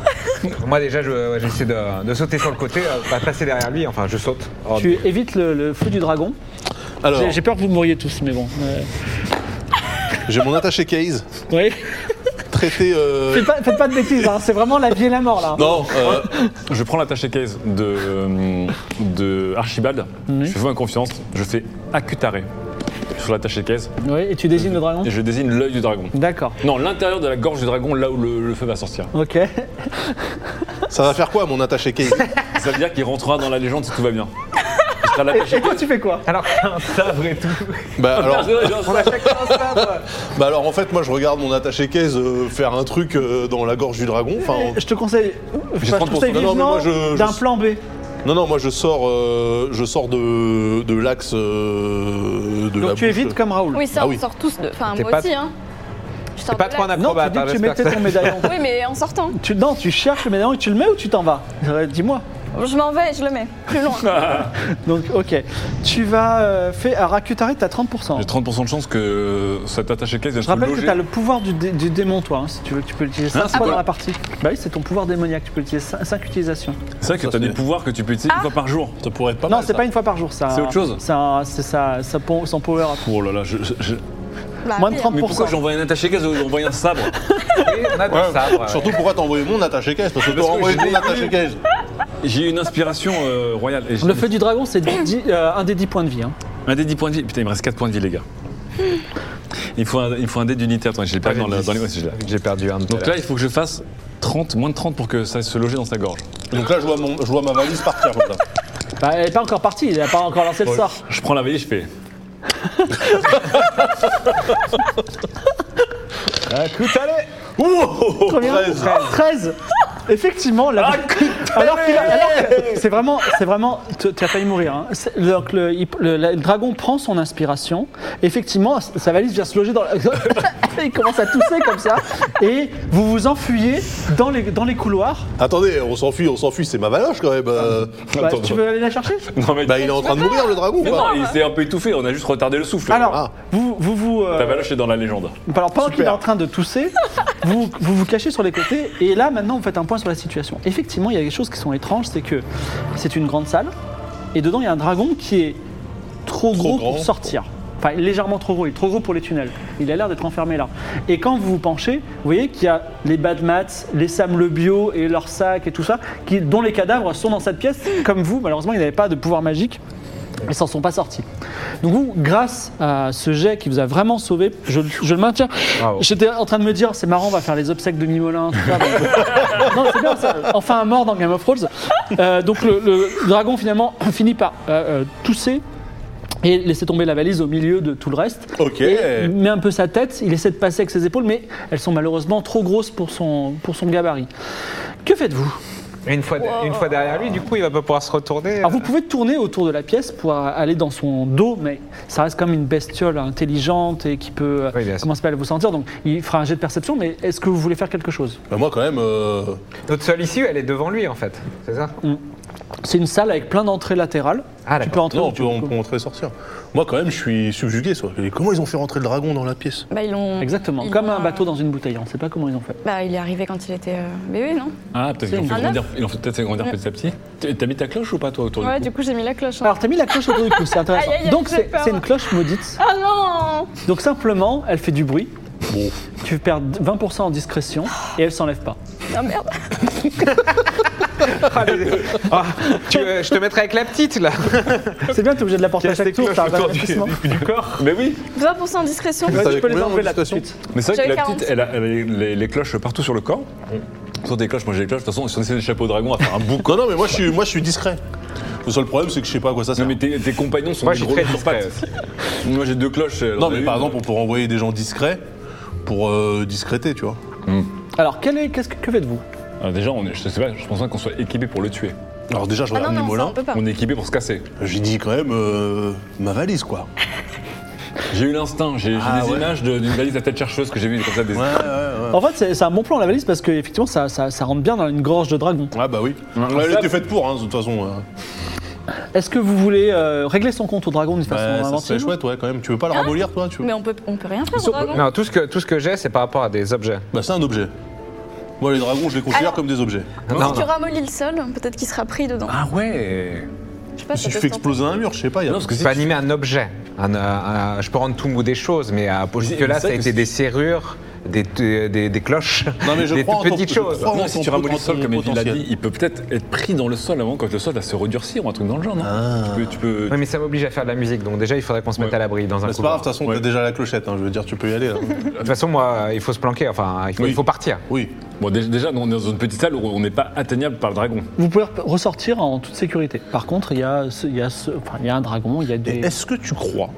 [SPEAKER 7] moi déjà, je- j'essaie de, de sauter sur le côté, euh, pas passer derrière lui, enfin je saute. Oh,
[SPEAKER 2] tu évites le, le feu du dragon.
[SPEAKER 3] Ah, Alors,
[SPEAKER 2] J'ai- J'ai peur que vous mouriez tous, mais bon. euh,
[SPEAKER 3] j'ai mon attaché case,
[SPEAKER 2] oui.
[SPEAKER 3] traité. euh,
[SPEAKER 2] faites, pas, faites pas de bêtises, hein, c'est vraiment la vie et la mort là.
[SPEAKER 5] Non, euh, je prends l'attaché case de, hum, de Archibald, je fais en confiance, je fais accutaré sur l'attaché case
[SPEAKER 2] Oui, et tu désignes le dragon
[SPEAKER 5] et je désigne l'œil du dragon.
[SPEAKER 2] D'accord.
[SPEAKER 5] Non, l'intérieur de la gorge du dragon, là où le, le feu va sortir.
[SPEAKER 2] Ok.
[SPEAKER 3] Ça va faire quoi mon attaché case
[SPEAKER 5] Ça veut dire qu'il rentrera dans la légende si tout va bien. Il sera l'attaché
[SPEAKER 2] Et toi tu fais quoi
[SPEAKER 7] Alors qu'un sabre et tout.
[SPEAKER 3] Bah alors.
[SPEAKER 7] On a chacun un sabre.
[SPEAKER 3] Bah alors en fait moi je regarde mon attaché case euh, faire un truc euh, dans la gorge du dragon. Enfin, on-
[SPEAKER 2] Je te conseille. enfin, je te
[SPEAKER 5] 30%.
[SPEAKER 2] conseille
[SPEAKER 3] Non, non, mais
[SPEAKER 2] vivement
[SPEAKER 3] moi, je-
[SPEAKER 2] d'un
[SPEAKER 3] je-
[SPEAKER 2] plan B.
[SPEAKER 3] Non non moi je sors euh, je sors de, de l'axe euh, de la
[SPEAKER 2] Donc tu
[SPEAKER 3] bouche.
[SPEAKER 2] évites comme Raoul.
[SPEAKER 4] Oui, ça,
[SPEAKER 3] Ah
[SPEAKER 4] on
[SPEAKER 3] oui.
[SPEAKER 4] sort tous de. Enfin,
[SPEAKER 7] T'es
[SPEAKER 4] moi
[SPEAKER 7] pas-
[SPEAKER 4] aussi, hein. Je sors
[SPEAKER 7] T'es pas
[SPEAKER 4] de
[SPEAKER 7] trop en
[SPEAKER 4] là.
[SPEAKER 2] Non, tu
[SPEAKER 7] acrobate,
[SPEAKER 2] dis
[SPEAKER 7] hein,
[SPEAKER 2] que tu
[SPEAKER 7] j'espère que
[SPEAKER 2] mettais
[SPEAKER 7] ça-
[SPEAKER 2] ton médaillon.
[SPEAKER 4] Oui, mais en sortant.
[SPEAKER 2] Tu, non, tu cherches le médaillon et tu le mets ou tu t'en vas Euh, Dis-moi.
[SPEAKER 4] Je m'en vais et je le mets. Plus loin.
[SPEAKER 2] Donc, ok. Tu vas euh, faire. Alors, Akutari, t'as 30%.
[SPEAKER 5] J'ai 30% de chance que cet attaché case
[SPEAKER 2] Je rappelle que
[SPEAKER 5] logé.
[SPEAKER 2] tu as le pouvoir du, dé- du démon, toi, hein, si tu veux, tu peux l'utiliser 5
[SPEAKER 5] c'est
[SPEAKER 2] fois
[SPEAKER 5] quoi
[SPEAKER 2] dans la partie. Bah oui, c'est ton pouvoir démoniaque, tu peux l'utiliser 5, utilisations.
[SPEAKER 5] C'est vrai que t'as des pouvoirs que tu peux utiliser une fois par jour.
[SPEAKER 3] Ça pourrait être pas
[SPEAKER 2] non,
[SPEAKER 3] mal,
[SPEAKER 2] c'est
[SPEAKER 3] ça.
[SPEAKER 2] pas une fois par jour, ça.
[SPEAKER 5] C'est autre chose
[SPEAKER 2] C'est un- c'est ça, ça pon- son power up.
[SPEAKER 5] Oh là là, je, je- je-
[SPEAKER 4] Bah,
[SPEAKER 2] Moins de
[SPEAKER 4] pire.
[SPEAKER 2] 30%.
[SPEAKER 5] mais pourquoi j'ai envoyé un attaché case J'ai envoyé un sabre.
[SPEAKER 7] Oui, on a deux
[SPEAKER 3] Ouais,
[SPEAKER 7] sabres. ouais.
[SPEAKER 3] Surtout pourquoi t'as envoyé mon attaché case Parce que
[SPEAKER 5] Parce
[SPEAKER 3] t'aurais
[SPEAKER 5] que
[SPEAKER 3] envoyé
[SPEAKER 5] je l'ai
[SPEAKER 3] ton attaché case.
[SPEAKER 5] J'ai eu une inspiration euh, royale. et j'ai-
[SPEAKER 2] Le feu du dragon, c'est dix- dix- euh, un des 10 points de vie. hein.
[SPEAKER 5] Un dé 10 points de vie. Putain, il me reste 4 points de vie, les gars. Il faut un, il faut un dé d'unité. Attends, j'ai le perdu dans, le- dans les. ouais, j'ai là.
[SPEAKER 7] J'ai perdu un.
[SPEAKER 5] Donc là, il faut que je fasse 30, moins de 30 pour que ça se loger dans sa gorge.
[SPEAKER 3] Donc là je vois, mon- je vois ma valise partir comme ça.
[SPEAKER 2] Bah, elle n'est pas encore partie, elle n'a pas encore lancé le sort.
[SPEAKER 5] Je prends la valise, je fais.
[SPEAKER 7] écoute, allez
[SPEAKER 2] Combien
[SPEAKER 3] 13.
[SPEAKER 2] 13 Effectivement, la... alors qu'il a- alors que- c'est vraiment, c'est vraiment, tu tu as failli mourir. hein. C'est- Donc le, il- le- le dragon prend son inspiration. Effectivement, sa valise vient se loger dans. La... il commence à tousser comme ça, et vous vous enfuyez dans les dans les couloirs.
[SPEAKER 3] Attendez, on s'enfuit, on s'enfuit, c'est ma valoche quand même. euh.
[SPEAKER 2] Bah, tu veux aller la chercher
[SPEAKER 5] Non, mais.
[SPEAKER 3] Bah il est en train de mourir le dragon ou
[SPEAKER 5] Mais
[SPEAKER 3] pas
[SPEAKER 5] non, il s'est un peu étouffé, on a juste retardé le souffle.
[SPEAKER 2] Alors
[SPEAKER 3] Ah.
[SPEAKER 2] vous vous vous. euh,
[SPEAKER 5] Ta valoche est dans la légende.
[SPEAKER 2] Alors pendant
[SPEAKER 3] Super.
[SPEAKER 2] qu'il est en train de tousser, vous, vous vous cachez sur les côtés et là maintenant vous faites un point sur la situation. Effectivement, il y a des choses qui sont étranges, c'est que c'est une grande salle et dedans il y a un dragon qui est trop, gros
[SPEAKER 3] grand.
[SPEAKER 2] pour sortir. Enfin, légèrement trop gros, il est trop gros pour les tunnels. Il a l'air d'être enfermé là. Et quand vous vous penchez, vous voyez qu'il y a les Bad Mats, les Sam Le Bio et leurs sacs et tout ça, qui, dont les cadavres sont dans cette pièce. Comme vous, malheureusement, ils n'avaient pas de pouvoir magique. Ils s'en sont pas sortis. Donc vous, grâce à ce jet qui vous a vraiment sauvé, je, je le maintiens.
[SPEAKER 7] Bravo.
[SPEAKER 2] J'étais en train de me dire, c'est marrant, on va faire les obsèques de Mimolin. tout ça. non, c'est bien, ça. enfin un mort dans Game of Thrones. Euh, donc le, le dragon finalement finit par euh, euh, tousser et laisser tomber la valise au milieu de tout le reste.
[SPEAKER 3] Ok.
[SPEAKER 2] Et il met un peu sa tête, il essaie de passer avec ses épaules, mais elles sont malheureusement trop grosses pour son, pour son gabarit. Que faites-vous
[SPEAKER 7] Une fois, une fois derrière lui, du coup, il va pas pouvoir se retourner.
[SPEAKER 5] Ah,
[SPEAKER 2] Alors vous pouvez tourner autour de la pièce pour aller dans son dos, mais ça reste comme une bestiole intelligente et qui peut euh,
[SPEAKER 7] Oui, bien sûr.
[SPEAKER 2] comment ça s'appelle vous sentir. Donc il fera un jet de perception, mais est-ce que vous voulez faire quelque chose
[SPEAKER 3] Bah, moi quand même. euh,
[SPEAKER 7] Notre seule issue, elle est devant lui, en fait. C'est ça
[SPEAKER 2] C'est une salle avec plein d'entrées latérales.
[SPEAKER 7] Ah,
[SPEAKER 2] tu
[SPEAKER 7] d'accord.
[SPEAKER 2] peux entrer.
[SPEAKER 3] Non,
[SPEAKER 2] où
[SPEAKER 3] on
[SPEAKER 2] tu veux.
[SPEAKER 3] peut, on peut entrer et sortir. Moi, quand même, je suis subjugué. Soit. Et Comment ils ont fait rentrer le dragon dans la pièce
[SPEAKER 4] Bah, ils l'ont.
[SPEAKER 2] Exactement,
[SPEAKER 4] ils
[SPEAKER 2] comme
[SPEAKER 4] l'ont,
[SPEAKER 2] un
[SPEAKER 4] euh,
[SPEAKER 2] bateau dans une bouteille. On ne sait pas comment ils ont fait.
[SPEAKER 4] Bah, il est arrivé quand il était euh, bébé, non
[SPEAKER 5] Ah, peut-être qu'ils ont
[SPEAKER 4] Un
[SPEAKER 5] fait grandir, ils l'ont fait peut-être fait grandir petit à petit. T'as t'as mis ta cloche ou pas, toi, autour
[SPEAKER 4] Ouais,
[SPEAKER 5] du
[SPEAKER 4] du coup, j'ai mis la cloche. hein.
[SPEAKER 2] Alors t'as mis la cloche autour du cou, c'est intéressant.
[SPEAKER 4] Aïe, aïe, aïe,
[SPEAKER 2] Donc
[SPEAKER 4] j'ai
[SPEAKER 2] c'est
[SPEAKER 4] peur.
[SPEAKER 2] c'est une cloche maudite.
[SPEAKER 4] Ah non
[SPEAKER 2] Donc simplement, elle fait du bruit. Tu perds 20% en discrétion et elle s'enlève pas.
[SPEAKER 4] Ah merde
[SPEAKER 7] Ah, les- ah, tu, euh, je te mettrai avec la petite là.
[SPEAKER 2] C'est bien, t'es obligé de la porter à chaque tour, t'as un avertissement.
[SPEAKER 5] du corps. Mais oui.
[SPEAKER 4] 20% discrétion.
[SPEAKER 2] Ouais, tu peux les
[SPEAKER 3] combien en
[SPEAKER 2] enlever là tout de
[SPEAKER 3] discrétion
[SPEAKER 2] suite.
[SPEAKER 5] Mais c'est vrai que
[SPEAKER 4] J'avais
[SPEAKER 5] la
[SPEAKER 4] 40.
[SPEAKER 5] petite, elle a, elle a les, les cloches partout sur le corps.
[SPEAKER 3] Mm.
[SPEAKER 5] Sur des cloches, moi j'ai des cloches. De toute façon, si on essaie des chapeaux dragons, à faire un bouc.
[SPEAKER 3] Non, non, mais moi je suis, moi, je suis discret. Le seul problème, c'est que je sais pas à quoi ça
[SPEAKER 5] Non,
[SPEAKER 3] sert.
[SPEAKER 5] mais tes, tes compagnons sont
[SPEAKER 7] Moi,
[SPEAKER 5] des
[SPEAKER 7] je suis
[SPEAKER 5] gros
[SPEAKER 7] très
[SPEAKER 5] sur pattes. Moi j'ai deux cloches. elle en
[SPEAKER 3] Non,
[SPEAKER 5] a
[SPEAKER 3] mais
[SPEAKER 5] une.
[SPEAKER 3] par exemple, on pourrait envoyer des gens discrets pour euh, discréter, tu vois.
[SPEAKER 2] Alors, quel est, qu'est-ce que, que faites-vous
[SPEAKER 5] Ah, déjà, on est- je sais pas, je pense pas qu'on soit équipé pour le tuer.
[SPEAKER 3] Alors déjà, je
[SPEAKER 4] Ah non,
[SPEAKER 3] regarde
[SPEAKER 4] non, ça,
[SPEAKER 3] Nimolin.
[SPEAKER 4] on peut pas.
[SPEAKER 5] On est équipé pour se casser.
[SPEAKER 3] J'ai dit quand même euh, ma valise, quoi.
[SPEAKER 5] J'ai eu l'instinct, j'ai j'ai
[SPEAKER 3] Ah,
[SPEAKER 5] des
[SPEAKER 3] ouais.
[SPEAKER 5] images de- d'une valise à tête chercheuse que j'ai vue comme ça. Des...
[SPEAKER 3] Ouais, ouais, ouais.
[SPEAKER 2] En fait, c'est c'est un bon plan la valise parce que effectivement, ça, ça, ça rentre bien dans une gorge de dragon.
[SPEAKER 3] Ah bah oui.
[SPEAKER 5] Ouais,
[SPEAKER 3] Ouais, elle
[SPEAKER 5] ça-
[SPEAKER 3] était faite pour, hein, de toute façon. euh.
[SPEAKER 2] Est-ce que vous voulez euh, régler son compte au dragon d'une façon
[SPEAKER 3] Ouais, ça
[SPEAKER 2] inventive
[SPEAKER 3] serait chouette, ouais, quand même. Tu veux pas la ramollir, toi tu veux
[SPEAKER 4] Hein Mais on peut, on peut rien faire au
[SPEAKER 7] Sur-
[SPEAKER 4] dragon.
[SPEAKER 7] Non, tout ce que, tout ce que j'ai, c'est par rapport à des objets.
[SPEAKER 3] Bah c'est un objet. Moi, les dragons, je les considère
[SPEAKER 4] Alors-
[SPEAKER 3] comme des objets.
[SPEAKER 7] Non,
[SPEAKER 4] Si tu
[SPEAKER 7] non.
[SPEAKER 4] ramollis le sol, peut-être qu'il sera pris dedans.
[SPEAKER 5] Ah ouais
[SPEAKER 4] Je sais pas,
[SPEAKER 3] Si
[SPEAKER 4] Ah, ça
[SPEAKER 3] tu fais
[SPEAKER 4] peut se tenter.
[SPEAKER 3] exploser un mur, je sais pas, il y a...
[SPEAKER 5] Non, parce que
[SPEAKER 7] Je
[SPEAKER 5] si
[SPEAKER 7] peux
[SPEAKER 5] tu-
[SPEAKER 7] animer un objet. Un, euh, un- je peux rendre tout mou des choses, mais à
[SPEAKER 5] Mais
[SPEAKER 7] jusque-là,
[SPEAKER 5] c'est
[SPEAKER 7] ça a
[SPEAKER 5] vrai que
[SPEAKER 7] été des serrures, des, des, des- des cloches,
[SPEAKER 3] Non, mais je
[SPEAKER 7] des
[SPEAKER 3] crois en Oh, ton-
[SPEAKER 7] petites
[SPEAKER 3] je
[SPEAKER 7] choses.
[SPEAKER 3] crois-
[SPEAKER 5] Non, si tu ramollis le sol, comme Evie l'a
[SPEAKER 3] Potentiel.
[SPEAKER 5] dit, il peut peut-être être pris dans le sol avant quand le sol va se redurcir ou un truc dans le genre, non
[SPEAKER 3] Ah.
[SPEAKER 5] Tu peux. Tu peux...
[SPEAKER 7] Oui, mais ça m'oblige à faire de la musique, donc déjà, il faudrait qu'on se mette
[SPEAKER 5] Ouais.
[SPEAKER 7] à l'abri dans un
[SPEAKER 3] Bah,
[SPEAKER 5] hein,
[SPEAKER 3] c'est pas grave,
[SPEAKER 7] couloir.
[SPEAKER 3] de toute façon,
[SPEAKER 5] Ouais.
[SPEAKER 3] t'as déjà la clochette, hein, je veux dire, tu peux y aller. là.
[SPEAKER 7] De toute façon, moi, il faut se planquer, enfin, il faut,
[SPEAKER 3] Oui.
[SPEAKER 7] il faut partir.
[SPEAKER 3] oui.
[SPEAKER 5] Bon, dé- déjà, nous, on est dans une petite salle où on n'est pas atteignable par le dragon.
[SPEAKER 2] Vous pouvez re- ressortir en toute sécurité. Par contre, il y a, ce- il y a, ce- enfin, il y a un dragon, il y a
[SPEAKER 3] Et
[SPEAKER 2] des.
[SPEAKER 3] est-ce que tu crois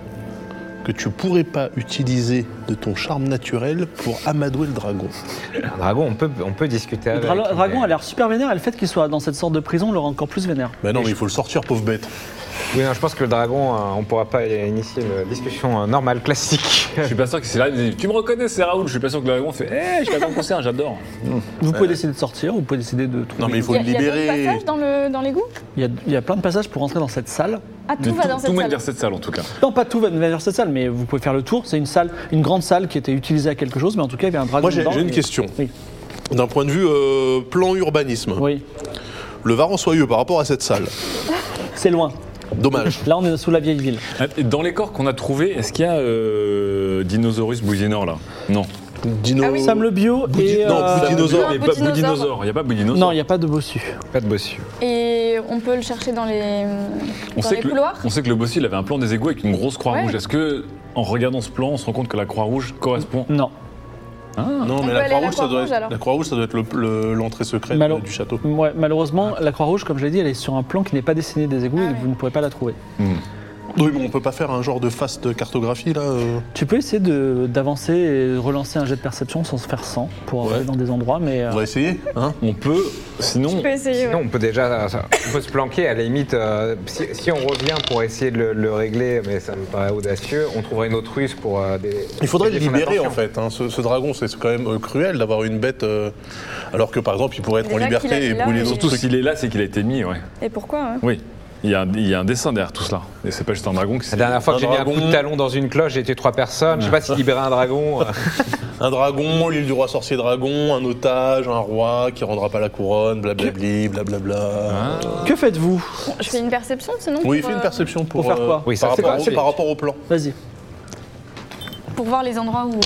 [SPEAKER 3] que tu pourrais pas utiliser de ton charme naturel pour amadouer le dragon
[SPEAKER 7] Un dragon, on peut, on peut discuter
[SPEAKER 2] Le
[SPEAKER 7] avec.
[SPEAKER 2] dra-
[SPEAKER 7] mais-
[SPEAKER 2] dragon a l'air super vénère et le fait qu'il soit dans cette sorte de prison le rend encore plus vénère.
[SPEAKER 3] Bah non, mais il faut le sortir, pauvre bête.
[SPEAKER 7] Oui, non, je pense que le dragon, euh, on pourra pas initier une discussion euh, normale, classique.
[SPEAKER 5] Je suis pas sûr que c'est là. il me dit, Tu me reconnais, c'est Raoul. Je suis pas sûr que le dragon fait. Eh, je vais à ton concert, j'adore.
[SPEAKER 2] Vous pouvez décider de sortir, vous pouvez décider de trouver.
[SPEAKER 3] Non, mais il faut
[SPEAKER 4] Y a-
[SPEAKER 3] le
[SPEAKER 4] y a d'autres
[SPEAKER 3] libérer.
[SPEAKER 4] passages dans le- dans l'égout
[SPEAKER 2] il, y a, il y a plein de passages pour entrer dans cette salle.
[SPEAKER 4] Ah,
[SPEAKER 5] Mais
[SPEAKER 4] tout va dans cette
[SPEAKER 5] mène
[SPEAKER 4] salle.
[SPEAKER 5] vers cette salle en tout cas.
[SPEAKER 2] Non, pas tout va vers cette salle, mais vous pouvez faire le tour. C'est une salle, une grande salle qui était utilisée à quelque chose, mais en tout cas, il y avait un dragon.
[SPEAKER 3] Moi, j'ai
[SPEAKER 2] dedans
[SPEAKER 3] j'ai une
[SPEAKER 2] et-
[SPEAKER 3] question.
[SPEAKER 2] Oui.
[SPEAKER 3] D'un point de vue euh, plan urbanisme,
[SPEAKER 2] Oui,
[SPEAKER 3] le Varan soyeux par rapport à cette salle,
[SPEAKER 2] c'est loin.
[SPEAKER 3] dommage.
[SPEAKER 2] Là, on est sous la vieille ville.
[SPEAKER 5] Et Dans les corps qu'on a trouvés, est-ce qu'il y a euh, Dinosaurus bouillinor là Non. Euh,
[SPEAKER 3] Dino...
[SPEAKER 4] Ah oui.
[SPEAKER 2] Sam le bio et. euh,
[SPEAKER 3] non, Boudinosaure.
[SPEAKER 4] Un
[SPEAKER 5] Il n'y a pas
[SPEAKER 4] Boudinosaure.
[SPEAKER 5] Boudinosaure. Il n'y a pas Boudinosaure.
[SPEAKER 2] Non, il n'y a pas de bossu.
[SPEAKER 7] Pas de bossu.
[SPEAKER 4] Et on peut le chercher dans les,
[SPEAKER 5] On
[SPEAKER 4] dans
[SPEAKER 5] sait,
[SPEAKER 4] les
[SPEAKER 5] que le,
[SPEAKER 4] couloirs
[SPEAKER 5] on sait que le bossu, il avait un plan des égouts avec une grosse croix
[SPEAKER 4] Ouais.
[SPEAKER 5] rouge. Est-ce que, en regardant ce plan, on se rend compte que la croix rouge correspond
[SPEAKER 2] Non.
[SPEAKER 3] Non,
[SPEAKER 4] peut
[SPEAKER 3] mais la
[SPEAKER 4] aller à bah, la
[SPEAKER 3] Croix-Rouge, ça, doit
[SPEAKER 4] Croix-Rouge, alors.
[SPEAKER 3] être- la Croix-Rouge, ça doit être le- le- l'entrée secrète
[SPEAKER 2] Malo.
[SPEAKER 3] euh, du château.
[SPEAKER 2] Ouais, malheureusement, la Croix-Rouge, comme je l'ai dit, elle est sur un plan qui n'est pas dessiné des égouts
[SPEAKER 4] Ah
[SPEAKER 2] et
[SPEAKER 4] ouais.
[SPEAKER 2] vous ne pourrez pas la trouver.
[SPEAKER 3] Oui, mais on peut pas faire un genre de fast cartographie, là euh
[SPEAKER 2] Tu peux essayer de- d'avancer et relancer un jet de perception sans se faire 100 pour aller dans des endroits, mais. euh,
[SPEAKER 3] On va essayer, hein
[SPEAKER 5] On peut, sinon,
[SPEAKER 4] Tu peux essayer, ouais.
[SPEAKER 7] Sinon, on peut déjà on peut se planquer, à la limite, euh, si, si on revient pour essayer de le, le régler, mais ça me paraît audacieux, on trouvera une autre ruse pour... euh, des-
[SPEAKER 3] Il faudrait le
[SPEAKER 7] dévier son
[SPEAKER 3] libérer
[SPEAKER 7] attention.
[SPEAKER 3] en fait. hein. Ce, ce dragon, c'est quand même euh, cruel d'avoir une bête, euh, alors que par exemple, il pourrait être en
[SPEAKER 4] Déjà qu'il a-
[SPEAKER 3] liberté et
[SPEAKER 4] il a-
[SPEAKER 3] brûler
[SPEAKER 4] il-
[SPEAKER 3] d'autres
[SPEAKER 5] surtout
[SPEAKER 3] trucs.
[SPEAKER 5] s'il est là, c'est qu'il a été mis, ouais.
[SPEAKER 4] Et pourquoi hein
[SPEAKER 5] Oui. Il y, a, il y a un dessin derrière tout cela. Et c'est pas juste un dragon qui s'est.
[SPEAKER 7] La dernière fois que
[SPEAKER 3] Un
[SPEAKER 7] j'ai mis un
[SPEAKER 3] dragon.
[SPEAKER 7] coup de talon dans une cloche, j'ai tué trois personnes. Je sais pas si libérer un dragon. euh,
[SPEAKER 3] Un dragon, l'île du roi sorcier dragon, un otage, un roi qui rendra pas la couronne, blablabli, blablabla.
[SPEAKER 2] Que faites-vous
[SPEAKER 4] Je fais une perception sinon
[SPEAKER 3] Oui,
[SPEAKER 4] pour,
[SPEAKER 3] fais une
[SPEAKER 4] euh,
[SPEAKER 3] perception pour,
[SPEAKER 2] Pour faire quoi
[SPEAKER 7] Oui, ça,
[SPEAKER 3] par,
[SPEAKER 7] c'est
[SPEAKER 3] rapport
[SPEAKER 7] pas-
[SPEAKER 3] au,
[SPEAKER 7] c'est-
[SPEAKER 3] par rapport au plan.
[SPEAKER 2] Vas-y.
[SPEAKER 4] pour voir les endroits où,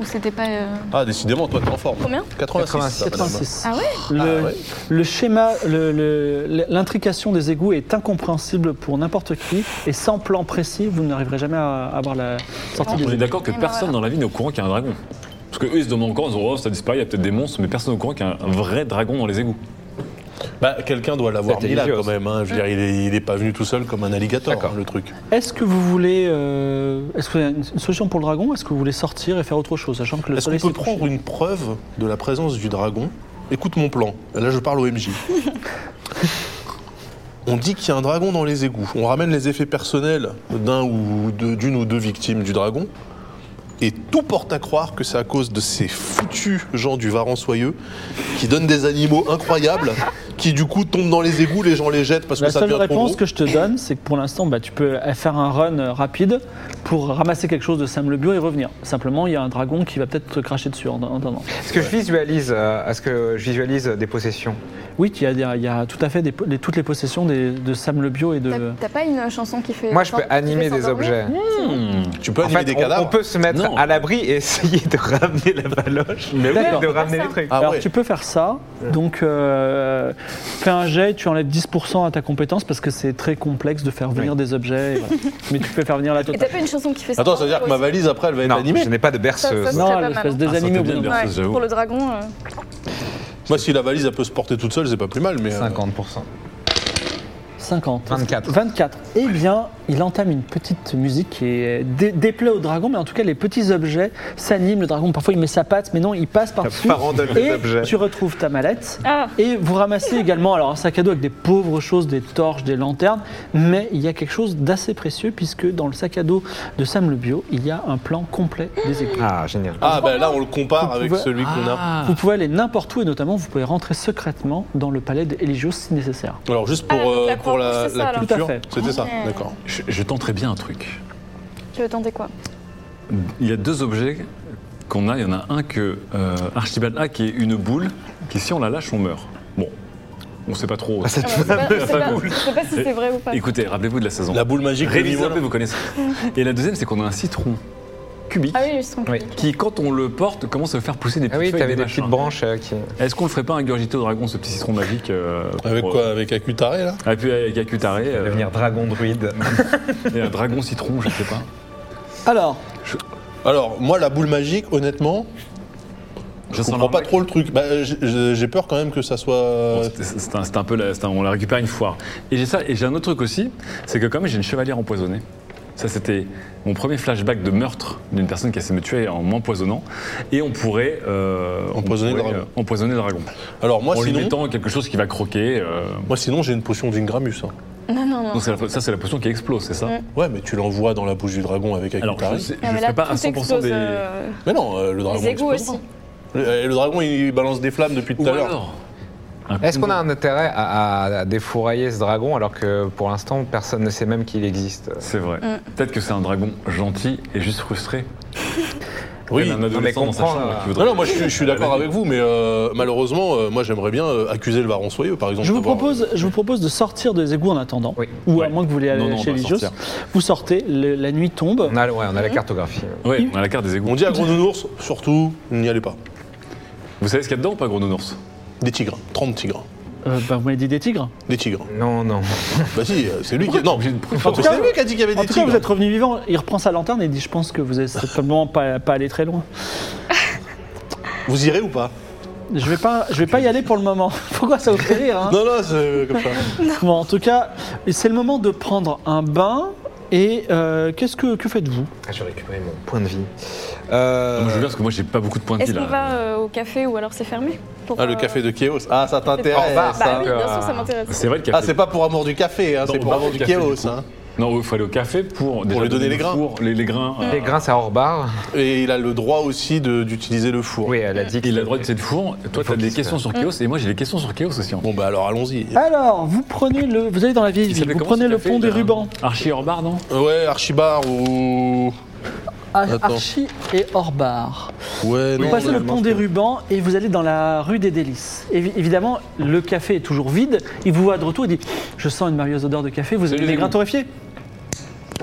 [SPEAKER 4] où c'était pas. euh,
[SPEAKER 3] Ah, décidément, toi, t'es en forme.
[SPEAKER 4] Combien
[SPEAKER 3] 86.
[SPEAKER 7] 86.
[SPEAKER 3] ça, madame.
[SPEAKER 2] 86.
[SPEAKER 4] Ah ouais
[SPEAKER 2] Le,
[SPEAKER 3] Ah ouais.
[SPEAKER 2] le schéma, le- le- l'intrication des égouts est incompréhensible pour n'importe qui et sans plan précis, vous n'arriverez jamais à à avoir la sortie
[SPEAKER 5] On
[SPEAKER 2] des
[SPEAKER 5] est
[SPEAKER 2] égouts.
[SPEAKER 5] d'accord que
[SPEAKER 4] Eh ben
[SPEAKER 5] personne
[SPEAKER 4] voilà.
[SPEAKER 5] dans la ville n'est au courant qu'il y a un dragon. Parce que eux, ils se demandent encore, ils se disent, oh, ça disparaît, il y a peut-être des monstres, mais personne n'est au courant qu'il y a un vrai dragon dans les égouts.
[SPEAKER 3] Bah, quelqu'un doit l'avoir
[SPEAKER 7] C'était
[SPEAKER 3] mis là
[SPEAKER 7] idiot,
[SPEAKER 3] quand même. hein. Je veux dire, il est, il est pas venu tout seul comme un alligator,
[SPEAKER 7] D'accord.
[SPEAKER 3] hein, le truc.
[SPEAKER 2] Est-ce que vous voulez, euh, est-ce qu'il y a une une solution pour le dragon ou est-ce que vous voulez sortir et faire autre chose, sachant que le
[SPEAKER 3] Est-ce
[SPEAKER 2] soleil
[SPEAKER 3] qu'on peut
[SPEAKER 2] s'est couché
[SPEAKER 3] prendre une preuve de la présence du dragon Écoute mon plan. Là, je parle au MJ. On dit qu'il y a un dragon dans les égouts. On ramène les effets personnels d'un ou de- d'une ou deux victimes du dragon. Et tout porte à croire que c'est à cause de ces foutus gens du Varan soyeux qui donnent des animaux incroyables qui du coup tombent dans les égouts, les gens les jettent parce
[SPEAKER 2] La
[SPEAKER 3] que ça
[SPEAKER 2] seule
[SPEAKER 3] devient trop
[SPEAKER 2] réponse
[SPEAKER 3] gros.
[SPEAKER 2] que je te donne, c'est que pour l'instant, bah, tu peux faire un run euh, rapide pour ramasser quelque chose de Sam le Bio et revenir. Simplement, il y a un dragon qui va peut-être te cracher dessus en en attendant.
[SPEAKER 7] Est-ce que je visualise, euh, est-ce que je visualise des possessions
[SPEAKER 2] Oui, il y a, des- il y a tout à fait des po- les- toutes les possessions des- de Sam le Bio et de.
[SPEAKER 4] T'as- T'as pas une chanson qui fait.
[SPEAKER 7] Euh. Moi, je
[SPEAKER 4] qui
[SPEAKER 7] peux
[SPEAKER 4] fait
[SPEAKER 7] animer des
[SPEAKER 4] s'endormir
[SPEAKER 7] objets.
[SPEAKER 3] Hmm. Tu peux
[SPEAKER 7] En
[SPEAKER 3] animer
[SPEAKER 7] fait,
[SPEAKER 3] des
[SPEAKER 7] on,
[SPEAKER 3] cadavres.
[SPEAKER 7] on peut se mettre
[SPEAKER 5] Non.
[SPEAKER 7] à l'abri et essayer de ramener la baloche, mais
[SPEAKER 2] D'accord.
[SPEAKER 7] de ramener les trucs.
[SPEAKER 3] Ah
[SPEAKER 2] Alors
[SPEAKER 3] ouais.
[SPEAKER 2] tu peux faire ça, donc euh, fais un jet, tu enlèves 10% à ta compétence parce que c'est très complexe de faire venir des objets, et voilà. mais tu peux faire venir la
[SPEAKER 4] Et t'as
[SPEAKER 2] totale.
[SPEAKER 4] pas une chanson qui fait
[SPEAKER 3] Attends, ça veut dire que ma
[SPEAKER 4] s'endormir
[SPEAKER 3] valise après elle va être
[SPEAKER 7] non,
[SPEAKER 3] animée
[SPEAKER 7] je n'ai pas de
[SPEAKER 4] Ça, ça,
[SPEAKER 7] berceuse.
[SPEAKER 4] c'est
[SPEAKER 2] Non,
[SPEAKER 4] très pas
[SPEAKER 2] elle
[SPEAKER 4] mal,
[SPEAKER 2] se
[SPEAKER 4] hein.
[SPEAKER 5] Ah, ça
[SPEAKER 2] désanimée
[SPEAKER 5] fait
[SPEAKER 2] au bout
[SPEAKER 5] bien
[SPEAKER 2] d'un
[SPEAKER 5] de
[SPEAKER 2] moment.
[SPEAKER 5] faire
[SPEAKER 4] Ouais,
[SPEAKER 5] ça, j'avoue.
[SPEAKER 4] pour le dragon. euh.
[SPEAKER 3] Moi, si la valise elle peut se porter toute seule, c'est pas plus mal, mais. euh,
[SPEAKER 7] 50%.
[SPEAKER 2] 50.
[SPEAKER 7] 24.
[SPEAKER 2] 24. Eh bien, il entame une petite musique qui est dé- déplaît au dragon, mais en tout cas, les petits objets s'animent. Le dragon, parfois, il met sa patte, mais non, il passe par-dessus.
[SPEAKER 7] farandole des
[SPEAKER 2] Et
[SPEAKER 7] objets.
[SPEAKER 2] tu retrouves ta mallette.
[SPEAKER 4] Ah,
[SPEAKER 2] Et vous ramassez également alors un sac à dos avec des pauvres choses, des torches, des lanternes, mais il y a quelque chose d'assez précieux puisque dans le sac à dos de Sam le Bio, il y a un plan complet des écoutes.
[SPEAKER 7] Ah, génial.
[SPEAKER 3] Ah, bah là, on le compare avec
[SPEAKER 2] pouvez-
[SPEAKER 3] celui qu'on a.
[SPEAKER 5] Ah.
[SPEAKER 4] Ah.
[SPEAKER 2] Vous pouvez aller n'importe où et notamment vous pouvez rentrer secrètement dans le palais d'Eligios si nécessaire.
[SPEAKER 3] Alors, juste
[SPEAKER 4] Ah,
[SPEAKER 3] pour,
[SPEAKER 4] donc la
[SPEAKER 3] euh, pour la,
[SPEAKER 4] Croix-Rouge, c'est
[SPEAKER 3] la
[SPEAKER 4] ça, alors.
[SPEAKER 3] culture,
[SPEAKER 2] Tout à fait.
[SPEAKER 3] c'était ça,
[SPEAKER 4] Ouais.
[SPEAKER 3] d'accord.
[SPEAKER 5] Je, je tenterai bien un truc.
[SPEAKER 4] tu veux tenter quoi
[SPEAKER 5] Il y a deux objets qu'on a. Il y en a un que euh, Archibald a, qui est une boule, qui si on la lâche, on meurt. Bon, on sait pas trop.
[SPEAKER 4] Ah, Je sais pas- je sais pas- je sais pas si c'est vrai ou pas.
[SPEAKER 5] Écoutez, rappelez-vous de la saison.
[SPEAKER 3] La boule magique de
[SPEAKER 5] Révisez un
[SPEAKER 3] Mimola.
[SPEAKER 5] peu, vous connaissez. Et la deuxième, c'est qu'on a un citron cubique
[SPEAKER 4] Ah oui, ils sont.
[SPEAKER 7] Oui.
[SPEAKER 5] qui, quand on le porte, commence à faire pousser des
[SPEAKER 7] Ah
[SPEAKER 5] petites
[SPEAKER 7] oui,
[SPEAKER 5] feuilles.
[SPEAKER 7] t'avais des
[SPEAKER 5] machins.
[SPEAKER 7] petites branches euh, qui.
[SPEAKER 5] Est-ce qu'on le ferait pas ingurgiter au dragon, ce petit citron magique euh, pour-
[SPEAKER 3] Avec quoi Avec Akutare, là
[SPEAKER 5] Ah, Et puis avec Akutare euh,
[SPEAKER 7] Devenir dragon druide.
[SPEAKER 5] et un dragon citron, je sais pas.
[SPEAKER 2] Alors,
[SPEAKER 3] Alors, moi, la boule magique, honnêtement,
[SPEAKER 5] Je
[SPEAKER 3] je comprends pas trop le truc. Bah, j- j- J'ai peur quand même que ça soit.
[SPEAKER 5] C'est c'est un, c'est un peu, la- c'est un- on la récupère une foire. Et j'ai ça, et j'ai un autre truc aussi, c'est que quand même j'ai une chevalière empoisonnée. Ça c'était mon premier flashback de meurtre d'une personne qui a essayé de me tuer en m'empoisonnant. Et on pourrait euh, on
[SPEAKER 3] Empoisonner le
[SPEAKER 5] pourrait,
[SPEAKER 3] dragon.
[SPEAKER 5] euh, empoisonner le dragon.
[SPEAKER 3] Alors, moi,
[SPEAKER 5] en lui
[SPEAKER 3] sinon.
[SPEAKER 5] mettant quelque chose qui va croquer. euh,
[SPEAKER 3] Moi, sinon, j'ai une potion d'Ingramus. hein.
[SPEAKER 4] Non, non, non.
[SPEAKER 5] donc c'est la- ça c'est la potion qui explose, c'est ça
[SPEAKER 4] Mm.
[SPEAKER 3] Ouais, mais tu l'envoies dans la bouche du dragon avec
[SPEAKER 5] Alors je
[SPEAKER 3] Akutare.
[SPEAKER 5] ne sais
[SPEAKER 4] Ah,
[SPEAKER 5] je
[SPEAKER 4] mais
[SPEAKER 5] serai
[SPEAKER 4] là,
[SPEAKER 5] pas à
[SPEAKER 4] tout
[SPEAKER 5] 100%
[SPEAKER 4] explose,
[SPEAKER 5] des...
[SPEAKER 4] euh,
[SPEAKER 3] Mais non, euh, le dragon.
[SPEAKER 4] Les égouts
[SPEAKER 3] explose
[SPEAKER 4] aussi.
[SPEAKER 3] pas. Le, le dragon, il balance des flammes depuis tout
[SPEAKER 5] Ou
[SPEAKER 3] à l'heure.
[SPEAKER 5] alors, un
[SPEAKER 7] Est-ce
[SPEAKER 5] combo.
[SPEAKER 7] qu'on a un intérêt à, à- à défourailler ce dragon alors que pour l'instant personne ne sait même qu'il existe
[SPEAKER 5] C'est vrai.
[SPEAKER 4] Mm.
[SPEAKER 5] Peut-être que c'est un dragon gentil et juste frustré.
[SPEAKER 3] Oui.
[SPEAKER 5] Comme un
[SPEAKER 7] non, mais
[SPEAKER 5] adolescent dans sa
[SPEAKER 7] comprends,
[SPEAKER 5] chambre
[SPEAKER 7] là.
[SPEAKER 5] qui voudrait-
[SPEAKER 3] Non, non, moi je suis, je suis d'accord avec vous, mais euh, malheureusement, euh, moi j'aimerais bien euh, accuser le baron soyeux, par exemple.
[SPEAKER 2] je vous,
[SPEAKER 3] d'avoir- euh,
[SPEAKER 2] propose, je vous propose de sortir des égouts en attendant,
[SPEAKER 7] Oui.
[SPEAKER 2] ou à
[SPEAKER 5] euh, Ouais.
[SPEAKER 2] moins que vous voulez aller
[SPEAKER 5] Non, non, on
[SPEAKER 2] chez
[SPEAKER 5] va
[SPEAKER 2] Eligios. Vous sortez, le- la nuit tombe.
[SPEAKER 7] on a, ouais, on a la
[SPEAKER 4] Mhm.
[SPEAKER 7] cartographie.
[SPEAKER 5] Ouais, on a la carte des égouts.
[SPEAKER 3] On dit à Gros Nounours, surtout, n'y allez pas.
[SPEAKER 5] Vous savez ce qu'il y a dedans ou pas, gros nounours
[SPEAKER 3] Des tigres, 30 tigres.
[SPEAKER 2] Euh, bah, vous m'avez dit des tigres.
[SPEAKER 3] Des tigres.
[SPEAKER 7] Non, non.
[SPEAKER 3] Bah si, euh, c'est lui qui. Non,
[SPEAKER 2] En tout
[SPEAKER 3] c'est
[SPEAKER 2] cas,
[SPEAKER 3] lui qui a dit qu'il y avait
[SPEAKER 2] En
[SPEAKER 3] des
[SPEAKER 2] tout cas,
[SPEAKER 3] tigres.
[SPEAKER 2] vous êtes revenu vivant. Il reprend sa lanterne et dit Je pense que vous n'êtes probablement pas, pas allé très loin.
[SPEAKER 3] Vous irez ou pas
[SPEAKER 2] Je vais pas, je vais pas y aller pour le moment. Pourquoi ça vous fait rire hein
[SPEAKER 3] Non, non, c'est comme ça.
[SPEAKER 2] Bon, En tout cas, c'est le moment de prendre un bain. Et euh, qu'est-ce que, que faites-vous
[SPEAKER 7] Ah, J'ai récupéré mon point de vie. Euh,
[SPEAKER 5] Ah, moi, je veux bien parce que moi j'ai pas beaucoup de points de vie
[SPEAKER 4] Est-ce
[SPEAKER 5] là.
[SPEAKER 4] qu'on va euh, au café ou alors c'est fermé Pour,
[SPEAKER 3] Ah, le
[SPEAKER 4] euh,
[SPEAKER 3] café de Kéos. Ah, ça
[SPEAKER 7] Au revoir.
[SPEAKER 3] t'intéresse.
[SPEAKER 4] Bah
[SPEAKER 7] ça,
[SPEAKER 4] oui,
[SPEAKER 7] euh,
[SPEAKER 4] bien sûr, ça m'intéresse.
[SPEAKER 5] C'est vrai le café.
[SPEAKER 3] Ah, c'est pas pour amour du café, hein,
[SPEAKER 5] Non,
[SPEAKER 3] c'est pour
[SPEAKER 5] bah,
[SPEAKER 3] amour
[SPEAKER 5] le
[SPEAKER 3] du
[SPEAKER 5] café, du
[SPEAKER 3] Kéos.
[SPEAKER 5] coup.
[SPEAKER 3] hein.
[SPEAKER 5] Non, il faut aller au café pour,
[SPEAKER 3] lui donner les
[SPEAKER 5] le
[SPEAKER 3] grains.
[SPEAKER 5] four, les, les grains. euh,
[SPEAKER 7] Les grains, c'est à Orbar.
[SPEAKER 3] Et il a le droit aussi de- d'utiliser le four.
[SPEAKER 7] Oui, elle
[SPEAKER 4] Mm.
[SPEAKER 7] a
[SPEAKER 5] Il
[SPEAKER 7] dit
[SPEAKER 5] a
[SPEAKER 7] que-
[SPEAKER 5] le droit de cette four. Toi,
[SPEAKER 7] faut
[SPEAKER 5] t'as des
[SPEAKER 7] qu'il se-
[SPEAKER 5] questions sur Chaos et moi j'ai des questions sur Chaos aussi. En fait.
[SPEAKER 3] Bon, bah alors allons-y.
[SPEAKER 2] Alors, vous prenez le, vous allez dans la vieille
[SPEAKER 5] Il s'appelait
[SPEAKER 2] ville. Vous
[SPEAKER 5] comment,
[SPEAKER 2] prenez
[SPEAKER 5] ce
[SPEAKER 2] le
[SPEAKER 5] café,
[SPEAKER 2] pont des
[SPEAKER 5] là
[SPEAKER 2] rubans.
[SPEAKER 5] Archie Orbar, non
[SPEAKER 3] Ouais, Archibar ou.
[SPEAKER 2] Ar-
[SPEAKER 3] Attends.
[SPEAKER 2] Archie et Orbar.
[SPEAKER 3] Ouais,
[SPEAKER 2] Vous
[SPEAKER 3] non,
[SPEAKER 2] passez
[SPEAKER 3] non,
[SPEAKER 2] le
[SPEAKER 3] non,
[SPEAKER 2] pont
[SPEAKER 3] je
[SPEAKER 2] des
[SPEAKER 3] peux pas.
[SPEAKER 2] rubans et vous allez dans la rue des délices. Évi- évidemment, le café est toujours vide. Il vous voit de retour et dit Je sens une merveilleuse odeur de café. Vous avez
[SPEAKER 5] les
[SPEAKER 2] les grains
[SPEAKER 5] égouts.
[SPEAKER 2] torréfiés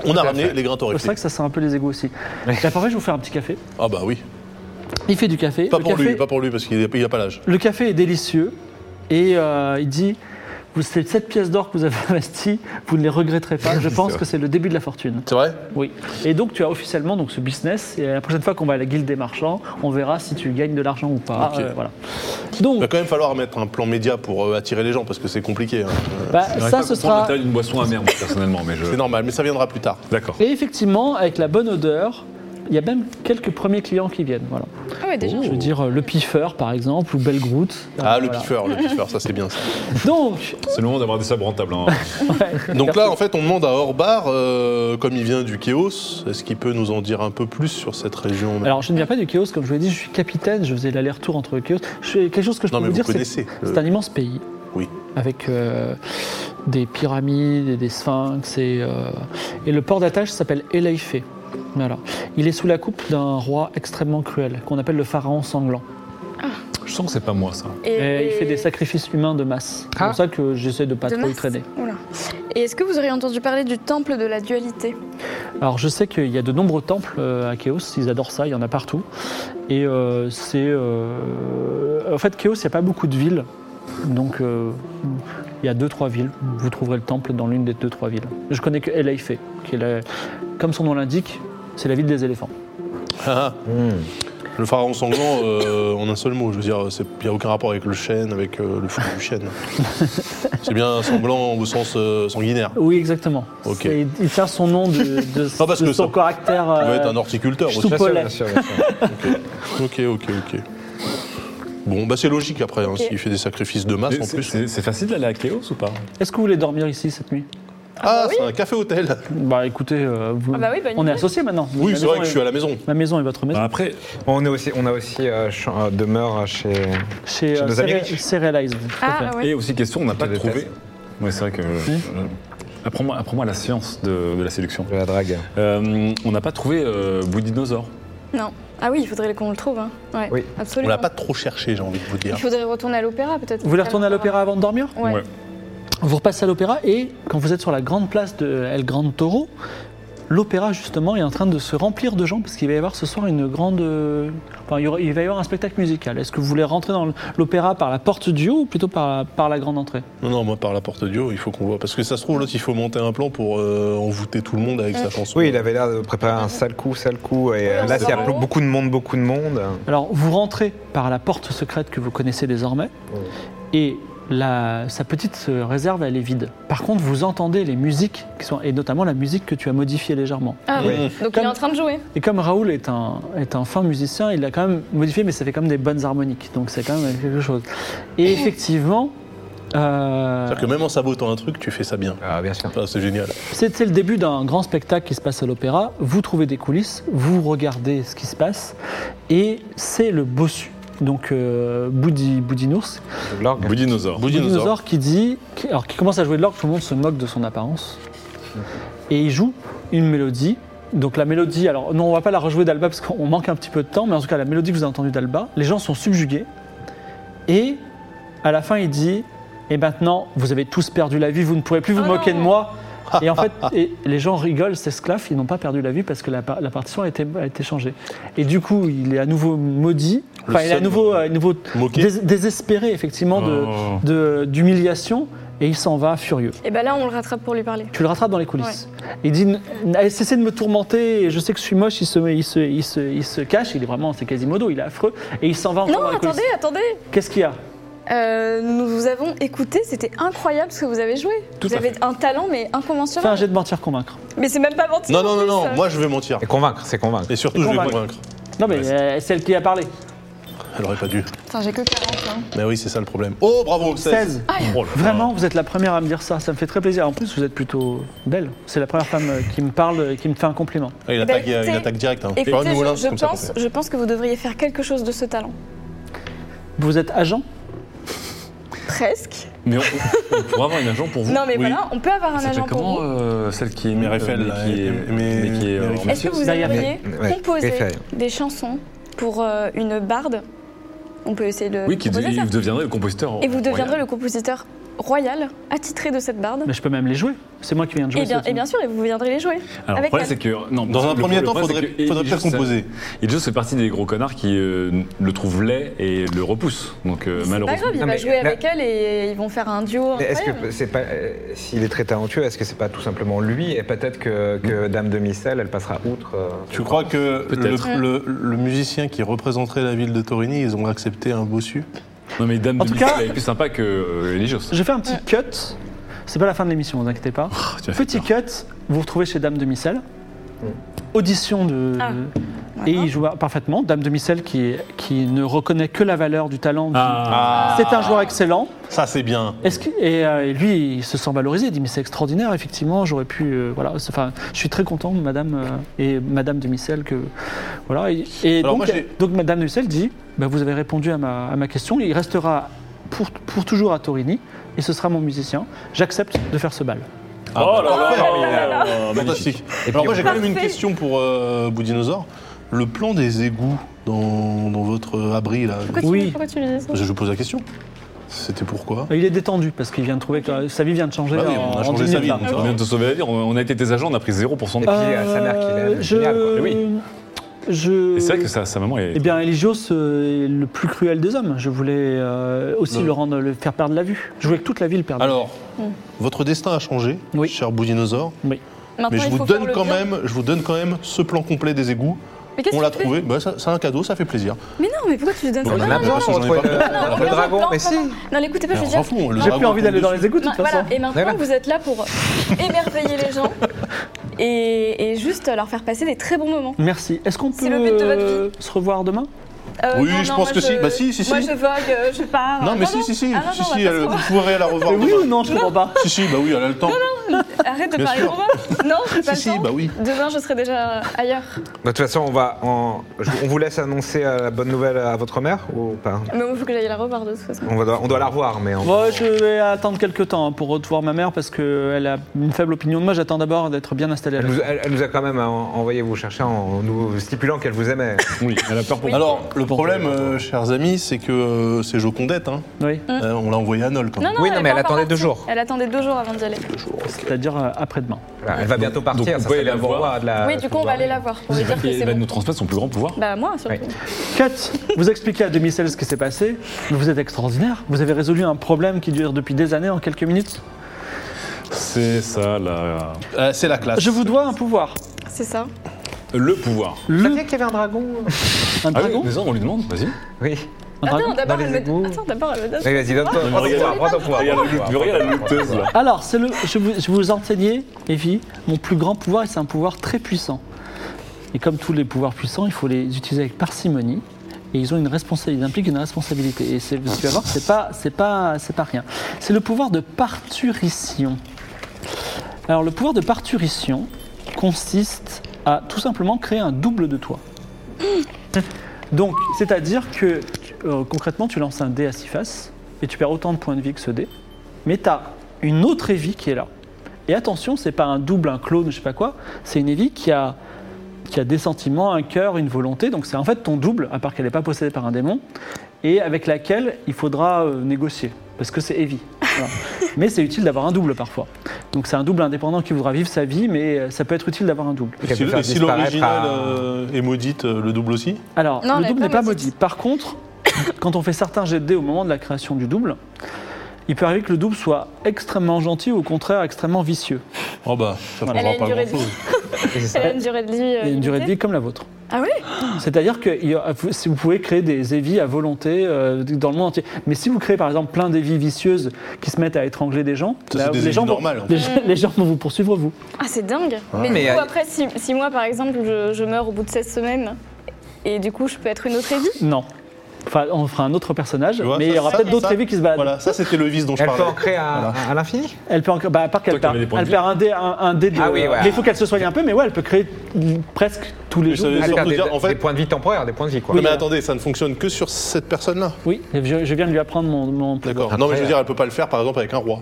[SPEAKER 3] On a ramené les grains
[SPEAKER 2] C'est vrai
[SPEAKER 3] torréfiés.
[SPEAKER 2] que ça sent un peu les égouts aussi. La parole, je vous faire un petit café.
[SPEAKER 3] Ah, bah oui.
[SPEAKER 2] Il fait du café.
[SPEAKER 3] Pas
[SPEAKER 2] le,
[SPEAKER 3] pour
[SPEAKER 2] café
[SPEAKER 3] lui, pas pour lui, parce qu'il a- il a pas l'âge.
[SPEAKER 2] le café est délicieux et euh, il dit vous, ces- cette pièce d'or que vous avez investie, vous ne les regretterez pas. Je pense que c'est le début de la fortune.
[SPEAKER 3] C'est vrai
[SPEAKER 2] Oui. Et donc tu as officiellement donc ce business. Et la prochaine fois qu'on va à la guilde des marchands, on verra si tu gagnes de l'argent ou pas.
[SPEAKER 3] Ok.
[SPEAKER 2] euh, voilà.
[SPEAKER 3] Il
[SPEAKER 2] Donc
[SPEAKER 3] va quand même falloir mettre un plan média pour euh, attirer les gens parce que c'est compliqué. hein.
[SPEAKER 2] bah,
[SPEAKER 5] J'arrive pas
[SPEAKER 2] ça
[SPEAKER 5] à
[SPEAKER 2] ce
[SPEAKER 5] comprendre
[SPEAKER 2] sera.
[SPEAKER 5] l'intérêt d'une boisson amère, moi, personnellement, mais je.
[SPEAKER 2] Euh.
[SPEAKER 3] C'est normal, mais ça viendra plus tard.
[SPEAKER 5] D'accord.
[SPEAKER 2] Et effectivement, avec la bonne odeur, il y a même quelques premiers clients qui viennent. Voilà.
[SPEAKER 4] Ah ouais, déjà.
[SPEAKER 2] Je veux dire euh, le piffeur par exemple ou Belle Groot.
[SPEAKER 3] Oh. Ah, le
[SPEAKER 2] Voilà.
[SPEAKER 3] piffeur, le piffeur, ça c'est bien ça.
[SPEAKER 2] Donc
[SPEAKER 5] Oh. C'est le moment d'avoir des sabres en table. hein.
[SPEAKER 3] Donc là, en fait, on demande à Orbar, euh, comme il vient du Chaos, est-ce qu'il peut nous en dire un peu plus sur cette région
[SPEAKER 2] Alors, je ne viens pas du chaos, comme je vous l'ai dit, je suis capitaine, je faisais l'aller-retour entre le chaos. Je fais- quelque chose que je
[SPEAKER 3] Non,
[SPEAKER 2] peux
[SPEAKER 3] mais
[SPEAKER 2] vous
[SPEAKER 3] vous
[SPEAKER 2] dire, c'est
[SPEAKER 3] connaissez. euh,
[SPEAKER 2] c'est un immense pays.
[SPEAKER 3] Oui.
[SPEAKER 2] Avec euh, des pyramides et des sphinx. Et, euh, et le port d'attache s'appelle Eleifé. Voilà. Il est sous la coupe d'un roi extrêmement cruel, qu'on appelle le pharaon sanglant.
[SPEAKER 5] Je sens que c'est pas moi ça.
[SPEAKER 2] Et il fait des sacrifices humains de masse. C'est
[SPEAKER 7] Ah.
[SPEAKER 2] pour ça que j'essaie de pas
[SPEAKER 4] de
[SPEAKER 2] trop y
[SPEAKER 4] masse.
[SPEAKER 2] traîner.
[SPEAKER 4] Oula. Et est-ce que vous auriez entendu parler du temple de la dualité
[SPEAKER 2] Alors je sais qu'il y a de nombreux temples euh, à Chaos, ils adorent ça, il y en a partout. Et euh, c'est... euh, En fait, Chaos, il n'y a pas beaucoup de villes. Donc euh, il y a deux, trois villes. Vous trouverez le temple dans l'une des deux, trois villes. Je connais que Elaife, E, qui est la- comme son nom l'indique, c'est la ville des éléphants.
[SPEAKER 3] Ah,
[SPEAKER 7] Hmm.
[SPEAKER 3] le pharaon sanglant, euh, en un seul mot. Je veux dire, il n'y a aucun rapport avec le chêne, avec euh, le fou du chêne. c'est bien sanglant au sens euh, sanguinaire.
[SPEAKER 2] Oui, exactement.
[SPEAKER 3] Ok.
[SPEAKER 2] C'est- Il tient son nom de, de-
[SPEAKER 3] Non, parce
[SPEAKER 2] de
[SPEAKER 3] que
[SPEAKER 2] son
[SPEAKER 3] ça-
[SPEAKER 2] caractère...
[SPEAKER 3] Il va être
[SPEAKER 2] euh,
[SPEAKER 3] un horticulteur aussi.
[SPEAKER 2] Tout
[SPEAKER 7] Bien sûr,
[SPEAKER 2] polais.
[SPEAKER 7] bien sûr, bien sûr.
[SPEAKER 3] Ok, ok, ok. Bon, bah c'est logique après, hein, s'il fait des sacrifices de masse
[SPEAKER 5] Mais
[SPEAKER 3] en
[SPEAKER 5] c'est-
[SPEAKER 3] plus.
[SPEAKER 5] C'est c'est facile d'aller à Chaos ou pas
[SPEAKER 2] Est-ce que vous voulez dormir ici cette nuit
[SPEAKER 3] Ah, c'est un café-hôtel
[SPEAKER 2] Bah écoutez, euh, vous-
[SPEAKER 4] Ah bah oui, bah,
[SPEAKER 2] on est
[SPEAKER 4] nickel.
[SPEAKER 2] associés maintenant.
[SPEAKER 3] Oui,
[SPEAKER 2] Ma
[SPEAKER 3] c'est vrai
[SPEAKER 2] maison
[SPEAKER 3] que je
[SPEAKER 2] est-
[SPEAKER 3] suis à la maison.
[SPEAKER 2] Ma maison est votre maison.
[SPEAKER 5] Bah, Après,
[SPEAKER 7] On, est aussi, on a aussi euh, ch- euh, demeure chez.
[SPEAKER 3] Ah.
[SPEAKER 2] Chez,
[SPEAKER 7] Chez
[SPEAKER 2] euh,
[SPEAKER 7] nos amis
[SPEAKER 2] Cere-
[SPEAKER 7] riches.
[SPEAKER 2] Cerealize, tout à fait.
[SPEAKER 4] Ah ouais.
[SPEAKER 5] et aussi question, on n'a pas
[SPEAKER 7] Je déteste.
[SPEAKER 5] trouvé. Oui, c'est vrai que. euh, Apprends-moi apprends-moi la science de, de la sélection.
[SPEAKER 7] De la drague.
[SPEAKER 5] Euh, on n'a pas trouvé euh, Bout Dinosaure.
[SPEAKER 4] Non. Ah oui, il faudrait qu'on le trouve. Hein. Ouais,
[SPEAKER 7] Oui.
[SPEAKER 3] On
[SPEAKER 4] absolument.
[SPEAKER 3] l'a pas hein. trop cherché, j'ai envie de vous dire.
[SPEAKER 4] Il faudrait retourner à l'opéra peut-être.
[SPEAKER 2] Vous voulez retourner à l'opéra avant de dormir
[SPEAKER 4] Ouais.
[SPEAKER 5] Ouais.
[SPEAKER 2] Vous repassez à l'opéra et quand vous êtes sur la grande place de El Gran Toro, l'opéra justement est en train de se remplir de gens parce qu'il va y avoir ce soir une grande. euh, enfin, il y aura- il va y avoir un spectacle musical. Est-ce que vous voulez rentrer dans l'opéra par la porte du haut ou plutôt par la, par la grande entrée
[SPEAKER 3] Non, non, moi par la porte d'eau, il faut qu'on voit. Parce que ça se trouve, l'autre, il faut monter un plan pour euh, envoûter tout le monde avec sa chanson.
[SPEAKER 7] Oui, il avait l'air de préparer un sale coup, sale coup. Et euh,
[SPEAKER 4] on
[SPEAKER 7] là,
[SPEAKER 4] se
[SPEAKER 7] il y a
[SPEAKER 4] barre.
[SPEAKER 7] pl- beaucoup de monde, beaucoup de monde. euh,
[SPEAKER 2] Alors vous rentrez par la porte secrète que vous connaissez désormais et la- sa petite euh, réserve elle est vide. Par contre vous entendez les musiques qui sont et notamment la musique que tu as modifiée légèrement.
[SPEAKER 4] Ah
[SPEAKER 7] Oui.
[SPEAKER 4] oui. Donc il est en train de jouer.
[SPEAKER 2] Et comme Raoul est un, est un fin musicien, il a quand même modifié, mais ça fait quand même des bonnes harmoniques. Donc c'est quand même quelque chose. Et effectivement, euh,
[SPEAKER 3] C'est-à-dire que même en sabotant un truc, tu fais ça bien.
[SPEAKER 7] Ah, bien sûr.
[SPEAKER 3] Ah, c'est génial.
[SPEAKER 2] c'est c'est le début d'un grand spectacle qui se passe à l'opéra. Vous trouvez des coulisses, vous regardez ce qui se passe, et c'est le bossu, donc euh, Boudi, Boudinours,
[SPEAKER 7] De l'orgue.
[SPEAKER 5] Bout Dinosaure.
[SPEAKER 3] Boudinosaure.
[SPEAKER 2] Boudinosaur qui dit, qui- alors qui commence à jouer de l'orgue, tout le monde se moque de son apparence, et il joue une mélodie. Donc la mélodie, alors non, on va pas la rejouer d'Alba parce qu'on manque un petit peu de temps, mais en tout cas la mélodie que vous avez entendue d'Alba, les gens sont subjugués, et à la fin il dit, et maintenant vous avez tous perdu la vie, vous ne pourrez plus vous
[SPEAKER 4] Oh
[SPEAKER 2] moquer de
[SPEAKER 4] non.
[SPEAKER 2] moi. Et en fait, et les gens rigolent, s'esclaffent, ils n'ont pas perdu la vie parce que la, par- la partition a été, a été changée. Et du coup, il est à nouveau maudit,
[SPEAKER 3] Le
[SPEAKER 2] enfin, il est à
[SPEAKER 3] seul
[SPEAKER 2] nouveau, à nouveau
[SPEAKER 3] Moqué.
[SPEAKER 2] dés- désespéré, effectivement, de,
[SPEAKER 5] Oh.
[SPEAKER 2] de- d'humiliation et il s'en va furieux.
[SPEAKER 4] Et ben là, on le rattrape pour lui parler.
[SPEAKER 2] Tu le rattrapes dans les coulisses. Il dit N- Allez, Cessez de me tourmenter, et je sais que je suis moche, il se, il se, il se, il se cache, il est vraiment, c'est Quasimodo, il est affreux, et il s'en va encore
[SPEAKER 4] Non,
[SPEAKER 2] dans les
[SPEAKER 4] attendez,
[SPEAKER 2] coulisses.
[SPEAKER 4] attendez.
[SPEAKER 2] Qu'est-ce qu'il y a
[SPEAKER 4] Euh, nous vous avons écouté, c'était incroyable ce que vous avez joué. vous
[SPEAKER 5] à
[SPEAKER 4] avez un talent mais
[SPEAKER 2] Fais un
[SPEAKER 4] incommensurable.
[SPEAKER 2] jet de mentir convaincre.
[SPEAKER 4] mais c'est même pas mentir.
[SPEAKER 3] Non, non, non,
[SPEAKER 4] en
[SPEAKER 3] non,
[SPEAKER 4] plus.
[SPEAKER 3] moi je vais mentir.
[SPEAKER 7] Et convaincre, c'est convaincre.
[SPEAKER 3] Et surtout, je vais
[SPEAKER 2] convaincre.
[SPEAKER 3] convaincre.
[SPEAKER 2] Non, mais euh, c'est elle qui a parlé.
[SPEAKER 3] Elle aurait pas dû.
[SPEAKER 4] Putain, j'ai que 40. hein.
[SPEAKER 3] Mais oui, c'est ça le problème. Oh, bravo, 16.
[SPEAKER 2] 16.
[SPEAKER 4] Ah,
[SPEAKER 5] Oh là là.
[SPEAKER 2] Vraiment, vous êtes la première à me dire ça, ça me fait très plaisir. En plus, vous êtes plutôt belle. C'est la première femme euh, qui me parle, euh, qui me fait un compliment.
[SPEAKER 3] Ah, il,
[SPEAKER 4] Eh ben,
[SPEAKER 3] attaque, il
[SPEAKER 4] écoutez-
[SPEAKER 3] attaque direct. Hein.
[SPEAKER 4] Écoutez,
[SPEAKER 3] Pas un nouveau
[SPEAKER 4] je,
[SPEAKER 3] linge,
[SPEAKER 4] je
[SPEAKER 3] comme ça qu'on
[SPEAKER 4] pense,
[SPEAKER 3] fait.
[SPEAKER 4] je pense que vous devriez faire quelque chose de ce talent.
[SPEAKER 2] Vous êtes agent
[SPEAKER 4] Presque.
[SPEAKER 5] Mais on, on pourra avoir une agent pour vous.
[SPEAKER 4] Non mais
[SPEAKER 5] Oui.
[SPEAKER 4] voilà, on peut avoir un
[SPEAKER 5] Ça s'appelle
[SPEAKER 4] agent pour
[SPEAKER 5] comment
[SPEAKER 4] vous.
[SPEAKER 5] euh, celle qui est
[SPEAKER 3] Mais Raphaël,
[SPEAKER 5] euh, mais qui
[SPEAKER 3] là,
[SPEAKER 5] est,
[SPEAKER 3] elle- mais-
[SPEAKER 5] mais qui
[SPEAKER 3] mais
[SPEAKER 5] est, euh,
[SPEAKER 3] Raphaël.
[SPEAKER 4] Est-ce que vous
[SPEAKER 2] Derrière,
[SPEAKER 4] aimeriez
[SPEAKER 7] mais- ouais,
[SPEAKER 4] composer
[SPEAKER 7] effet.
[SPEAKER 4] des chansons pour euh, une barde On peut essayer de
[SPEAKER 5] Oui, qui
[SPEAKER 4] proposer
[SPEAKER 5] de-
[SPEAKER 4] ça.
[SPEAKER 5] il deviendrait le compositeur.
[SPEAKER 4] Et vous deviendrez
[SPEAKER 5] royal.
[SPEAKER 4] le compositeur royal attitré de cette barde.
[SPEAKER 2] Mais je peux même les jouer. C'est moi qui viens de jouer.
[SPEAKER 4] Et Eh bien,
[SPEAKER 2] cette-
[SPEAKER 4] et bien sûr, et vous viendrez les jouer.
[SPEAKER 5] Alors, le
[SPEAKER 4] avec
[SPEAKER 5] problème,
[SPEAKER 4] elle.
[SPEAKER 5] c'est que. euh, Non,
[SPEAKER 3] Dans un
[SPEAKER 5] le-
[SPEAKER 3] premier
[SPEAKER 5] le
[SPEAKER 3] temps,
[SPEAKER 5] problème,
[SPEAKER 3] faudrait,
[SPEAKER 5] c'est que- et-
[SPEAKER 3] faudrait
[SPEAKER 5] et
[SPEAKER 3] peut-être
[SPEAKER 5] juste,
[SPEAKER 3] composer.
[SPEAKER 5] Et Joe fait partie des gros connards qui euh, le trouvent laid et le repoussent. Donc euh,
[SPEAKER 4] C'est pas
[SPEAKER 5] malheureusement.
[SPEAKER 4] grave, il
[SPEAKER 7] Non,
[SPEAKER 4] va
[SPEAKER 7] mais
[SPEAKER 4] jouer
[SPEAKER 7] la-
[SPEAKER 4] avec elle et ils vont faire un duo.
[SPEAKER 3] Eh,
[SPEAKER 7] Mais Est-ce
[SPEAKER 4] incroyable.
[SPEAKER 7] que c'est pas euh, s'il est très talentueux, est-ce que c'est pas tout simplement lui et peut-être que, que Dame de Missel, elle passera outre. euh,
[SPEAKER 3] Tu crois que
[SPEAKER 5] Peut-être.
[SPEAKER 3] le, le- le musicien qui représenterait la ville de Torini, ils ont accepté un bossu
[SPEAKER 5] Non mais Dame
[SPEAKER 2] En
[SPEAKER 5] de
[SPEAKER 2] tout
[SPEAKER 5] Mistral,
[SPEAKER 2] cas-
[SPEAKER 5] elle est plus sympa que euh, Eligios.
[SPEAKER 2] Je fais un petit cut. C'est pas la fin de l'émission, vous inquiétez pas.
[SPEAKER 5] Oh, tu as fait Mm.
[SPEAKER 2] Petit cut, vous vous retrouvez chez Dame de Missel. Audition de.
[SPEAKER 4] Ah.
[SPEAKER 2] Et il joue parfaitement. Dame de Missel qui, qui ne reconnaît que la valeur du talent. du-
[SPEAKER 5] Ah.
[SPEAKER 2] C'est un joueur excellent.
[SPEAKER 3] Ça, c'est bien.
[SPEAKER 2] Est-ce que- et, euh, et lui, il se sent valorisé. Il dit Mais c'est extraordinaire, effectivement, j'aurais pu. euh, voilà, c'est- enfin, je suis très content, madame euh, et madame de Missel. Que, voilà, et et
[SPEAKER 3] Alors,
[SPEAKER 2] donc,
[SPEAKER 3] moi, j'ai-
[SPEAKER 2] donc, madame de Missel dit bah, Vous avez répondu à ma, à ma question, il restera pour, pour toujours à Torini et ce sera mon musicien. J'accepte de faire ce bal.
[SPEAKER 5] Oh là là
[SPEAKER 3] Euh, Fantastique. Alors moi j'ai quand même une
[SPEAKER 4] Oh, Parfait.
[SPEAKER 3] question pour euh, Boudinosaure. Le plan des égouts dans, dans votre euh, abri là.
[SPEAKER 4] Pourquoi, tu,
[SPEAKER 2] Oui.
[SPEAKER 4] pourquoi tu lui dis ça
[SPEAKER 3] Je vous pose la question. C'était pourquoi
[SPEAKER 2] Euh, Il est détendu parce qu'il vient de trouver que euh, sa vie vient de changer.
[SPEAKER 3] Bah oui,
[SPEAKER 2] en-
[SPEAKER 3] on a
[SPEAKER 2] en
[SPEAKER 3] changé
[SPEAKER 2] dix minutes,
[SPEAKER 3] sa vie,
[SPEAKER 2] là.
[SPEAKER 3] donc ça
[SPEAKER 5] On
[SPEAKER 3] va.
[SPEAKER 5] vient de te sauver la vie, on on a été tes agents, on a pris 0% de
[SPEAKER 7] Et puis, à sa mère qui l'aime,
[SPEAKER 2] Euh,
[SPEAKER 7] génial, quoi.
[SPEAKER 2] je...
[SPEAKER 7] Mais
[SPEAKER 2] Je...
[SPEAKER 5] Et c'est vrai que sa, sa maman est.
[SPEAKER 2] Eh bien, Eligios euh, est le plus cruel des hommes. Je voulais euh, aussi
[SPEAKER 3] Non.
[SPEAKER 2] le, rendre, le faire perdre la vue. Je voulais que toute la ville perde.
[SPEAKER 3] Alors, votre destin a changé,
[SPEAKER 2] Oui.
[SPEAKER 3] cher Boudinosaure.
[SPEAKER 4] Maintenant,
[SPEAKER 3] Mais je
[SPEAKER 4] il
[SPEAKER 3] vous
[SPEAKER 4] faut faire
[SPEAKER 3] donne
[SPEAKER 4] le
[SPEAKER 3] quand
[SPEAKER 4] bien.
[SPEAKER 3] même, je vous donne quand même ce plan complet des égouts.
[SPEAKER 4] Mais qu'est-ce
[SPEAKER 3] On
[SPEAKER 4] que
[SPEAKER 3] l'a
[SPEAKER 4] tu fais
[SPEAKER 3] trouvé. Bah, ça- c'est un cadeau, ça fait plaisir.
[SPEAKER 4] Mais non, mais pourquoi tu lui donnes ça
[SPEAKER 7] On
[SPEAKER 4] Non,
[SPEAKER 7] en a
[SPEAKER 4] non,
[SPEAKER 7] besoin
[SPEAKER 3] parce que
[SPEAKER 7] pour
[SPEAKER 3] j'en ai
[SPEAKER 7] retrouver
[SPEAKER 3] pas.
[SPEAKER 4] non,
[SPEAKER 7] le-
[SPEAKER 4] regarde
[SPEAKER 7] le
[SPEAKER 4] le
[SPEAKER 7] dragon,
[SPEAKER 4] plan,
[SPEAKER 7] mais si
[SPEAKER 4] pardon. Non, l'écoutez pas,
[SPEAKER 3] Mais
[SPEAKER 4] je veux
[SPEAKER 3] on s'en fout.
[SPEAKER 4] dire.
[SPEAKER 3] le
[SPEAKER 2] J'ai
[SPEAKER 3] dragon
[SPEAKER 2] plus envie d'aller dans
[SPEAKER 3] conduit.
[SPEAKER 2] les égouts de
[SPEAKER 4] Non,
[SPEAKER 2] toute
[SPEAKER 4] voilà,
[SPEAKER 2] façon.
[SPEAKER 4] et maintenant
[SPEAKER 7] Voilà.
[SPEAKER 4] vous êtes là pour émerveiller les gens et, et juste leur faire passer des très bons moments.
[SPEAKER 2] Merci. Est-ce qu'on peut
[SPEAKER 4] C'est le but de votre
[SPEAKER 2] euh, se revoir demain
[SPEAKER 4] Euh,
[SPEAKER 3] Oui, je pense
[SPEAKER 4] moi,
[SPEAKER 3] que si. Bah, si, si, si.
[SPEAKER 4] Moi je vogue, euh, je pars.
[SPEAKER 3] Non, mais si, si, si,
[SPEAKER 4] Ah, non,
[SPEAKER 3] si,
[SPEAKER 4] non, on
[SPEAKER 3] si,
[SPEAKER 4] va
[SPEAKER 3] elle-
[SPEAKER 4] pas se
[SPEAKER 3] vous pourrez la revoir.
[SPEAKER 2] Euh, Oui
[SPEAKER 3] demain.
[SPEAKER 2] ou non, je comprends pas.
[SPEAKER 3] Si, si, bah oui, elle a le temps.
[SPEAKER 4] Arrête de
[SPEAKER 3] Bien
[SPEAKER 4] parler
[SPEAKER 3] sûr.
[SPEAKER 4] pour moi. Non, j'ai pas
[SPEAKER 3] Si,
[SPEAKER 4] le
[SPEAKER 3] si,
[SPEAKER 4] temps.
[SPEAKER 3] bah oui.
[SPEAKER 4] Demain, je serai déjà ailleurs.
[SPEAKER 7] De toute façon, on va en- je- on vous laisse annoncer euh, la bonne nouvelle à votre mère ou pas
[SPEAKER 4] Mais il faut que j'aille la revoir de toute façon.
[SPEAKER 7] on, va- on doit la revoir, mais on-
[SPEAKER 2] Moi, je vais attendre quelques temps hein, pour retrouver ma mère parce qu'elle a une faible opinion de moi. J'attends d'abord d'être bien installé.
[SPEAKER 7] elle, nous, elle- elle nous a quand même en- envoyé vous chercher en nous stipulant qu'elle vous aimait.
[SPEAKER 5] Oui, elle a peur pour
[SPEAKER 3] Alors, le problème, euh, chers amis, c'est que euh, c'est Jocondette. Hein.
[SPEAKER 2] Oui,
[SPEAKER 4] Hum.
[SPEAKER 3] Euh, on l'a envoyé à Nol quand même.
[SPEAKER 4] Non, non,
[SPEAKER 7] Oui, non,
[SPEAKER 4] est
[SPEAKER 7] mais
[SPEAKER 4] pas
[SPEAKER 7] elle
[SPEAKER 4] encore
[SPEAKER 7] attendait deux
[SPEAKER 4] partie.
[SPEAKER 7] jours.
[SPEAKER 4] Elle attendait deux jours avant d'y aller.
[SPEAKER 2] c'est-à-dire euh, après-demain.
[SPEAKER 7] Voilà, elle va bientôt partir.
[SPEAKER 5] donc on
[SPEAKER 7] ça
[SPEAKER 5] peut
[SPEAKER 7] serait
[SPEAKER 5] aller la
[SPEAKER 7] le bon
[SPEAKER 5] voir.
[SPEAKER 7] roi de la-
[SPEAKER 4] oui, du coup, on va aller la voir pour lui dire que
[SPEAKER 5] Et
[SPEAKER 4] c'est
[SPEAKER 5] elle va
[SPEAKER 4] bon.
[SPEAKER 5] nous transmettre son plus grand pouvoir.
[SPEAKER 4] Bah, moi, surtout.
[SPEAKER 7] Oui.
[SPEAKER 2] Kat, vous expliquez à demi-celle ce qui s'est passé. Vous êtes extraordinaire. Vous avez résolu un problème qui dure depuis des années en quelques minutes.
[SPEAKER 5] C'est ça, la...
[SPEAKER 3] Euh, c'est la classe.
[SPEAKER 2] Je vous dois un pouvoir.
[SPEAKER 4] C'est ça.
[SPEAKER 5] le pouvoir.
[SPEAKER 7] Vous
[SPEAKER 2] Le
[SPEAKER 7] saviez qu'il y avait un dragon
[SPEAKER 2] un
[SPEAKER 5] Ah oui,
[SPEAKER 2] dragon,
[SPEAKER 5] mais ça, on lui demande, vas-y.
[SPEAKER 7] Oui.
[SPEAKER 2] un dragon.
[SPEAKER 4] Attends, d'abord,
[SPEAKER 7] les
[SPEAKER 4] elle me
[SPEAKER 7] égouts.
[SPEAKER 4] donne. Attends, d'abord, elle me donne.
[SPEAKER 7] Oui, vas-y, donne-toi.
[SPEAKER 5] Non, mais
[SPEAKER 7] Prends ton
[SPEAKER 5] regarde-
[SPEAKER 7] pouvoir, prends ton pouvoir.
[SPEAKER 5] Regarde le loot- regarde la looteuse, là.
[SPEAKER 2] Alors, c'est le, je vous, je vous enseignais, Evie, mon plus grand pouvoir, et c'est un pouvoir très puissant. Et comme tous les pouvoirs puissants, il faut les utiliser avec parcimonie. Et ils ont une responsabilité, ils impliquent une responsabilité. Et c'est, tu vas voir, c'est pas, c'est pas, c'est pas rien. C'est le pouvoir de parturition. Alors, le pouvoir de parturition consiste à tout simplement créer un double de toi. Donc, c'est-à-dire que euh, concrètement, tu lances un dé à six faces et tu perds autant de points de vie que ce dé. Mais t'as une autre Evie qui est là. Et attention, c'est pas un double, un clone, je sais pas quoi. C'est une Evie qui a, qui a des sentiments, un cœur, une volonté. Donc c'est en fait ton double, à part qu'elle n'est pas possédée par un démon, et avec laquelle il faudra euh, négocier. Parce que c'est Evie. Voilà. mais c'est utile d'avoir un double parfois. Donc c'est un double indépendant qui voudra vivre sa vie, mais euh, ça peut être utile d'avoir un double.
[SPEAKER 3] Et si
[SPEAKER 7] Qu'elle peut faire
[SPEAKER 3] et si
[SPEAKER 7] disparaître
[SPEAKER 3] l'original
[SPEAKER 7] à-
[SPEAKER 3] euh, est maudite, euh, le double aussi
[SPEAKER 2] Alors,
[SPEAKER 4] Non, elle
[SPEAKER 2] le
[SPEAKER 4] est
[SPEAKER 2] double
[SPEAKER 4] pas
[SPEAKER 2] n'est pas
[SPEAKER 4] maudite.
[SPEAKER 2] maudit. Par contre, quand on fait certains jets de dés au moment de la création du double, il peut arriver que le double soit extrêmement gentil ou au contraire extrêmement vicieux.
[SPEAKER 3] Oh bah, ça
[SPEAKER 2] Voilà.
[SPEAKER 4] Elle a
[SPEAKER 3] prendra
[SPEAKER 4] une
[SPEAKER 3] pas
[SPEAKER 4] durée de
[SPEAKER 3] grand-chose.
[SPEAKER 7] Et c'est ça.
[SPEAKER 4] Elle a une durée de vie. euh,
[SPEAKER 2] Il y a une durée de
[SPEAKER 4] limitée.
[SPEAKER 2] vie comme la vôtre.
[SPEAKER 4] Ah oui
[SPEAKER 2] C'est-à-dire que il y a- vous- si vous pouvez créer des évis à volonté euh, dans le monde entier. Mais si vous créez par exemple plein d'évis vicieuses qui se mettent à étrangler des gens,
[SPEAKER 3] Ça,
[SPEAKER 2] là,
[SPEAKER 3] c'est des
[SPEAKER 2] les,
[SPEAKER 3] évis
[SPEAKER 2] gens vont,
[SPEAKER 3] normales, en
[SPEAKER 2] les, gens- les gens vont vous poursuivre vous.
[SPEAKER 4] Ah, c'est dingue. mais,
[SPEAKER 7] Mais,
[SPEAKER 4] du coup,
[SPEAKER 7] euh,
[SPEAKER 4] après, si, si moi, par exemple, je, je meurs au bout de 16 semaines, et du coup, je peux être une autre Evie
[SPEAKER 2] Non. Enfin, on fera un autre personnage,
[SPEAKER 3] Tu vois,
[SPEAKER 2] mais
[SPEAKER 3] ça,
[SPEAKER 2] il y aura
[SPEAKER 3] ça,
[SPEAKER 2] peut-être d'autres
[SPEAKER 3] ça,
[SPEAKER 2] évis qui se baladent.
[SPEAKER 3] Voilà, ça c'était le vice dont je
[SPEAKER 7] Elle peut
[SPEAKER 3] parlais.
[SPEAKER 7] en créer à,
[SPEAKER 3] Voilà.
[SPEAKER 7] à- à l'infini
[SPEAKER 2] Elle peut encore, bah, à part qu'elle
[SPEAKER 5] Toi qui en
[SPEAKER 2] perd,
[SPEAKER 5] mets des points de
[SPEAKER 2] elle
[SPEAKER 5] vie.
[SPEAKER 2] perd un dé, un, un dé de.
[SPEAKER 7] Ah oui, ouais.
[SPEAKER 2] Mais il faut qu'elle se soigne un peu, mais ouais, elle peut créer presque tous les
[SPEAKER 3] Mais
[SPEAKER 2] jours.
[SPEAKER 3] ça-
[SPEAKER 2] des-
[SPEAKER 7] Elle
[SPEAKER 3] surtout
[SPEAKER 7] perd des,
[SPEAKER 3] dire, en fait-
[SPEAKER 7] des points de vie temporaires, des points de vie, quoi.
[SPEAKER 3] Non, mais attendez, ça ne fonctionne que sur cette personne-là.
[SPEAKER 2] Ah Oui, je, je viens de lui apprendre mon. mon-
[SPEAKER 3] D'accord. Non, mais je veux dire, elle peut pas le faire par exemple avec un roi.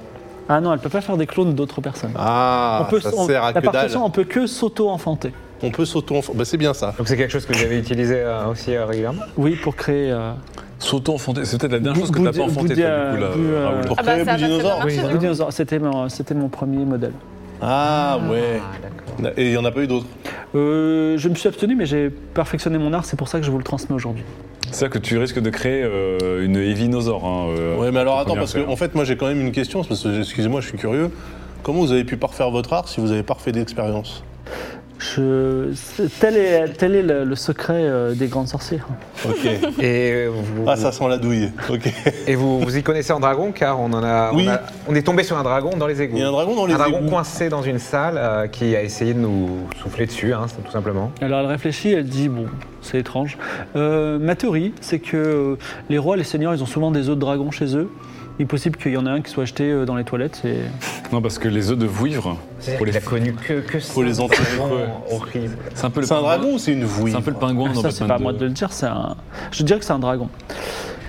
[SPEAKER 2] Ah non, elle peut pas faire des clones d'autres personnes.
[SPEAKER 3] Ah,
[SPEAKER 2] on peut,
[SPEAKER 3] ça
[SPEAKER 2] on-
[SPEAKER 3] sert à
[SPEAKER 2] la
[SPEAKER 3] que dalle.
[SPEAKER 2] partition, on peut que s'auto-enfanter.
[SPEAKER 3] On peut s'auto. Bah, c'est bien ça.
[SPEAKER 7] Donc c'est quelque chose que vous avez utilisé euh, aussi euh, régulièrement
[SPEAKER 2] Oui, pour créer. euh,
[SPEAKER 5] S'auto-enfanter, c'est peut-être la dernière chose que
[SPEAKER 2] Bouddha-
[SPEAKER 5] t'as pas enfanté, toi,
[SPEAKER 2] Bouddha-
[SPEAKER 5] du coup, là, euh,
[SPEAKER 2] Bouddha-
[SPEAKER 5] Raoul.
[SPEAKER 3] Pour
[SPEAKER 4] Ah bah,
[SPEAKER 3] créer
[SPEAKER 4] ça va,
[SPEAKER 3] Bout
[SPEAKER 4] ça va
[SPEAKER 3] Dinosaure.
[SPEAKER 4] marcher.
[SPEAKER 7] Oui,
[SPEAKER 4] donc.
[SPEAKER 2] le dinosaure, C'était mon, c'était mon premier modèle.
[SPEAKER 3] Ah ouais. Et il n'y en a pas eu d'autres.
[SPEAKER 2] Euh, je me suis abstenu, mais j'ai perfectionné mon art, c'est pour ça que je vous le transmets aujourd'hui.
[SPEAKER 5] C'est à dire que tu risques de créer euh, une évinosaure. Hein, euh,
[SPEAKER 3] Ouais, mais alors attends,
[SPEAKER 5] première
[SPEAKER 3] parce que
[SPEAKER 5] affaire.
[SPEAKER 3] en fait, moi j'ai quand même une question, parce que excusez-moi, je suis curieux. Comment vous avez pu parfaire votre art si vous avez parfait d'expérience
[SPEAKER 2] Je... c'est- Tel est, tel est le, le secret euh, des grandes sorcières.
[SPEAKER 3] Ok.
[SPEAKER 7] Et vous,
[SPEAKER 3] ah, ça sent la douille. Ok.
[SPEAKER 7] et vous, vous y connaissez en dragon car on en a,
[SPEAKER 3] Oui.
[SPEAKER 7] on, a- on est tombé sur un dragon dans les égouts.
[SPEAKER 3] Il y a un dragon dans les
[SPEAKER 7] Un dragon
[SPEAKER 3] égouts.
[SPEAKER 7] coincé dans une salle euh, qui a essayé de nous souffler dessus, hein, c'est tout simplement.
[SPEAKER 2] Alors elle réfléchit, elle dit bon, c'est étrange. Euh, ma théorie, c'est que euh, les rois, les seigneurs, ils ont souvent des œufs de dragon chez eux. Il est possible qu'il y en ait un qui soit acheté euh, dans les toilettes. et-
[SPEAKER 5] Non, parce que les œufs de vouivre,
[SPEAKER 7] C'est
[SPEAKER 5] Faut les-
[SPEAKER 7] a connu que, que ça.
[SPEAKER 3] Faut les enterrer.
[SPEAKER 7] Horrible.
[SPEAKER 5] c'est un peu le
[SPEAKER 3] C'est un
[SPEAKER 5] pingouin-
[SPEAKER 3] dragon ou c'est une vouille
[SPEAKER 5] C'est un peu le pingouin dans
[SPEAKER 2] Ah, ça, c'est
[SPEAKER 5] Batman
[SPEAKER 2] pas à
[SPEAKER 5] deux.
[SPEAKER 2] moi de le dire. C'est un... Je dirais que c'est un dragon.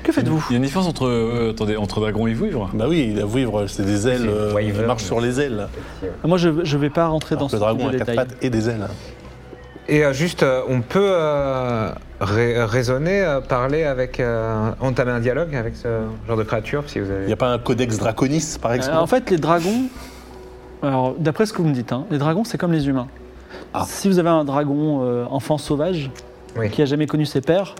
[SPEAKER 2] Que faites-vous
[SPEAKER 5] Il y a une différence entre, euh, attendez, entre dragon et vouivre
[SPEAKER 3] Bah oui, la vouivre, c'est des ailes,
[SPEAKER 7] C'est
[SPEAKER 3] euh,
[SPEAKER 7] Wyvern.
[SPEAKER 3] elle marche sur les ailes.
[SPEAKER 2] Moi, je ne vais pas rentrer dans
[SPEAKER 3] Alors
[SPEAKER 2] ce
[SPEAKER 3] que le
[SPEAKER 2] type
[SPEAKER 3] dragon
[SPEAKER 2] de
[SPEAKER 3] a quatre
[SPEAKER 2] détail.
[SPEAKER 3] pattes et des ailes.
[SPEAKER 7] Et euh, juste, euh, on peut euh, rai- raisonner, euh, parler avec. euh, entamer un dialogue avec ce genre de créature, si vous avez.
[SPEAKER 3] Il n'y a pas un codex draconis, par exemple
[SPEAKER 2] Euh, en fait, les dragons, alors d'après ce que vous me dites, hein, les dragons, c'est comme les humains.
[SPEAKER 3] Ah.
[SPEAKER 2] Si vous avez un dragon euh, enfant sauvage
[SPEAKER 7] Oui.
[SPEAKER 2] qui a jamais connu ses pères,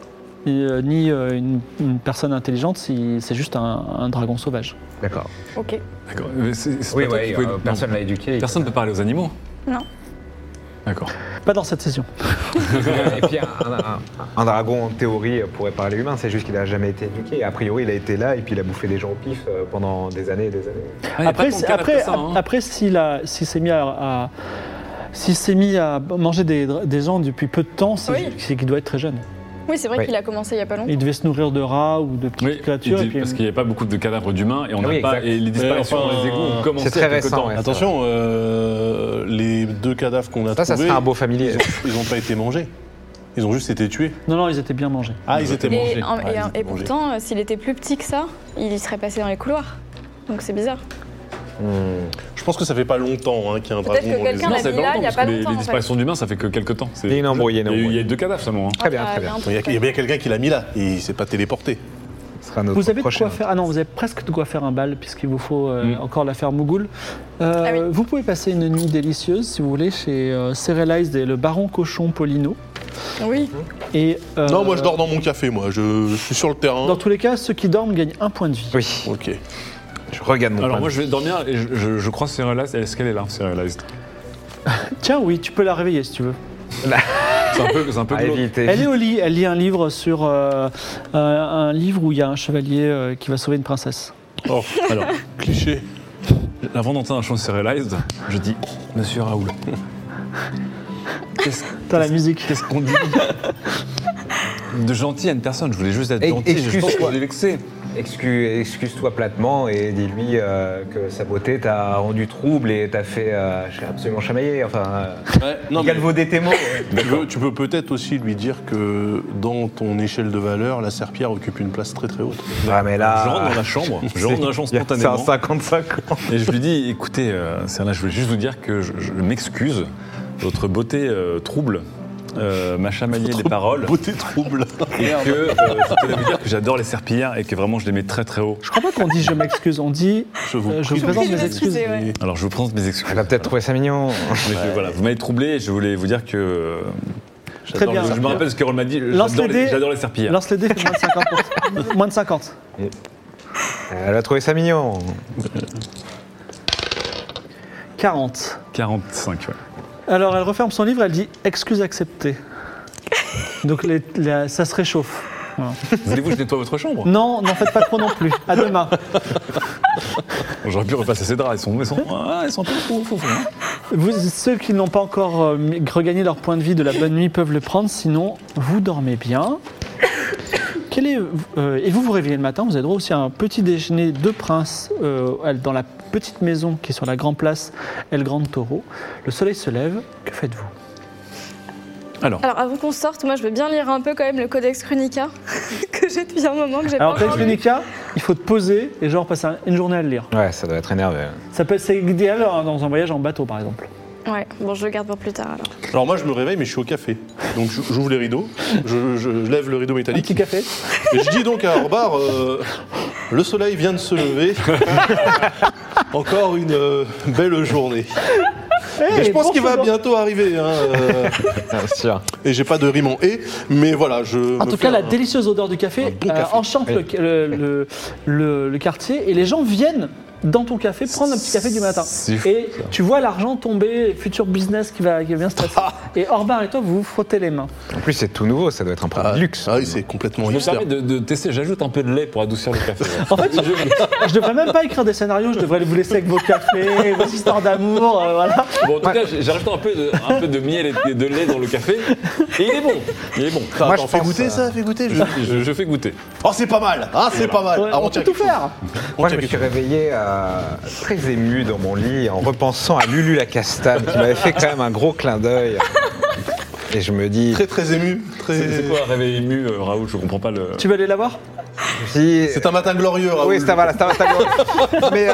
[SPEAKER 2] et, euh, ni euh, une, une personne intelligente, si- c'est juste un, un dragon sauvage.
[SPEAKER 7] D'accord.
[SPEAKER 4] Ok.
[SPEAKER 5] D'accord. Mais c'est- c'est
[SPEAKER 7] Oui,
[SPEAKER 5] pas toi
[SPEAKER 7] oui,
[SPEAKER 5] qui pouvais-
[SPEAKER 7] euh,
[SPEAKER 5] non.
[SPEAKER 7] personne l'a éduqué.
[SPEAKER 5] Personne ne peut parler aux animaux
[SPEAKER 4] Non.
[SPEAKER 5] D'accord.
[SPEAKER 2] Pas dans cette session.
[SPEAKER 7] Et puis, un, un- un dragon, en théorie, euh, pourrait parler humain, c'est juste qu'il n'a jamais été éduqué. A priori, il a été là et puis il a bouffé des gens au pif euh, pendant des années et des années.
[SPEAKER 5] Ah, y a pas
[SPEAKER 2] après,
[SPEAKER 5] tant de
[SPEAKER 2] c'est-
[SPEAKER 5] cas
[SPEAKER 2] après,
[SPEAKER 5] après ça, hein.
[SPEAKER 2] après, s'il a- s'il s'est mis à, à- s'il s'est mis à manger des, dra- des gens depuis peu de temps, c'est
[SPEAKER 4] Oui.
[SPEAKER 2] c'est qu'il doit être très jeune.
[SPEAKER 4] Oui, c'est vrai
[SPEAKER 7] Oui.
[SPEAKER 4] qu'il a commencé il y a pas longtemps.
[SPEAKER 2] Il devait se nourrir de rats ou de petites
[SPEAKER 5] Oui,
[SPEAKER 2] créatures. et
[SPEAKER 5] il dit-
[SPEAKER 2] puis- euh,
[SPEAKER 5] parce qu'il n'y a pas beaucoup de cadavres d'humains et on
[SPEAKER 7] Ah
[SPEAKER 5] n'a
[SPEAKER 7] oui,
[SPEAKER 5] pas
[SPEAKER 7] exact.
[SPEAKER 5] et les disparitions
[SPEAKER 3] Mais
[SPEAKER 5] dans
[SPEAKER 3] enfin,
[SPEAKER 5] les égouts ont commencé
[SPEAKER 7] C'est
[SPEAKER 5] il y
[SPEAKER 7] très
[SPEAKER 5] a quelque
[SPEAKER 7] récent.
[SPEAKER 5] temps.
[SPEAKER 7] ouais, ça va.
[SPEAKER 3] Attention, euh, les deux cadavres qu'on a
[SPEAKER 7] Ça, ça
[SPEAKER 3] trouvés,
[SPEAKER 7] serait un beau familier.
[SPEAKER 3] ils n'ont pas été mangés. Ils ont juste été tués.
[SPEAKER 2] Non, non, ils étaient bien mangés.
[SPEAKER 3] Ah, ils étaient mangés.
[SPEAKER 4] Et, en-
[SPEAKER 3] Ah,
[SPEAKER 4] et
[SPEAKER 3] ils
[SPEAKER 4] en-
[SPEAKER 3] étaient
[SPEAKER 4] et
[SPEAKER 3] mangés.
[SPEAKER 4] pourtant, euh, s'il était plus petit que ça, il serait passé dans les couloirs. Donc c'est bizarre.
[SPEAKER 3] Je pense que ça fait pas longtemps hein, qu'il y a un
[SPEAKER 4] Peut-être
[SPEAKER 3] dragon
[SPEAKER 4] que
[SPEAKER 3] dans les
[SPEAKER 4] quelqu'un
[SPEAKER 3] airs.
[SPEAKER 5] Non,
[SPEAKER 4] l'a
[SPEAKER 5] ça fait
[SPEAKER 4] mis là,
[SPEAKER 5] longtemps,
[SPEAKER 4] il y a
[SPEAKER 5] parce
[SPEAKER 4] pas
[SPEAKER 5] que les-
[SPEAKER 4] longtemps,
[SPEAKER 5] les
[SPEAKER 4] en fait.
[SPEAKER 5] disparitions d'humains, ça fait que quelques temps. C'est-
[SPEAKER 7] Il y a une embrouille, il y a une
[SPEAKER 5] Il y a eu- il y
[SPEAKER 7] embrouille.
[SPEAKER 5] a eu deux cadavres seulement. hein.
[SPEAKER 7] Très bien,
[SPEAKER 4] Ah, il
[SPEAKER 7] très
[SPEAKER 4] y a
[SPEAKER 7] bien.
[SPEAKER 4] un
[SPEAKER 3] Il y, a-
[SPEAKER 4] truc,
[SPEAKER 3] il y a
[SPEAKER 4] ouais.
[SPEAKER 3] bien quelqu'un qui l'a mis là, et il s'est pas téléporté.
[SPEAKER 7] Ce sera notre
[SPEAKER 2] Vous avez de
[SPEAKER 7] prochain.
[SPEAKER 2] quoi faire. Ah non, vous avez presque de quoi faire un bal, puisqu'il vous faut euh,
[SPEAKER 5] Mm.
[SPEAKER 2] encore l'affaire Mougoul. Euh,
[SPEAKER 4] Ah oui.
[SPEAKER 2] Vous pouvez passer une nuit délicieuse, si vous voulez, chez euh, Cerealized et le baron cochon Polino.
[SPEAKER 4] Oui,
[SPEAKER 2] Et, euh,
[SPEAKER 3] Non, moi je dors dans mon café, moi. Je, je suis sur le terrain.
[SPEAKER 2] Dans tous les cas, ceux qui dorment gagnent un point de vie.
[SPEAKER 7] Oui,
[SPEAKER 3] Ok.
[SPEAKER 7] je regarde mon
[SPEAKER 5] Alors
[SPEAKER 7] point
[SPEAKER 5] moi
[SPEAKER 7] de
[SPEAKER 5] je vais dormir et je, je, je crois Serialized. Est-ce qu'elle est là, Serialized
[SPEAKER 2] Tiens, oui, tu peux la réveiller si tu veux.
[SPEAKER 5] C'est un peu, c'est un peu
[SPEAKER 7] vue. À
[SPEAKER 5] glauque.
[SPEAKER 7] éviter.
[SPEAKER 2] Elle est au lit, elle lit un livre sur euh, un- un livre où il y a un chevalier euh, qui va sauver une princesse.
[SPEAKER 3] Oh, alors, cliché.
[SPEAKER 5] Avant d'entendre un chant Serialized, je dis Monsieur Raoul. Qu'est-ce
[SPEAKER 2] T'as la musique.
[SPEAKER 5] qu'est-ce qu'on dit De gentil à une personne, je voulais juste être
[SPEAKER 7] Et-
[SPEAKER 5] gentil, je pense
[SPEAKER 7] excuse-toi.
[SPEAKER 5] que je l'ai vexé.
[SPEAKER 7] Excu- Excuse-toi platement et dis-lui euh, que sa beauté t'a rendu trouble et t'a fait euh, absolument chamailler. Enfin, euh,
[SPEAKER 3] Ouais,
[SPEAKER 7] non,
[SPEAKER 3] non, mais
[SPEAKER 7] tes mots.
[SPEAKER 3] tu peux, tu peux peut-être aussi lui dire que dans ton échelle de valeur, la serpillère occupe une place très très haute.
[SPEAKER 7] Ah, mais
[SPEAKER 5] Je
[SPEAKER 7] là.
[SPEAKER 5] rentre dans la chambre, je rentre dans la chambre
[SPEAKER 7] C'est-
[SPEAKER 5] spontanément.
[SPEAKER 7] C'est un 55 ans.
[SPEAKER 5] Et je lui dis, écoutez, euh, Serena, je voulais juste vous dire que je, je m'excuse. Votre beauté euh, trouble euh, m'a chamaillé les paroles.
[SPEAKER 3] Beauté trouble.
[SPEAKER 5] Et que euh, je voulais vous dire que j'adore les serpillères et que vraiment je les mets très très haut.
[SPEAKER 2] Je crois pas qu'on dit je m'excuse, on dit
[SPEAKER 3] Je vous
[SPEAKER 2] Euh, je
[SPEAKER 3] prie
[SPEAKER 2] vous
[SPEAKER 3] de
[SPEAKER 2] présente
[SPEAKER 3] m'excuser.
[SPEAKER 2] mes excuses.
[SPEAKER 4] ouais.
[SPEAKER 5] Alors je vous présente mes excuses.
[SPEAKER 7] Elle a peut-être trouvé ça mignon.
[SPEAKER 5] Mais je- voilà, vous m'avez troublé et je voulais vous dire que. euh,
[SPEAKER 2] Très bien.
[SPEAKER 5] je me rappelle ce qu'Erol m'a dit.
[SPEAKER 2] Lance
[SPEAKER 5] J'adore
[SPEAKER 2] les
[SPEAKER 5] les,
[SPEAKER 2] dés.
[SPEAKER 5] j'adore les serpillères.
[SPEAKER 2] Lance les dés, fais moins de 50. moins de 50.
[SPEAKER 7] Elle a trouvé ça mignon.
[SPEAKER 2] 40.
[SPEAKER 5] 45, ouais.
[SPEAKER 2] Alors elle referme son livre, elle dit excuse acceptée. Donc les- la- ça se réchauffe.
[SPEAKER 5] Voulez-vous que je nettoie votre chambre
[SPEAKER 2] Non, n'en faites pas trop non plus. À demain.
[SPEAKER 5] J'aurais pu repasser ces draps, ils sont, ils sont, ah, ils sont un peu fous, fous, fous, hein.
[SPEAKER 2] Vous, ceux qui n'ont pas encore euh, mi- regagné leur point de vie de la bonne nuit peuvent le prendre, sinon vous dormez bien. Quel est, euh, et vous vous réveillez le matin, vous avez droit aussi à un petit déjeuner de prince euh, à- dans la petite maison qui est sur la grande place El Grande Taureau. Le soleil se lève, que faites-vous
[SPEAKER 5] Alors,
[SPEAKER 4] Alors avant qu'on sorte, moi je veux bien lire un peu quand même le Codex Chronica que j'ai depuis un moment que j'ai pas
[SPEAKER 2] Alors, Codex
[SPEAKER 4] encore lu.
[SPEAKER 2] Chronica, il faut te poser et genre passer un- une journée à le lire.
[SPEAKER 7] Ouais, ça doit être énervé.
[SPEAKER 2] Ça peut c'est idéal hein, dans un voyage en bateau par exemple.
[SPEAKER 4] Ouais, bon je le garde pour plus tard alors.
[SPEAKER 3] Alors moi je me réveille mais je suis au café. Donc je- j'ouvre les rideaux, je, je- je lève le rideau
[SPEAKER 2] Un
[SPEAKER 3] métallique
[SPEAKER 2] petit café.
[SPEAKER 3] et je dis donc à Orbar, euh, le soleil vient de se lever. Encore une euh, belle journée. Et je pense qu'il va bientôt arriver. hein, euh,
[SPEAKER 7] Bien sûr.
[SPEAKER 3] et j'ai pas de rime en et, mais voilà, je.
[SPEAKER 2] En
[SPEAKER 3] me
[SPEAKER 2] tout
[SPEAKER 3] fais
[SPEAKER 2] cas, la
[SPEAKER 3] un-
[SPEAKER 2] délicieuse odeur du café,
[SPEAKER 3] hein. bon
[SPEAKER 2] euh,
[SPEAKER 3] café.
[SPEAKER 2] enchante le, le- le- le- le quartier et les gens viennent dans ton café prendre un petit café du matin.
[SPEAKER 5] C'est fou,
[SPEAKER 2] Et tu vois l'argent tomber, futur business qui va, qui va bien se passer.
[SPEAKER 3] Ah.
[SPEAKER 2] Et Orbar et toi, vous vous frottez les mains.
[SPEAKER 7] En plus, c'est tout nouveau, ça doit être un produit
[SPEAKER 3] Ah,
[SPEAKER 7] de luxe.
[SPEAKER 3] Ah oui, c'est complètement
[SPEAKER 5] je me
[SPEAKER 3] hipster.
[SPEAKER 5] permets de, de tester, j'ajoute un peu de lait pour adoucir le café.
[SPEAKER 2] En fait, je, je devrais même pas écrire des scénarios, je devrais vous laisser avec vos cafés, vos histoires d'amour, euh, voilà.
[SPEAKER 5] Bon, en tout cas, j'ai j'ai rajouté un peu, de, un peu de miel et de lait dans le café. Et il est bon. Il est bon.
[SPEAKER 3] Attends,
[SPEAKER 7] Moi, je
[SPEAKER 3] attends, fais
[SPEAKER 7] pense,
[SPEAKER 3] goûter
[SPEAKER 7] euh,
[SPEAKER 3] ça, fais goûter. je-
[SPEAKER 5] Je, je- je fais goûter.
[SPEAKER 3] Oh, c'est pas mal. Ah, c'est pas mal.
[SPEAKER 2] Ouais,
[SPEAKER 3] Ah,
[SPEAKER 2] on peut
[SPEAKER 3] tient
[SPEAKER 2] tout
[SPEAKER 3] quelque
[SPEAKER 2] faire.
[SPEAKER 3] chose. On
[SPEAKER 7] Moi, je
[SPEAKER 3] tient
[SPEAKER 7] me
[SPEAKER 3] quelque
[SPEAKER 7] suis réveillé euh, très ému dans mon lit en repensant à Lulu la Castane qui m'avait fait quand même un gros clin d'œil. Et je me dis,
[SPEAKER 3] chose. Très très ému. Très.
[SPEAKER 5] C'est c'est quoi un réveil ému, euh, Raoul Je comprends pas le.
[SPEAKER 2] Tu veux aller la voir
[SPEAKER 7] Puis,
[SPEAKER 3] C'est un matin glorieux, Raoul.
[SPEAKER 7] euh, oui, ça va, là, ça va, ça va. mais euh,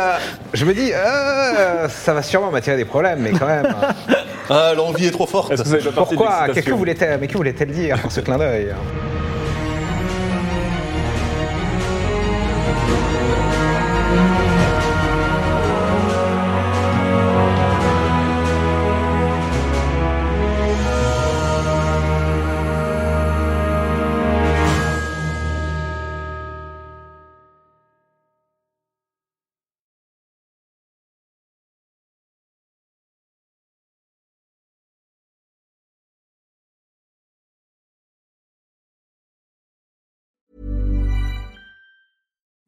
[SPEAKER 7] je me dis, euh, ça va sûrement m'attirer des problèmes, mais quand même.
[SPEAKER 3] Ah, l'envie est trop forte.
[SPEAKER 5] Est-ce que vous avez pas partie de
[SPEAKER 7] Pourquoi
[SPEAKER 5] l'excitation
[SPEAKER 7] Qu'est-ce que voulait mais que voulait-elle dire par ce clin d'œil